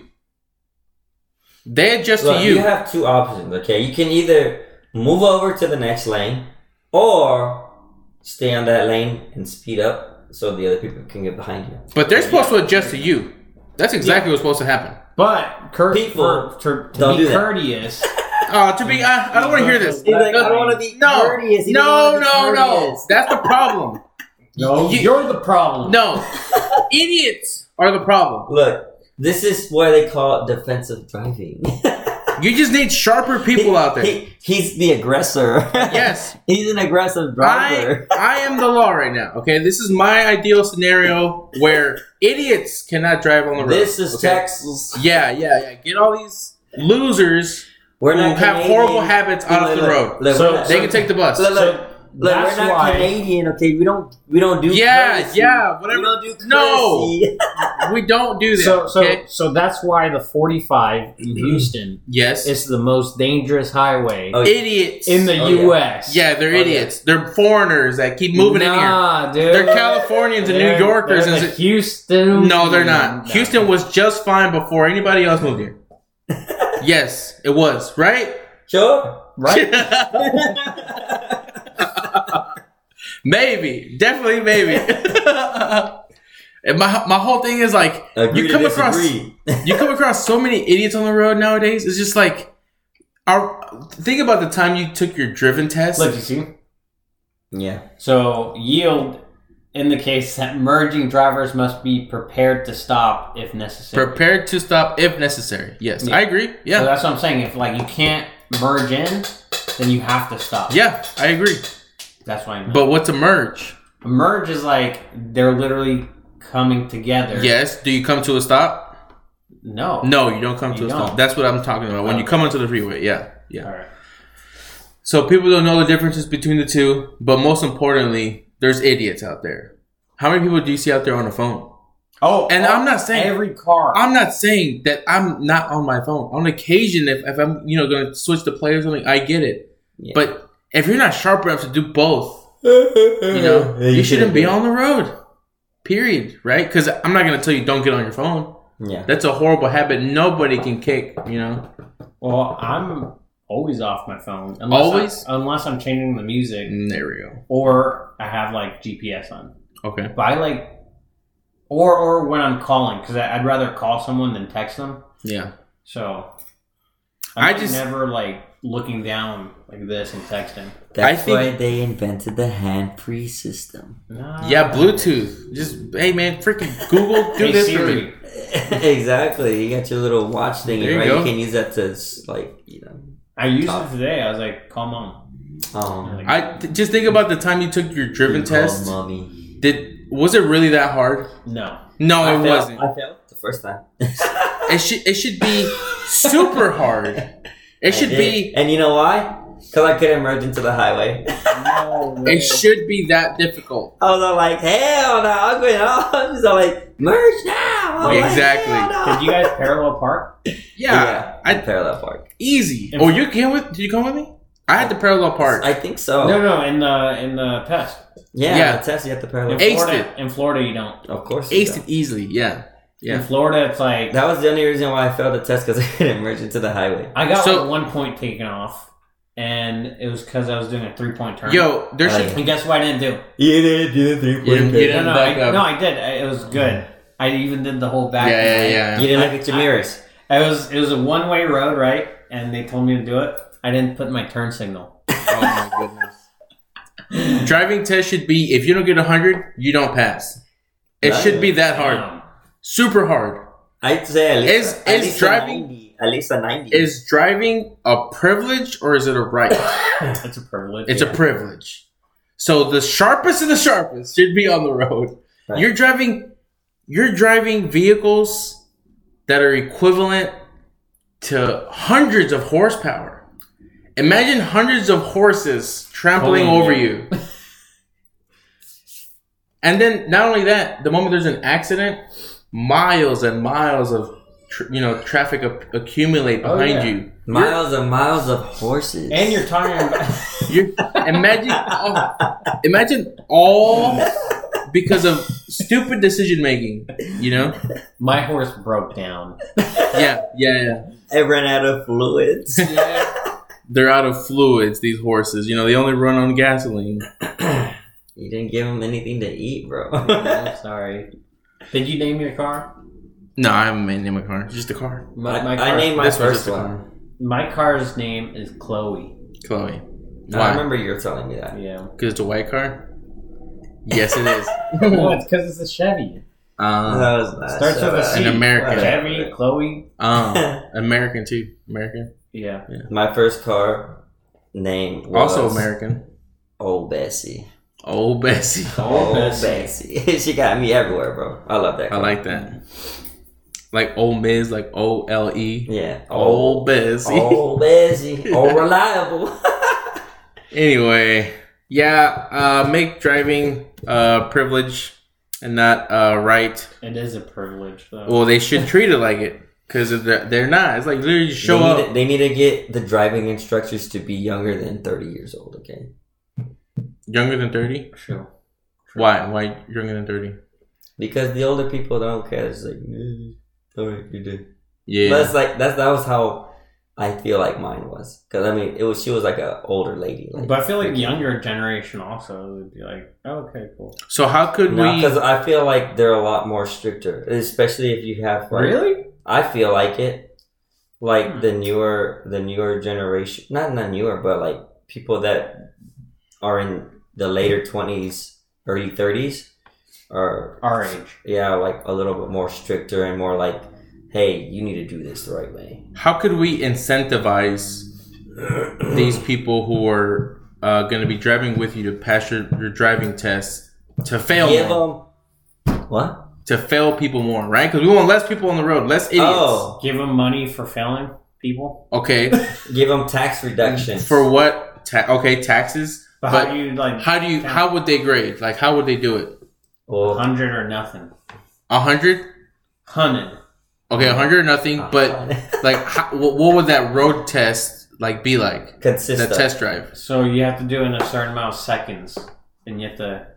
S2: They adjust
S1: Look,
S2: to
S1: you.
S2: you.
S1: have two options, okay? You can either move over to the next lane or stay on that lane and speed up so the other people can get behind you.
S2: but they're supposed to adjust to you. That's exactly what's supposed to happen.
S3: But cur-
S1: People
S3: for- to, to
S1: don't
S3: be
S1: do that.
S3: courteous,
S2: Oh, to be, I, I don't want to hear this.
S3: He's like,
S2: No,
S3: I don't wanna
S1: be
S2: no, no, no, no. That's the problem.
S3: no,
S2: You-
S3: you're the problem.
S2: No, idiots are the problem.
S1: Look, this is why they call it defensive driving.
S2: You just need sharper people out there.
S1: He- he's the aggressor.
S2: Yes,
S1: he's an aggressive
S2: I
S1: driver.
S2: I am the law right now. Okay, this is my ideal scenario where idiots cannot drive on the road.
S1: this is
S2: okay?
S1: Texas.
S2: Yeah, yeah, yeah. Get all these losers
S1: We're
S2: who
S1: not
S2: have
S1: Canadian.
S2: horrible habits out of
S1: Look,
S2: the
S1: look,
S2: road.
S1: look,
S3: So-
S1: we're not-
S2: They can take the bus.
S1: Look, look,
S3: So-
S1: Look,
S3: That's
S1: we're not
S3: why-
S1: Canadian, okay? We don't we don't do
S2: Yeah,
S1: currency.
S2: yeah, whatever.
S1: We don't do
S2: No.
S1: currency.
S2: we don't do that.
S3: So so
S2: okay? Mm-hmm.
S3: so that's why the 45 in Houston
S2: yes,
S3: is the most dangerous highway
S1: Oh,
S2: idiots
S3: in the
S1: oh, yeah.
S3: U.S.
S2: Yeah, they're
S1: Oh, yeah.
S2: idiots. They're foreigners that keep moving
S3: nah,
S2: in here.
S3: dude.
S2: They're Californians and New
S3: They're-
S2: Yorkers.
S3: they're
S2: and
S3: the
S2: s-
S3: Houston.
S2: no, they're not.
S3: No.
S2: Houston was just fine before anybody else moved here. yes, it was right.
S1: Sure.
S3: right.
S2: maybe, definitely, maybe. and my my whole thing is like
S1: Agree
S2: you
S1: to
S2: come across
S1: disagree.
S2: you come across so many idiots on the road nowadays. It's just like, our, think about the time you took your driven test.
S3: Look, you see.
S1: Yeah.
S3: So yield in the case that merging drivers must be prepared to stop if necessary.
S2: Prepared to stop if necessary. Yes,
S3: Yeah.
S2: I agree.
S3: So
S2: Yeah,
S3: that's what I'm saying. If like you can't merge in, then you have to stop.
S2: yeah, I agree.
S3: That's what I meant.
S2: But what's a merge?
S3: A merge is like they're literally coming together.
S2: Yes. Do you come to a stop?
S3: No.
S2: No, you don't come to
S3: You
S2: a
S3: don't.
S2: stop. That's what I'm talking about. When you
S3: Okay.
S2: come onto the freeway, yeah, yeah.
S3: All right.
S2: So people don't know the differences between the two, but most importantly, there's idiots out there. How many people do you see out there on the phone?
S3: Oh,
S2: And
S3: oh,
S2: I'm not saying-
S3: every car.
S2: I'm not saying that I'm not on my phone. On occasion, if, if I'm you know going to switch the play or something, I get it.
S1: Yeah.
S2: But if you're not sharp enough to do both, you know, you shouldn't be on the road. Period. Right? Because I'm not going to tell you don't get on your phone.
S1: Yeah.
S2: That's a horrible habit. Nobody can kick. You know.
S3: well, I'm always off my phone. Unless
S2: Always? Mm.
S3: I, unless I'm changing the music
S2: And There we go.
S3: or I have like GPS on.
S2: Okay.
S3: But I like, or or when I'm calling, because I'd rather call someone than text them.
S2: Yeah.
S3: So
S2: I
S3: I'm
S2: just-
S3: never like looking down like this and texting.
S1: That's
S2: think-
S1: why they invented the hand free system.
S3: Nah.
S2: Yeah. Bluetooth. Just hey man, freaking Google do
S3: Hey,
S2: this for me.
S3: Siri.
S1: exactly. You got your little watch thing,
S2: There you
S1: right?
S2: go.
S1: You can use that to s- like you know.
S3: I used
S1: Tough.
S3: it today. I was like, "Come on!"
S1: Um,
S3: Like,
S2: I th- just think about the time you took your driven
S1: you call
S2: test.
S1: Mommy.
S2: Did was it really that hard?
S3: no.
S2: No,
S1: I
S2: it
S1: failed-
S2: wasn't.
S1: I failed the first time.
S2: It should it should be super hard. It should
S1: I
S2: be
S1: did. And you know why? Because I couldn't merge into the highway.
S3: no way.
S2: it should be that difficult.
S1: I was all Oh, like, hell no, I'm going on. She's all like, merge now. I'm like,
S2: Exactly.
S1: "Hell no."
S3: Did you guys parallel park?
S2: Yeah,
S1: I
S2: I
S1: parallel park.
S2: easy.
S3: And-
S2: Oh, you came with? Did you come with me? I had the parallel park.
S1: I think so.
S3: No, no, in the in the test.
S1: yeah,
S2: Yeah.
S1: the test you have to
S3: In
S1: parallel.
S2: Aced
S3: Florida, in Florida, you don't.
S1: Of course. you
S2: aced
S1: don't.
S2: it easily. Yeah,
S3: In
S2: yeah.
S3: Florida, it's like
S1: That was the only reason why I failed the test because I couldn't merge into the highway.
S3: I got
S2: So-
S3: like, one point taken off, and it was because I was doing a three point turn.
S2: Yo, there
S1: Oh,
S2: should.
S1: yeah.
S3: and guess what I didn't do?
S1: You didn't do the three
S2: You didn't-
S1: point
S2: you
S1: turn.
S3: No, no,
S2: Back
S3: I,
S2: up.
S3: no, I did. I, it was good. I even did the whole back.
S2: Yeah, yeah, yeah.
S1: You didn't look at your mirrors.
S3: It was it was a one way road, right? And they told me to do it. I didn't put my turn signal.
S2: Oh my goodness. Driving test should be if you don't get hundred, you don't pass. It
S1: Right.
S2: should be that hard,
S3: Um,
S2: super hard.
S1: I'd say at least,
S2: Is-
S1: at
S2: is
S1: least
S2: driving-
S1: a 90. At least a 90.
S2: Is driving a privilege or is it a right?
S3: it's a privilege.
S2: It's a privilege. So the sharpest of the sharpest should be on the road.
S1: Right.
S2: You're driving you're driving vehicles that are equivalent to hundreds of horsepower. Imagine hundreds of horses trampling
S3: Pulling
S2: over
S3: you.
S2: you. and then not only that, the moment there's an accident, miles and miles of tr- you know traffic ac- accumulate
S3: Oh,
S2: behind
S3: yeah.
S2: you.
S1: miles and miles of horses.
S3: and you're talking about
S2: You're, imagine, all, imagine all because of stupid decision making. You know?
S3: my horse broke down.
S2: Yeah, yeah, yeah.
S1: I ran out of fluids.
S2: They're out of fluids. These horses. You know, they only run on gasoline.
S1: you didn't give him anything to eat, bro.
S3: I'm sorry. Did you name your car?
S2: No, I haven't made name a car. It's just a car.
S3: My, my
S1: I
S3: car.
S1: named my
S2: This was
S1: first
S2: just a
S1: one.
S2: car.
S3: my car's name is Chloe.
S2: Chloe.
S1: I
S2: Why?
S1: remember you were telling me that.
S3: Yeah.
S2: Because it's a white car. Yes, it is.
S3: well, it's because it's a Chevy.
S2: Um,
S1: That was nice.
S3: Starts with a
S1: Uh,
S3: C.
S2: An American.
S3: Chevy, Chloe.
S2: um, American too. American.
S3: Yeah.
S1: My first car name was
S2: Also American.
S1: Old Bessie.
S2: Old Bessie.
S3: Old Bessie.
S1: she got me everywhere, bro. I love that.
S2: I
S1: Car.
S2: like that. Like Ole Miss, like O L E.
S1: Yeah. oh.
S2: Old Bessie.
S1: Old Bessie. Old reliable.
S2: Anyway, Yeah, uh, make driving uh, privilege and not uh, right.
S3: It is a privilege, though.
S2: Well, they should treat it like it because they're, they're not. It's like literally just show
S1: they
S2: up.
S1: Need to, they need to get the driving instructors to be younger than 30 years old, okay?
S2: Younger than 30?
S3: sure.
S2: Why? Why younger than 30?
S1: Because the older people don't care. It's like, "Eh, all right, you do.
S2: Yeah.
S1: That's like that's that was how I feel like mine was. Because I mean, it was she was like an older lady, like
S3: But I feel like younger generation also would be like, oh, okay, cool.
S2: so how could we?
S1: because I feel like they're a lot more stricter, especially if you have like,
S3: Really?
S1: I feel like it. Like
S3: Hmm.
S1: the newer the newer generation not not newer, but like people that are in the later twenties, early thirties are
S3: Our age.
S1: yeah, like a little bit more stricter and more like, hey, you need to do this the right way.
S2: How could we incentivize these people who are uh, going to be driving with you to pass your, your driving test to fail
S1: Give
S2: more,
S1: them what?
S2: to fail people more, right? Because we want less people on the road, less idiots.
S1: Oh,
S3: Give them money for failing people.
S2: Okay,
S1: give them tax reductions
S2: for what? Ta- okay, taxes.
S3: But,
S2: But
S3: how do you like
S2: How do you? How would they grade? Like, how would they do it?
S1: Well,
S3: hundred or nothing?
S2: A hundred?
S3: Hundred.
S2: Okay, a hundred or nothing. But like, how, what, what would that road test like be like?
S1: consistent.
S2: That test drive.
S3: So you have to do it in a certain amount of seconds, and you have to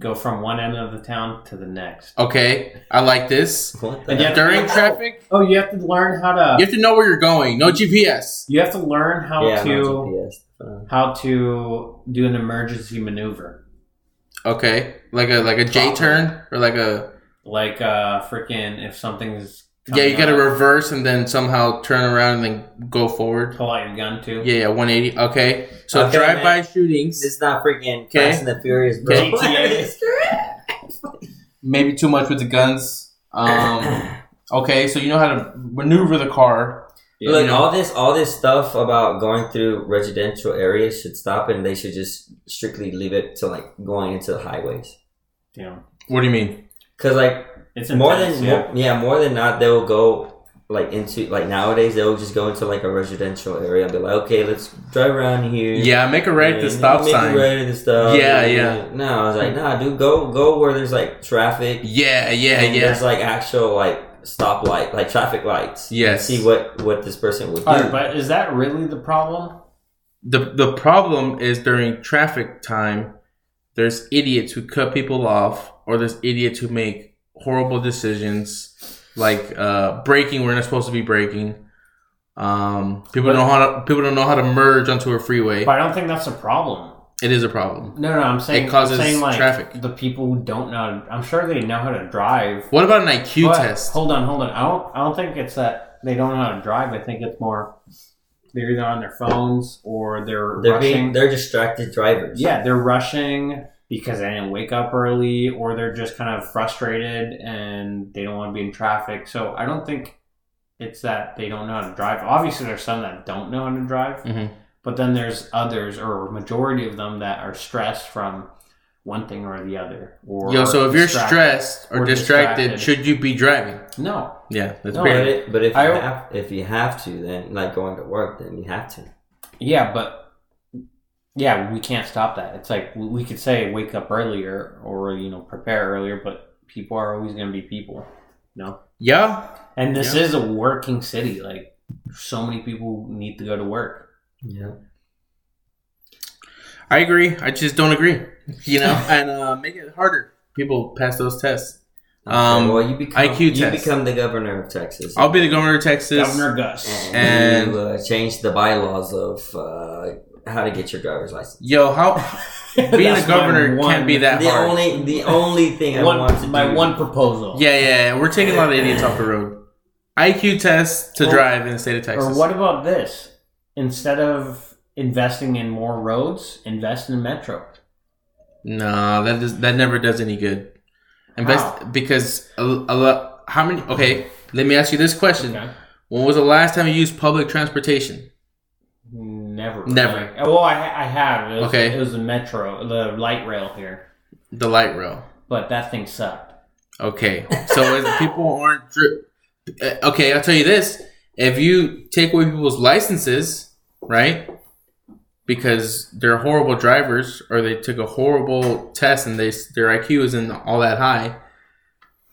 S3: go from one end of the town to the next.
S2: Okay, I like this.
S1: What the
S3: And you have to-
S2: During traffic,
S3: Oh, you have to learn how
S2: you
S3: to.
S2: have to know where you're going. No GPS.
S3: You have to learn how
S1: yeah, no
S3: to
S1: GPS. Uh,
S3: how to do an emergency maneuver,
S2: Okay, like a like a J turn or like a
S3: like uh, freaking if something's
S2: yeah. You got to
S3: coming up,
S2: reverse and then somehow turn around and then go forward.
S3: pull out your gun too.
S2: Yeah, yeah, 180. Okay, so
S1: Okay,
S2: drive by
S1: man.
S2: shootings.
S1: it's not freaking
S2: Okay.
S1: Fast and the Furious, bro.
S7: GTA.
S2: maybe too much with the guns. Um, okay, so you know how to maneuver the car.
S3: Yeah,
S1: Look,
S2: you know.
S1: all this, all this stuff about going through residential areas should stop, and they should just strictly leave it to like going into the highways.
S3: Damn.
S2: What do you mean?
S1: Cause like
S3: It's
S1: more
S3: intense,
S1: than
S3: yeah.
S1: more, yeah, more than not, they will go like into like nowadays they will just go into like a residential area and be like, okay, let's drive around here.
S2: Yeah, make a right at the
S1: and
S2: stop
S1: make a
S2: sign.
S1: right at the stop.
S2: Yeah,
S1: and-
S2: yeah.
S1: No, I was like, nah, dude, go go where there's like traffic.
S2: Yeah, yeah,
S1: and There's
S2: yeah.
S1: like actual like stoplight, like traffic lights.
S2: Yes.
S1: See what what this person would do.
S3: All right, but is that really the problem?
S2: The the problem is during traffic time, there's idiots who cut people off, or there's idiots who make horrible decisions, like uh, braking where they're not supposed to be braking. Um, people don't know how to, people don't know how to merge onto a freeway.
S3: But I don't think that's a problem.
S2: It is a problem.
S3: No, no, I'm saying
S2: It causes
S3: I'm saying, like,
S2: traffic.
S3: The people who don't know. I'm sure they know how to drive.
S2: What about an IQ
S3: but-
S2: test?
S3: Hold on, hold on. I don't. I don't think it's that they don't know how to drive. I think it's more they're either on their phones or they're,
S1: they're
S3: rushing.
S1: being they're distracted drivers.
S3: yeah, they're rushing because they didn't wake up early, or they're just kind of frustrated and they don't want to be in traffic. So I don't think it's that they don't know how to drive. Obviously, there's some that don't know how to drive.
S2: Mhm.
S3: But then there's others, or majority of them, that are stressed from one thing or the other. Or
S2: Yo, so if you're
S3: distracted.
S2: stressed or,
S3: or
S2: distracted,
S3: distracted.
S2: should you be driving?
S3: no,
S2: Yeah, that's
S1: But,
S3: No,
S2: weird.
S1: it, but if
S3: I-
S1: you have if you have to, then like going to work, then you have to.
S3: yeah, but yeah, we can't stop that. It's like we- we could say wake up earlier or you know prepare earlier, but people are always going to be people. No,
S2: Yeah,
S3: and this
S2: Yeah.
S3: is a working city. Like so many people need to go to work.
S1: Yeah.
S2: I agree. I just don't agree. You know, and uh, make it harder. People pass those tests. Um,
S1: well, you become
S2: IQ
S1: you
S2: test.
S1: become the governor of Texas.
S2: I'll be the governor of Texas.
S3: Governor Gus.
S2: And-
S1: and you, uh, change the bylaws of uh, how to get your driver's license.
S2: Yo, how being a
S3: That's my
S2: governor
S3: one-
S2: can't be that
S1: the
S2: hard.
S1: only the only thing I want to
S3: One, my
S1: do.
S3: one proposal.
S2: yeah, yeah, yeah, we're taking a lot of idiots off the road. IQ test to
S3: Or-
S2: drive in the state of Texas.
S3: Or what about this? Instead of investing in more roads, invest in metro.
S2: No, that is that never does any good. Invest
S3: How?
S2: because a, a lo- how many? Okay, let me ask you this question:
S3: Okay.
S2: When was the last time you used public transportation?
S3: Never.
S2: Never.
S3: Well, I, I have. It was,
S2: Okay.
S3: It was the metro, the light rail here,
S2: The light rail.
S3: but that thing sucked.
S2: Okay, so if people aren't dri- uh, okay, I'll tell you this: if you take away people's licenses, right? because they're horrible drivers or they took a horrible test and they their IQ isn't all that high.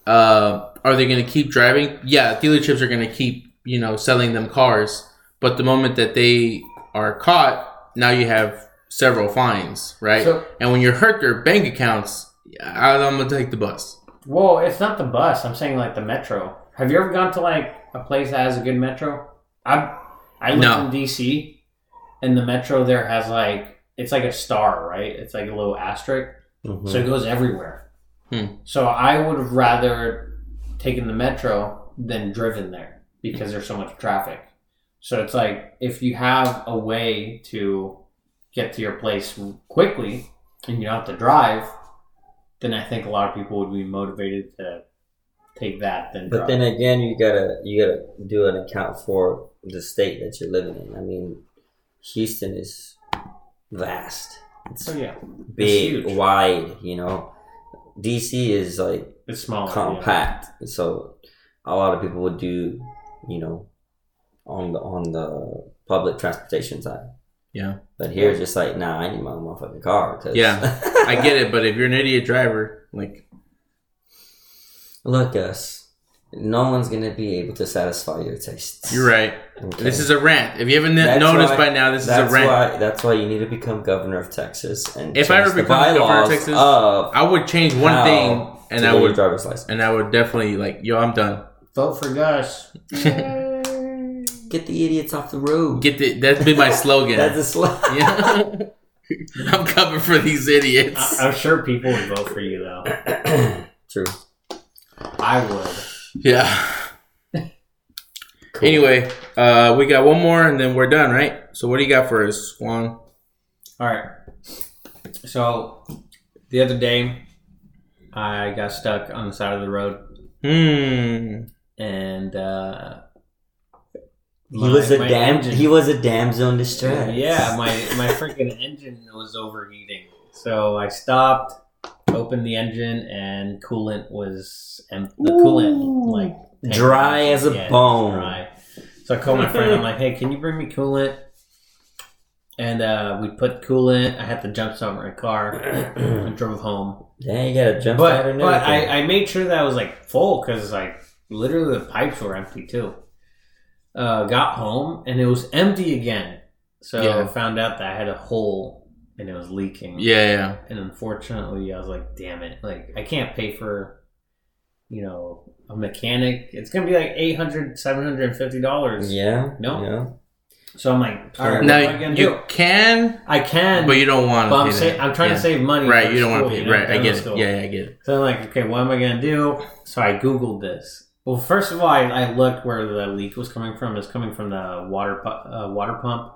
S2: Uh, are they going to keep driving? Yeah, dealerships are going to keep you know selling them cars, but the moment that they are caught, now you have several fines, right?
S3: So-
S2: and when you hurt their bank accounts, I, I'm going to take the bus.
S3: Well, it's not the bus. I'm saying like the metro. Have you ever gone to like a place that has a good metro? I I lived
S2: No.
S3: in DC, and the metro there has like it's like a star, right? It's like a little asterisk,
S1: Mm-hmm.
S3: so it goes everywhere.
S2: Hmm.
S3: So I would have rather taken the metro than driven there because there's so much traffic. So it's like if you have a way to get to your place quickly and you don't have to drive, then I think a lot of people would be motivated to take that. Than
S1: But
S3: drive.
S1: then again, you gotta you gotta do an account for the state that you're living in. I mean, Houston is vast. It's
S3: so yeah,
S1: big,
S3: huge.
S1: wide. You know, DC is like
S3: it's
S2: Oh,
S3: small,
S1: compact. So a lot of people would do, you know, on the on the public transportation side.
S2: Yeah.
S1: But here, it's just like, nah, I need my own motherfucking car. 'cause-
S2: Yeah. I get it, but if you're an idiot driver, like
S1: Look, us. No one's gonna be able to satisfy your tastes.
S2: you're right.
S1: Okay?
S2: This is a rant. If you haven't
S1: That's
S2: noticed
S1: why-
S2: by now, this is a
S1: that's
S2: rant.
S1: why. That's why you need to become governor of Texas and
S2: If I
S1: change
S2: ever
S1: the
S2: become governor of
S1: bylaws
S2: Texas,
S1: of
S2: I would change one
S1: how
S2: thing, and
S1: to
S2: I
S1: get your
S2: would,
S1: driver's license.
S2: and I would definitely like, yo, I'm done.
S3: Vote for Gus.
S1: Get the idiots off the road.
S2: Get the that's been my slogan.
S1: That's a slap.
S2: yeah. I'm coming for these idiots.
S3: I- I'm sure people would vote for you though.
S1: True.
S3: I would.
S2: Yeah.
S1: Cool.
S2: Anyway, uh, we got one more, and then we're done, right? So, what do you got for us, Juan?
S3: All right. So the other day, I got stuck on the side of the road,
S2: Hmm.
S3: and uh,
S1: He was a
S3: my
S1: dam.
S3: engine-
S1: He was a damsel in distress.
S3: Yeah, my my freaking engine was overheating. So I stopped, opened the engine, and coolant was em- the coolant like
S1: Dry as a
S3: Yeah, it's
S1: bone.
S3: So I called my friend. I'm like, "Hey, can you bring me coolant?" And uh, we put coolant. I had to jump start my car and drove home.
S1: Damn, you got a jump
S3: But
S1: fighter and
S3: but
S1: everything.
S3: I, I made sure that I was like full because like literally the pipes were empty too. Uh, got home and it was empty again. So
S2: Yeah.
S3: I found out that I had a hole and it was leaking.
S2: Yeah, yeah.
S3: And unfortunately, I was like, damn it! Like I can't pay for, you know, a mechanic. It's gonna be like 800 750 dollars.
S1: yeah.
S3: No.
S1: Yeah.
S3: So I'm like, all right, what am I
S2: Now
S3: gonna
S2: you
S3: do?
S2: can,
S3: I can,
S2: but you don't want
S3: but I'm,
S2: to.
S3: sa- I'm trying to save money.
S2: Right,
S3: for
S2: you don't want
S3: school,
S2: to pay.
S3: you know,
S2: Right, I
S3: dental
S2: get it.
S3: school.
S2: Yeah, yeah, I get it.
S3: So I'm like, okay, what am I gonna do? So I googled this. Well, first of all, I, I looked where the leak was coming from. It's coming from the water pu- uh, water pump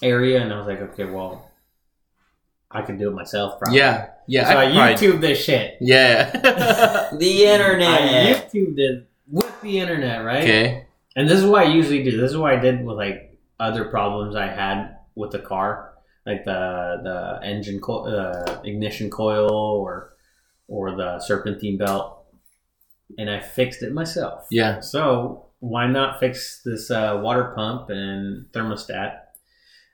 S3: area, and I was like, okay, well, I could do it myself. Probably.
S2: Yeah, yeah.
S3: So I,
S2: could probably-
S3: YouTube this shit.
S2: Yeah.
S1: The
S3: I
S1: internet.
S3: YouTubed it with the internet, right?
S2: okay.
S3: And this is what I usually do. This is what I did with like other problems I had with the car, like the the engine co- uh, ignition coil or or the serpentine belt, and I fixed it myself.
S2: Yeah.
S3: So why not fix this uh, water pump and thermostat?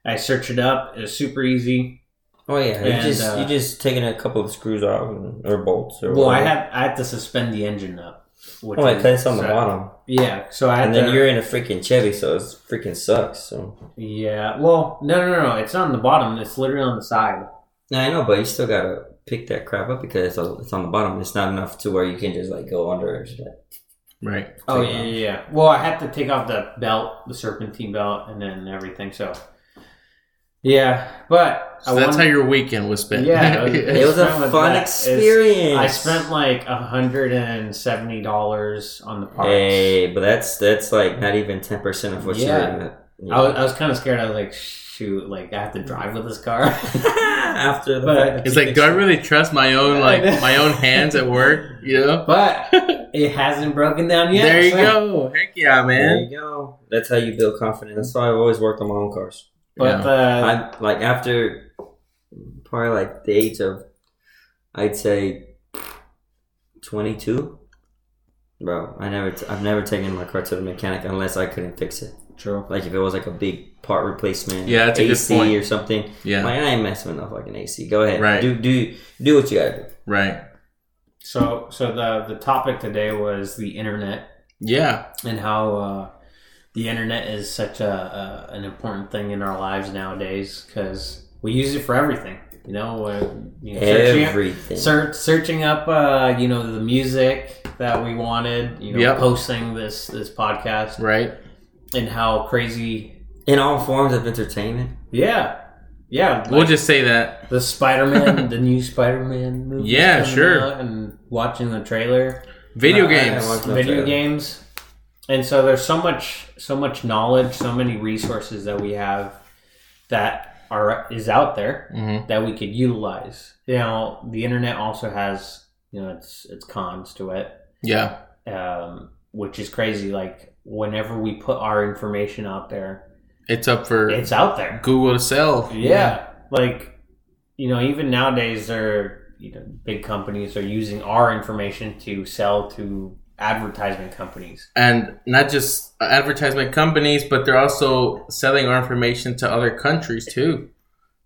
S3: I searched it up. It was super easy.
S1: Oh yeah. You
S3: And,
S1: just
S3: uh,
S1: you just taking a couple of screws off and- or bolts or.
S3: Well, I
S1: whatever.
S3: had I had to suspend the engine up. Which
S1: Oh, like
S3: was-
S1: that's on the
S3: so-
S1: bottom,
S3: Yeah. So I had
S1: and then
S3: to,
S1: you're in a freaking Chevy, so it's freaking sucks. So
S3: Yeah. Well, no, no, no. It's not on the bottom. It's literally on the side.
S1: no, I know, but you still gotta pick that crap up because it's, on- it's on the bottom. It's not enough to where you can just like go under. And just, like,
S2: Right.
S3: Oh
S1: Take
S3: yeah,
S1: off.
S3: yeah, yeah. Well, I had to take off the belt, the serpentine belt, and then everything. So, yeah. But
S2: So
S3: I
S2: that's
S3: wanted-
S2: how your weekend was spent.
S3: Yeah,
S1: it was
S3: Experiment
S1: a
S3: with
S1: fun
S3: that is- I
S1: experience.
S3: I spent like hundred and seventy dollars on the parts.
S1: Hey, but that's that's like not even ten percent of what
S3: Yeah.
S1: you're. gonna- You
S3: I was, I was kind of scared. I was like, shoot, like I have to drive with this car.
S1: after the
S3: But-
S1: fact that
S2: It's
S1: you
S2: like, do I
S1: fixed it.
S2: really trust my own like my own hands at work? You know.
S3: but it hasn't broken down yet.
S2: there you
S3: so-
S2: go. Heck yeah,
S1: There
S2: man.
S1: you go. That's how you build confidence. That's why I've always worked on my own cars.
S3: But uh,
S1: I like after probably like the age of I'd say twenty two. Bro, I never t- I've never taken my car to the mechanic unless I couldn't fix it.
S3: True.
S1: Like if it was like a big part replacement,
S2: Yeah, that's a good
S1: AC
S2: point.
S1: or something.
S2: Yeah.
S1: like I ain't messing with no fucking AC. Go ahead,
S2: Right.
S1: Do do do what you gotta do.
S2: Right.
S3: So so the the topic today was the internet
S2: Yeah.
S3: and how uh, the internet is such a, a an important thing in our lives nowadays because we use it for everything. You know, uh, you know searching up-
S1: Everything.
S3: Search, searching up, uh, you know, the music that we wanted. You know,
S2: Yep.
S3: posting this this podcast
S2: Right.
S3: and how crazy.
S1: in all forms of entertainment.
S3: Yeah, yeah. like
S2: We'll just say that.
S3: the Spider Man, the new Spider Man movie.
S2: Yeah, sure.
S3: and watching the trailer,
S2: Video
S1: No, I
S2: games.
S1: haven't watched no
S3: video
S1: trailer.
S3: games, and so there's so much, so much knowledge, so many resources that we have that are is out there
S2: hmm
S3: that we could utilize. Now, the internet also has you know its its cons to it.
S2: Yeah.
S3: um, which is crazy. Like whenever we put our information out there,
S2: It's up for
S3: it's out there.
S2: Google to sell.
S3: Yeah, like you know, even nowadays, they're you know, big companies are using our information to sell to advertisement companies.
S2: And not just advertisement companies, but they're also selling our information to other countries too.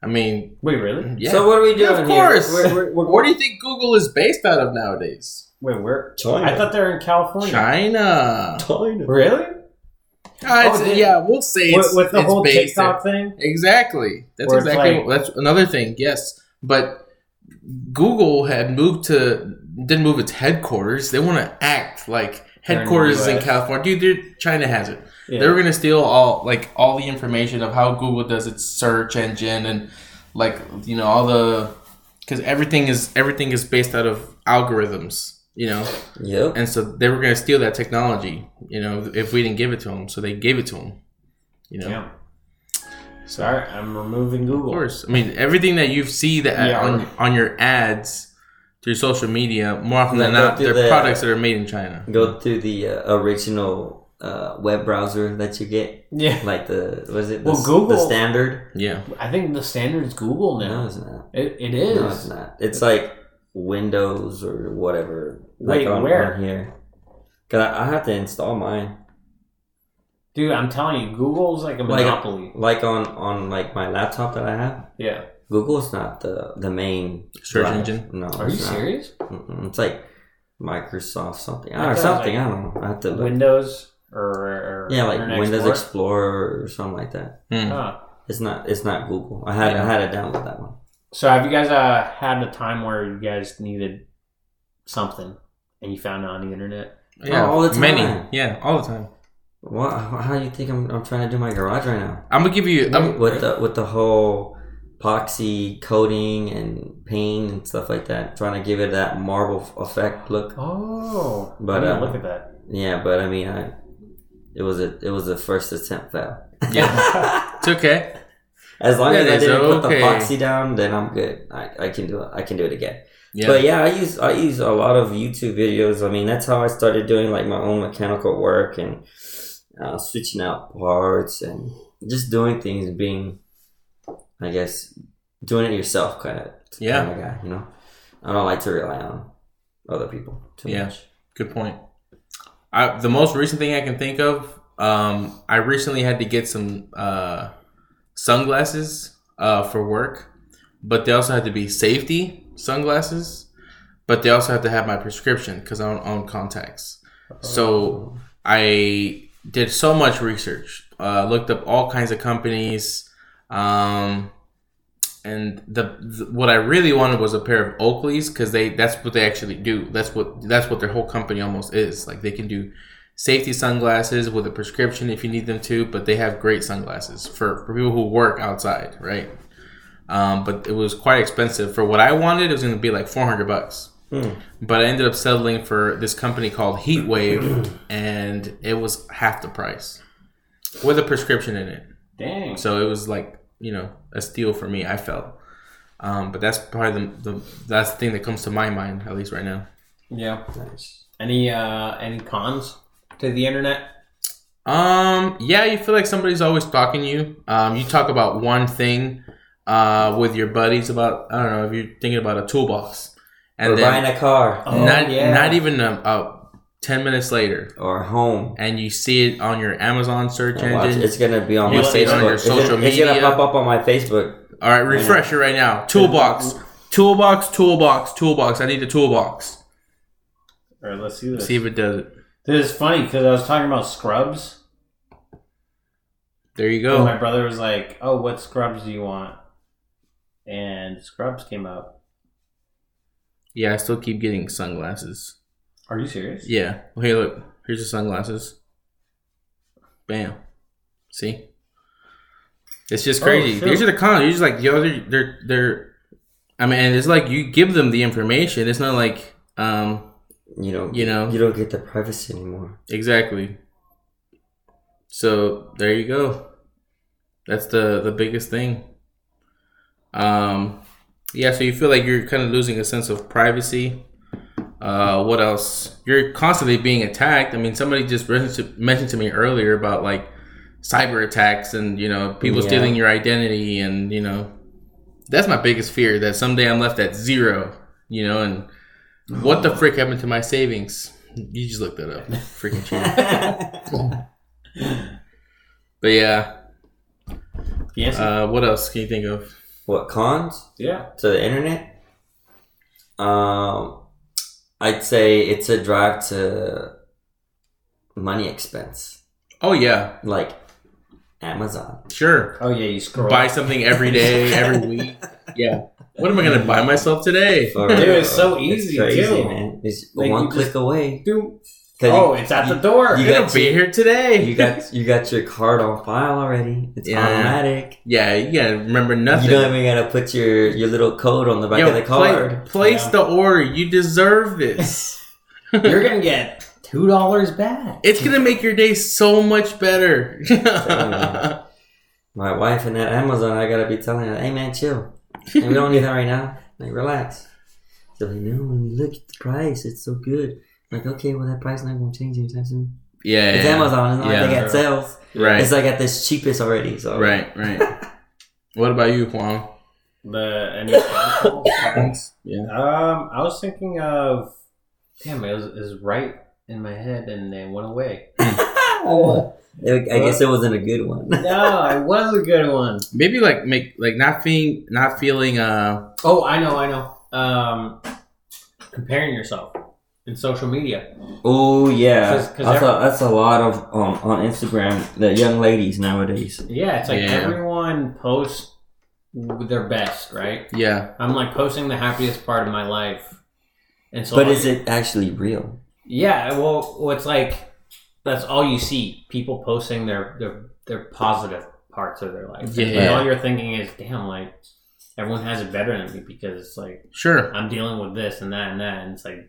S2: I mean,
S3: Wait, really?
S2: yeah.
S1: So what are we doing?
S2: Yeah, of course.
S1: Here? We're, we're,
S2: Where do you think Google is based out of nowadays?
S3: Wait, where?
S1: China.
S3: I thought they're in California.
S2: China.
S1: China.
S3: Really?
S2: Uh, it's-
S3: they-
S2: yeah, we'll say
S3: With-
S2: it's,
S3: with the
S2: it's
S3: whole
S2: based in-
S3: TikTok thing?
S2: Exactly. That's
S3: Where it's
S2: exactly.
S3: like-
S2: that's another thing. Yes, but Google had moved to didn't move its headquarters. They want to act like
S3: They're in
S2: headquarters is in
S3: US.
S2: California. Dude, dude, China has it.
S3: Yeah.
S2: They were gonna steal all like all the information of how Google does its search engine and like you know all the because everything is everything is based out of algorithms. You know,
S1: Yep.
S2: and so they were gonna steal that technology. You know, if we didn't give it to them, so they gave it to them. You know.
S3: Yeah. Sorry, I'm removing Google.
S2: Of course. I mean, everything that you see that
S3: Yeah.
S2: on on your ads through social media, more often than
S1: Yeah, go
S2: not,
S1: through
S2: they're
S1: the-
S2: products that are made in China.
S1: Go through the uh, original uh, web browser that you get,
S3: Yeah.
S1: like the was it the,
S3: Well,
S1: s- the
S3: Google-
S1: standard?
S2: Yeah.
S3: I think the standard is Google
S1: No,
S3: now.
S1: it's not.
S3: It, it is.
S1: No, it's not. It's like Windows or whatever.
S3: Wait,
S1: like on,
S3: where?
S1: on here? Cause I, I have to install mine.
S3: Dude, I'm telling you, Google's like a
S1: Like-
S3: monopoly.
S1: Like on on like my laptop that I have.
S3: yeah.
S1: Google's not the the main
S2: Search
S1: drive.
S2: engine?
S1: No,
S3: Are you
S1: it's not.
S3: serious?
S1: Mm-mm. It's like Microsoft something
S3: I thought it
S1: or
S3: was
S1: something.
S3: like
S1: I don't know. I have to look.
S3: Windows or, or
S1: yeah, like
S3: Internet
S1: Windows
S3: Explorer?
S1: Explorer or something like that.
S2: Hmm.
S3: Huh.
S1: It's not. It's not Google. I had. I had to download that one.
S3: So have you guys uh, had a time where you guys needed something and you found it on the internet?
S2: Yeah.
S1: all the time.
S2: Many. Yeah, all the time.
S1: What? How do you think I'm? I'm trying to do my garage right now
S2: I'm gonna give you. I'm,
S1: with the with the whole epoxy coating and paint and stuff like that. Trying to give it that marble f- effect look.
S3: Oh,
S1: But,
S3: I didn't
S1: uh,
S3: look at that.
S1: Yeah, but I mean, I. It was a. It was the first attempt fail.
S2: yeah, it's okay.
S1: As long
S2: That
S1: as I
S2: is
S1: didn't put the
S2: okay.
S1: epoxy down, then I'm good. I, I can do it. I can do it again.
S2: Yeah.
S1: But yeah, I use I use a lot of YouTube videos. I mean, that's how I started doing like my own mechanical work and uh, switching out parts and just doing things and being, I guess, doing it yourself kind of
S2: Yeah.
S1: kind of guy. You know, I don't like to rely on other people too
S2: Yeah.
S1: much.
S2: Good point. I, the most recent thing I can think of, um, I recently had to get some uh, sunglasses uh, for work, but they also had to be safety sunglasses, but they also had to have my prescription because I don't own contacts. So I did so much research, uh, looked up all kinds of companies, um, and the, the what I really wanted was a pair of Oakleys because they that's what they actually do. That's what that's what their whole company almost is. Like they can do safety sunglasses with a prescription if you need them to, but they have great sunglasses for, for people who work outside, right? Um, but it was quite expensive for what I wanted. It was going to be like four hundred bucks, but I ended up settling for this company called Heatwave, and it was half the price with a prescription in it.
S3: Dang.
S2: So it was like you know a steal for me. I felt, um, but that's probably the, the that's the thing that comes to my mind at least right now.
S3: yeah.
S1: Nice.
S3: Any uh, any cons to the internet?
S2: Um, yeah, you feel like somebody's always talking to you. Um, you talk about one thing, uh, with your buddies about I don't know if you're thinking about a toolbox, and
S1: We're
S2: then
S1: buying a car.
S3: Oh,
S2: not
S3: yeah.
S2: not even a, a 10 minutes later
S1: or home.
S2: and you see it on your Amazon search
S1: Watch,
S2: engine.
S1: it's gonna be on
S2: You
S1: my
S2: see it on
S1: Facebook.
S2: your
S1: It's gonna-
S2: social
S1: it's gonna
S2: media.
S1: pop up on my Facebook.
S2: All right, refresh it right now. Toolbox. Toolbox, toolbox, toolbox. I need the toolbox.
S3: All right, let's see this.
S2: See if it does it.
S3: This is funny because I was talking about Scrubs.
S2: There you
S3: And my
S2: go.
S3: brother was like, "Oh, what Scrubs do you want?" And Scrubs came up.
S2: Yeah, I still keep getting sunglasses.
S3: Are you serious?
S2: Yeah. Well, here, look. Here's the sunglasses. Bam. See? It's just
S3: Oh,
S2: crazy.
S3: shit.
S2: These are the cons. You're just like, yo, they're, they're, they're, I mean, and it's like you give them the information. It's not like, um,
S1: You know,
S2: You know.
S1: you don't get the privacy anymore.
S2: exactly. So there you go. That's the, the biggest thing. Um, yeah, so you feel like you're kind of losing a sense of privacy. Uh, what else? You're constantly being attacked. I mean, somebody just mentioned to, mentioned to me earlier about like cyber attacks and you know people
S1: Yeah.
S2: stealing your identity and you know that's my biggest fear that someday I'm left at zero. You know, and what
S1: Oh.
S2: the frick happened to my savings? You just looked that up, freaking cheater. but yeah,
S3: Yes.
S2: uh, what else can you think of?
S1: What cons?
S3: yeah.
S1: to the internet. Um, I'd say it's a drive to money expense,
S2: Oh yeah,
S1: like Amazon.
S2: sure.
S3: Oh yeah, you scroll.
S2: buy something every day, every week. Yeah. What am I gonna buy myself today?
S1: For
S3: Dude,
S1: real.
S3: it's so easy, too.
S1: man. It's
S3: Like,
S1: one
S3: you
S1: click
S3: just-
S1: away.
S3: Do-
S1: 'Cause
S3: oh, it's at the door.
S1: you
S2: It'll
S1: got
S2: be
S1: you.
S2: here
S1: you, you
S2: today.
S1: got you got your card on file already. It's
S2: Yeah.
S1: automatic.
S2: Yeah, you gotta remember nothing.
S1: You don't even gotta put your your little code on the back
S2: Yo,
S1: of the
S2: pla-
S1: card.
S2: place
S3: Yeah.
S2: the order. You deserve this.
S3: You're gonna get two dollars back.
S2: it's gonna make your day so much better.
S1: man. My wife and that Amazon, I gotta be telling her, "Hey man, chill. Hey, we don't need that right now. Like relax." She's like, "No, when you look at the price, it's so good." I'm like, okay, well that price not gonna change anytime soon.
S2: yeah.
S1: It's Amazon. It's not like they
S2: Yeah.
S1: got sales.
S2: Right.
S1: It's like at this cheapest already. So
S2: right. Right. what about you, Juan?
S3: The any um,
S2: Yeah.
S3: I was thinking of. Damn, it was, it was right in my head, and it went away.
S1: It- I guess it wasn't a good one.
S3: No, it was a good one.
S2: Maybe like make like not feeling not feeling uh
S3: Oh, I know, I know. Um, comparing yourself in social media.
S1: oh yeah,
S3: 'Cause- 'cause
S1: I
S3: every-
S1: thought that's a lot of um, on Instagram. The young ladies nowadays.
S3: Yeah, it's like
S2: Yeah.
S3: everyone posts their best, right?
S2: yeah.
S3: I'm like posting the happiest part of my life, and so.
S1: But is it actually real?
S3: Yeah, well, well, it's like that's all you see people posting their their their positive parts of their life. And
S2: Yeah.
S3: all you're thinking is, damn, like everyone has it better than me because it's like
S2: Sure.
S3: I'm dealing with this and that and that, and it's like,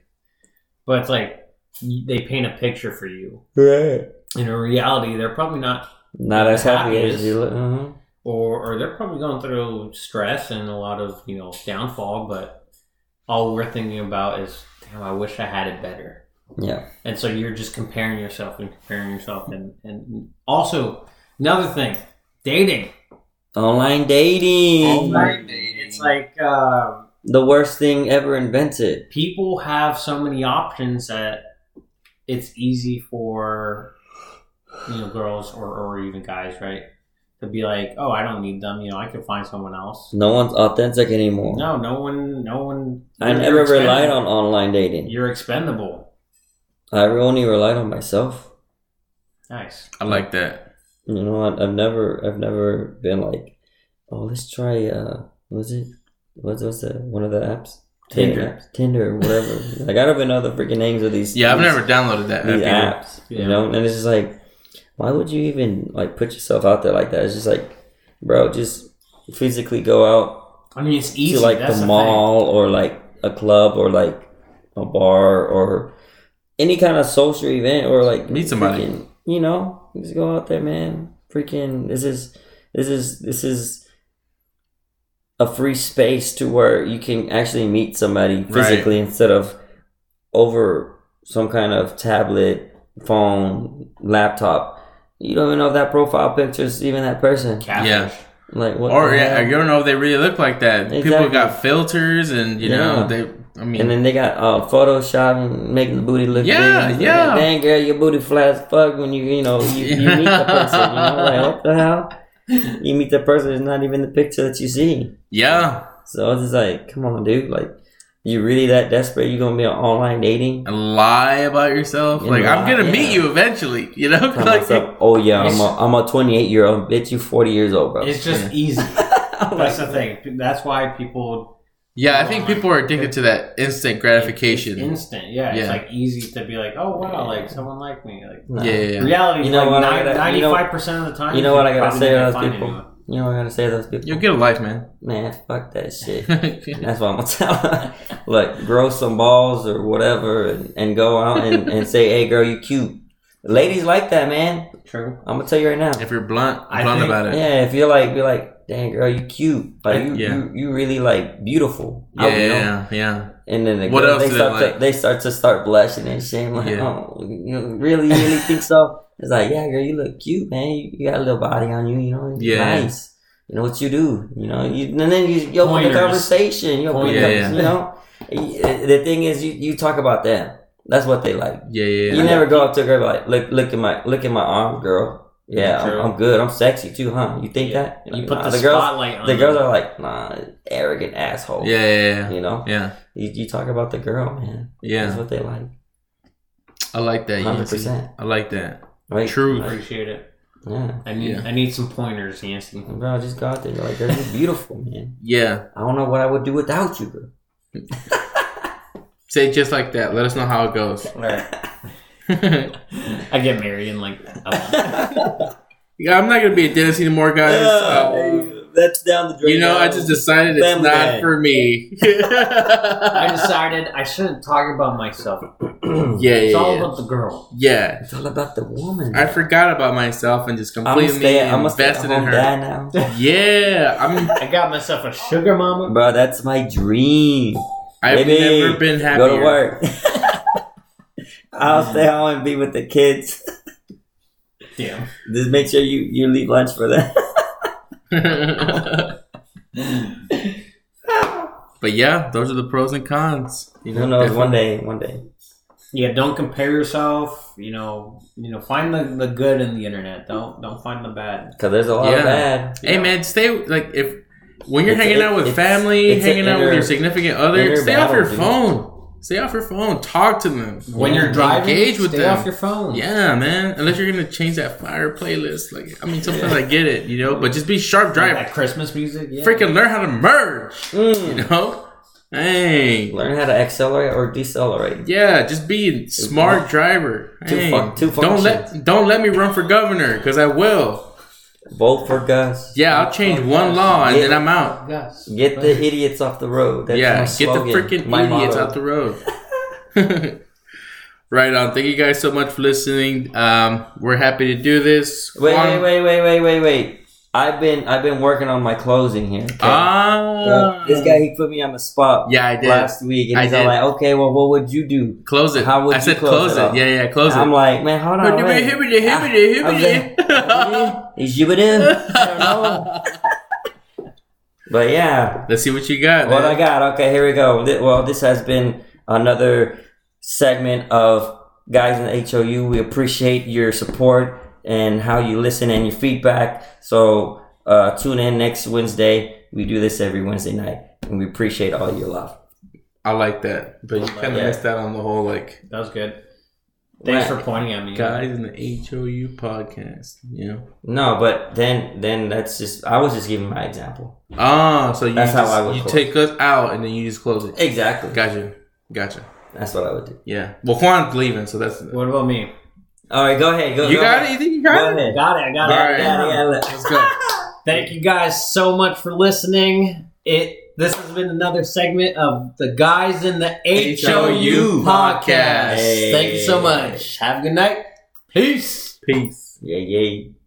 S3: but it's like y- they paint a picture for you.
S1: Right.
S3: And in reality, they're probably not,
S1: Not as happy as
S3: Happiness.
S1: you look. uh
S3: or or they're probably going through stress and a lot of you know downfall. But all we're thinking about is, damn, I wish I had it better.
S1: Yeah.
S3: and so you're just comparing yourself and comparing yourself and and also another thing dating
S1: Online dating.
S3: it's like um,
S1: the worst thing ever invented.
S3: people have so many options that it's easy for you know girls or, or even guys right to be like oh i don't need them you know i can find someone else
S1: No one's authentic anymore.
S3: no no one no one
S1: I
S3: you're
S1: never
S3: expendable.
S1: relied on online dating.
S3: you're expendable
S1: I only relied on myself.
S3: nice
S2: I like that.
S1: You know, I, I've never, I've never been like, oh, let's try. Uh, was it? What's what's the one of the apps? Dating
S2: Tinder.
S1: apps. Tinder, whatever. like I don't even know the freaking names of these.
S2: Yeah, I've
S1: these-
S2: never downloaded that.
S1: these
S2: app either.
S1: apps,
S3: Yeah.
S1: you know, and it's just like, why would you even like put yourself out there like that? It's just like, bro, just physically go out
S3: i mean it's easy
S1: to like
S3: that's
S1: the
S3: thing.
S1: mall or like a club or like a bar or any kind of social event or like
S2: Meet somebody.
S1: freaking- you know, just go out there, man. Freaking, this is this is this is a free space to where you can actually meet somebody physically instead of over some kind of tablet, phone, laptop. You don't even know if that profile picture is even that person.
S3: Catfish.
S2: Yeah.
S1: Like what?
S2: Or
S1: the
S2: yeah,
S1: hell?
S2: you don't know if they really look like that. People
S1: Exactly.
S2: got filters, and you know
S1: Yeah.
S2: they. I mean,
S1: And then they got uh, Photoshop and making the booty look
S2: Yeah,
S1: big. It's like,
S2: yeah.
S1: Dang, girl, your booty flat as fuck when you, you know, you, you meet the person. You know, like, what the hell? You meet the person, it's not even the picture that you see.
S2: yeah,
S1: So I was just like, come on, dude. Like, you really that desperate? you going to be on online dating?
S2: and lie about yourself.
S1: You
S2: like
S1: know,
S2: I'm gonna
S1: yeah.
S2: meet you eventually. You know,
S1: Tell
S2: Like,
S1: myself, oh, yeah, I'm a,
S3: It's-
S1: I'm a 28 year old. Bitch, you 40 years old, bro.
S3: It's just easy.
S1: Oh
S3: That's the thing. That's why people
S2: yeah. I think people are addicted to that instant gratification.
S3: It's instant. Yeah,
S2: Yeah.
S3: it's like easy to be like, oh wow, like someone liked me. Like
S1: Nah.
S2: yeah, yeah, yeah.
S3: reality,
S1: You know
S3: like
S1: what I gotta- you know-
S3: ninety-five percent of the time,
S1: You know what I
S3: you're
S1: gotta
S3: probably
S1: say
S3: not
S1: to
S3: gonna
S1: those
S3: find
S1: people?
S3: anyone.
S1: You know what I got to say to those people?
S2: You'll get a life, man.
S1: Man, fuck that shit. That's what I'm gonna tell her. Look, grow some balls or whatever, and, and go out and, and say, "Hey, girl, you cute." Ladies like that, man.
S3: True.
S1: I'm gonna tell you right now.
S2: if you're blunt,
S3: I
S2: blunt
S3: think-
S2: about it.
S1: Yeah, if you're like, you're like, "Dang, girl, you cute." Like you,
S2: Yeah.
S1: you, you really like beautiful. I
S2: Yeah,
S1: would know.
S2: yeah, yeah.
S1: And then the
S2: What
S1: girls,
S2: else
S1: they
S2: do they
S1: start
S2: like?
S1: to they start to start blushing and shit. I'm like,
S2: Yeah.
S1: oh, you really, really think so? It's like, yeah, girl, you look cute, man. You, you got a little body on you, you know. You're
S2: Yeah.
S1: nice. You know what you do, you know. You, and then you, you open the
S3: Pointers.
S1: conversation. You open the
S2: Pointers.
S1: conversation, you know. Y- The thing is, you, you talk about them. That's what they like.
S2: Yeah, yeah,
S1: You
S2: yeah.
S1: never go up to a girl like, look, look at my, look at my arm, girl. Yeah,
S3: True.
S1: I'm, I'm good. I'm sexy too, huh? You think
S3: Yeah.
S1: that?
S3: You
S1: Like,
S3: put
S1: nah,
S3: the,
S1: girls,
S3: spotlight on
S1: the
S3: them.
S1: girls are like, nah, arrogant asshole.
S2: Yeah, yeah, yeah.
S1: you know.
S2: Yeah,
S1: You, you talk about the girl, man. That's
S2: yeah.
S1: what they like.
S2: I like that. Yancy.
S1: 100%.
S2: I like that.
S1: Right?
S2: Truth.
S1: Like,
S3: appreciate it.
S1: yeah.
S3: I need
S2: Yeah.
S3: I need some pointers, Yancy.
S1: And Bro, I just got there. You're like, girl, you're beautiful, man.
S2: Yeah.
S1: I don't know what I would do without you, girl.
S2: Say it just like that. Let us know how it goes. yeah,
S3: I get married and like oh,
S2: I'm not gonna be a dentist anymore, guys. Uh,
S1: that's down the
S2: you know, I just decided it's
S1: Family
S2: not
S1: man.
S2: for me. yeah,
S3: I decided I shouldn't talk about myself.
S2: yeah, yeah.
S3: It's all about the girl.
S2: Yeah.
S1: It's all about the woman.
S2: I forgot about myself and just
S1: I'm a
S2: completely
S1: stay. I'm a stay
S2: invested in
S1: home
S2: her.
S1: dad now,
S2: Yeah, I'm.
S3: I got myself a sugar mama.
S1: bro. That's my dream.
S2: I've
S1: Baby,
S2: never been happier. Mm.
S1: Go to work. I'll stay home and be with the kids.
S3: Damn.
S1: Just make sure you you leave lunch for them.
S2: but yeah, those are the pros and cons. You know,
S1: Who knows? One day, one day.
S3: Yeah, don't compare yourself. You know, you know, find the, the good in the internet. Don't don't find the bad.
S1: Cause there's a lot
S2: Yeah.
S1: of bad.
S2: Hey man, stay like if when you're
S1: It's-
S2: hanging
S1: it-
S2: out with
S1: it's-
S2: family,
S1: it's an
S2: hanging out with
S1: inner-
S2: your significant other,
S1: inner
S2: stay off your
S1: battle, dude.
S2: phone. Stay off your phone. Talk to them.
S3: When you're driving,
S2: engage with
S3: stay
S2: them.
S3: off your phone.
S2: yeah, man. Unless you're gonna change that fire playlist, like I mean, sometimes I get it, you know. But just be sharp,
S3: Like
S2: drive.
S3: that Christmas music. Yeah.
S2: Freaking learn how to merge,
S1: Mm.
S2: you know. Hey,
S1: Learn how to accelerate or decelerate.
S2: yeah, just be a smart driver.
S1: Two
S2: Hey,
S1: fuck- two
S2: don't let
S1: functions.
S2: don't let me run for governor because I will.
S1: Vote for Gus.
S2: Yeah, I'll change one law and then I'm out.
S3: Gus.
S1: Get the idiots off the road. That's
S2: yeah,
S1: my
S2: get the
S1: slogan,
S2: freaking
S1: my
S2: idiots
S1: motto.
S2: out the road. right on. Thank you guys so much for listening. Um, we're happy to do this.
S1: Wait,
S2: Juan-
S1: wait, wait, wait, wait, wait, wait. I've been I've been working on my closing here. okay?
S2: Ah,
S1: Yeah, Uh, this guy he put me on the spot.
S2: Yeah, I did.
S1: last week, and
S2: I
S1: he's
S2: did.
S1: all like, "Okay, well, what would you do?"
S2: Close it.
S1: How would
S2: I
S1: you
S2: said close,
S1: close it
S2: it.
S1: up?
S2: Yeah, yeah, close
S1: I'm
S2: it.
S1: like, "Man, hold on." Ah, wait."
S2: Hibbity, hibbity,
S1: I- I was
S2: hibbity.
S1: like, "Is you with him?" I don't know. But yeah,
S2: Let's see what you got.
S1: what
S2: man.
S1: I got. Okay, here we go. Thi- Well, this has been another segment of Guys in the HOU. We appreciate your support and how you listen and your feedback. So uh, tune in next Wednesday. We do this every Wednesday night, and we appreciate all your love.
S2: I like that,
S1: Oh
S2: but you kind of
S1: that.
S2: missed out on the whole like
S3: That was good. Thanks
S1: Right.
S3: for pointing at me.
S2: guys in the HOU podcast. You know.
S1: No, but then then that's just I was just giving my example.
S2: Ah, so you
S1: That's how
S2: just-
S1: I would
S2: you
S1: close.
S2: take us out and then you just close it.
S1: Exactly.
S2: Gotcha, gotcha.
S1: That's what I would do.
S2: Yeah. Well, Juan's leaving, so that's
S3: What about me?
S1: All right, go ahead. Go.
S2: You
S1: go
S2: got it?
S1: ahead.
S2: You think you
S1: Go
S2: got it?
S1: ahead.
S3: Got it. I got it.
S2: All
S3: I
S2: right.
S3: got it.
S1: Yeah, yeah,
S2: Let's go.
S3: Thank you guys so much for listening. It this has been another segment of the guys in the HOU podcast.
S1: Hey.
S3: Thank you so much. Have a good night. Peace.
S2: Peace.
S1: yeah. yeah.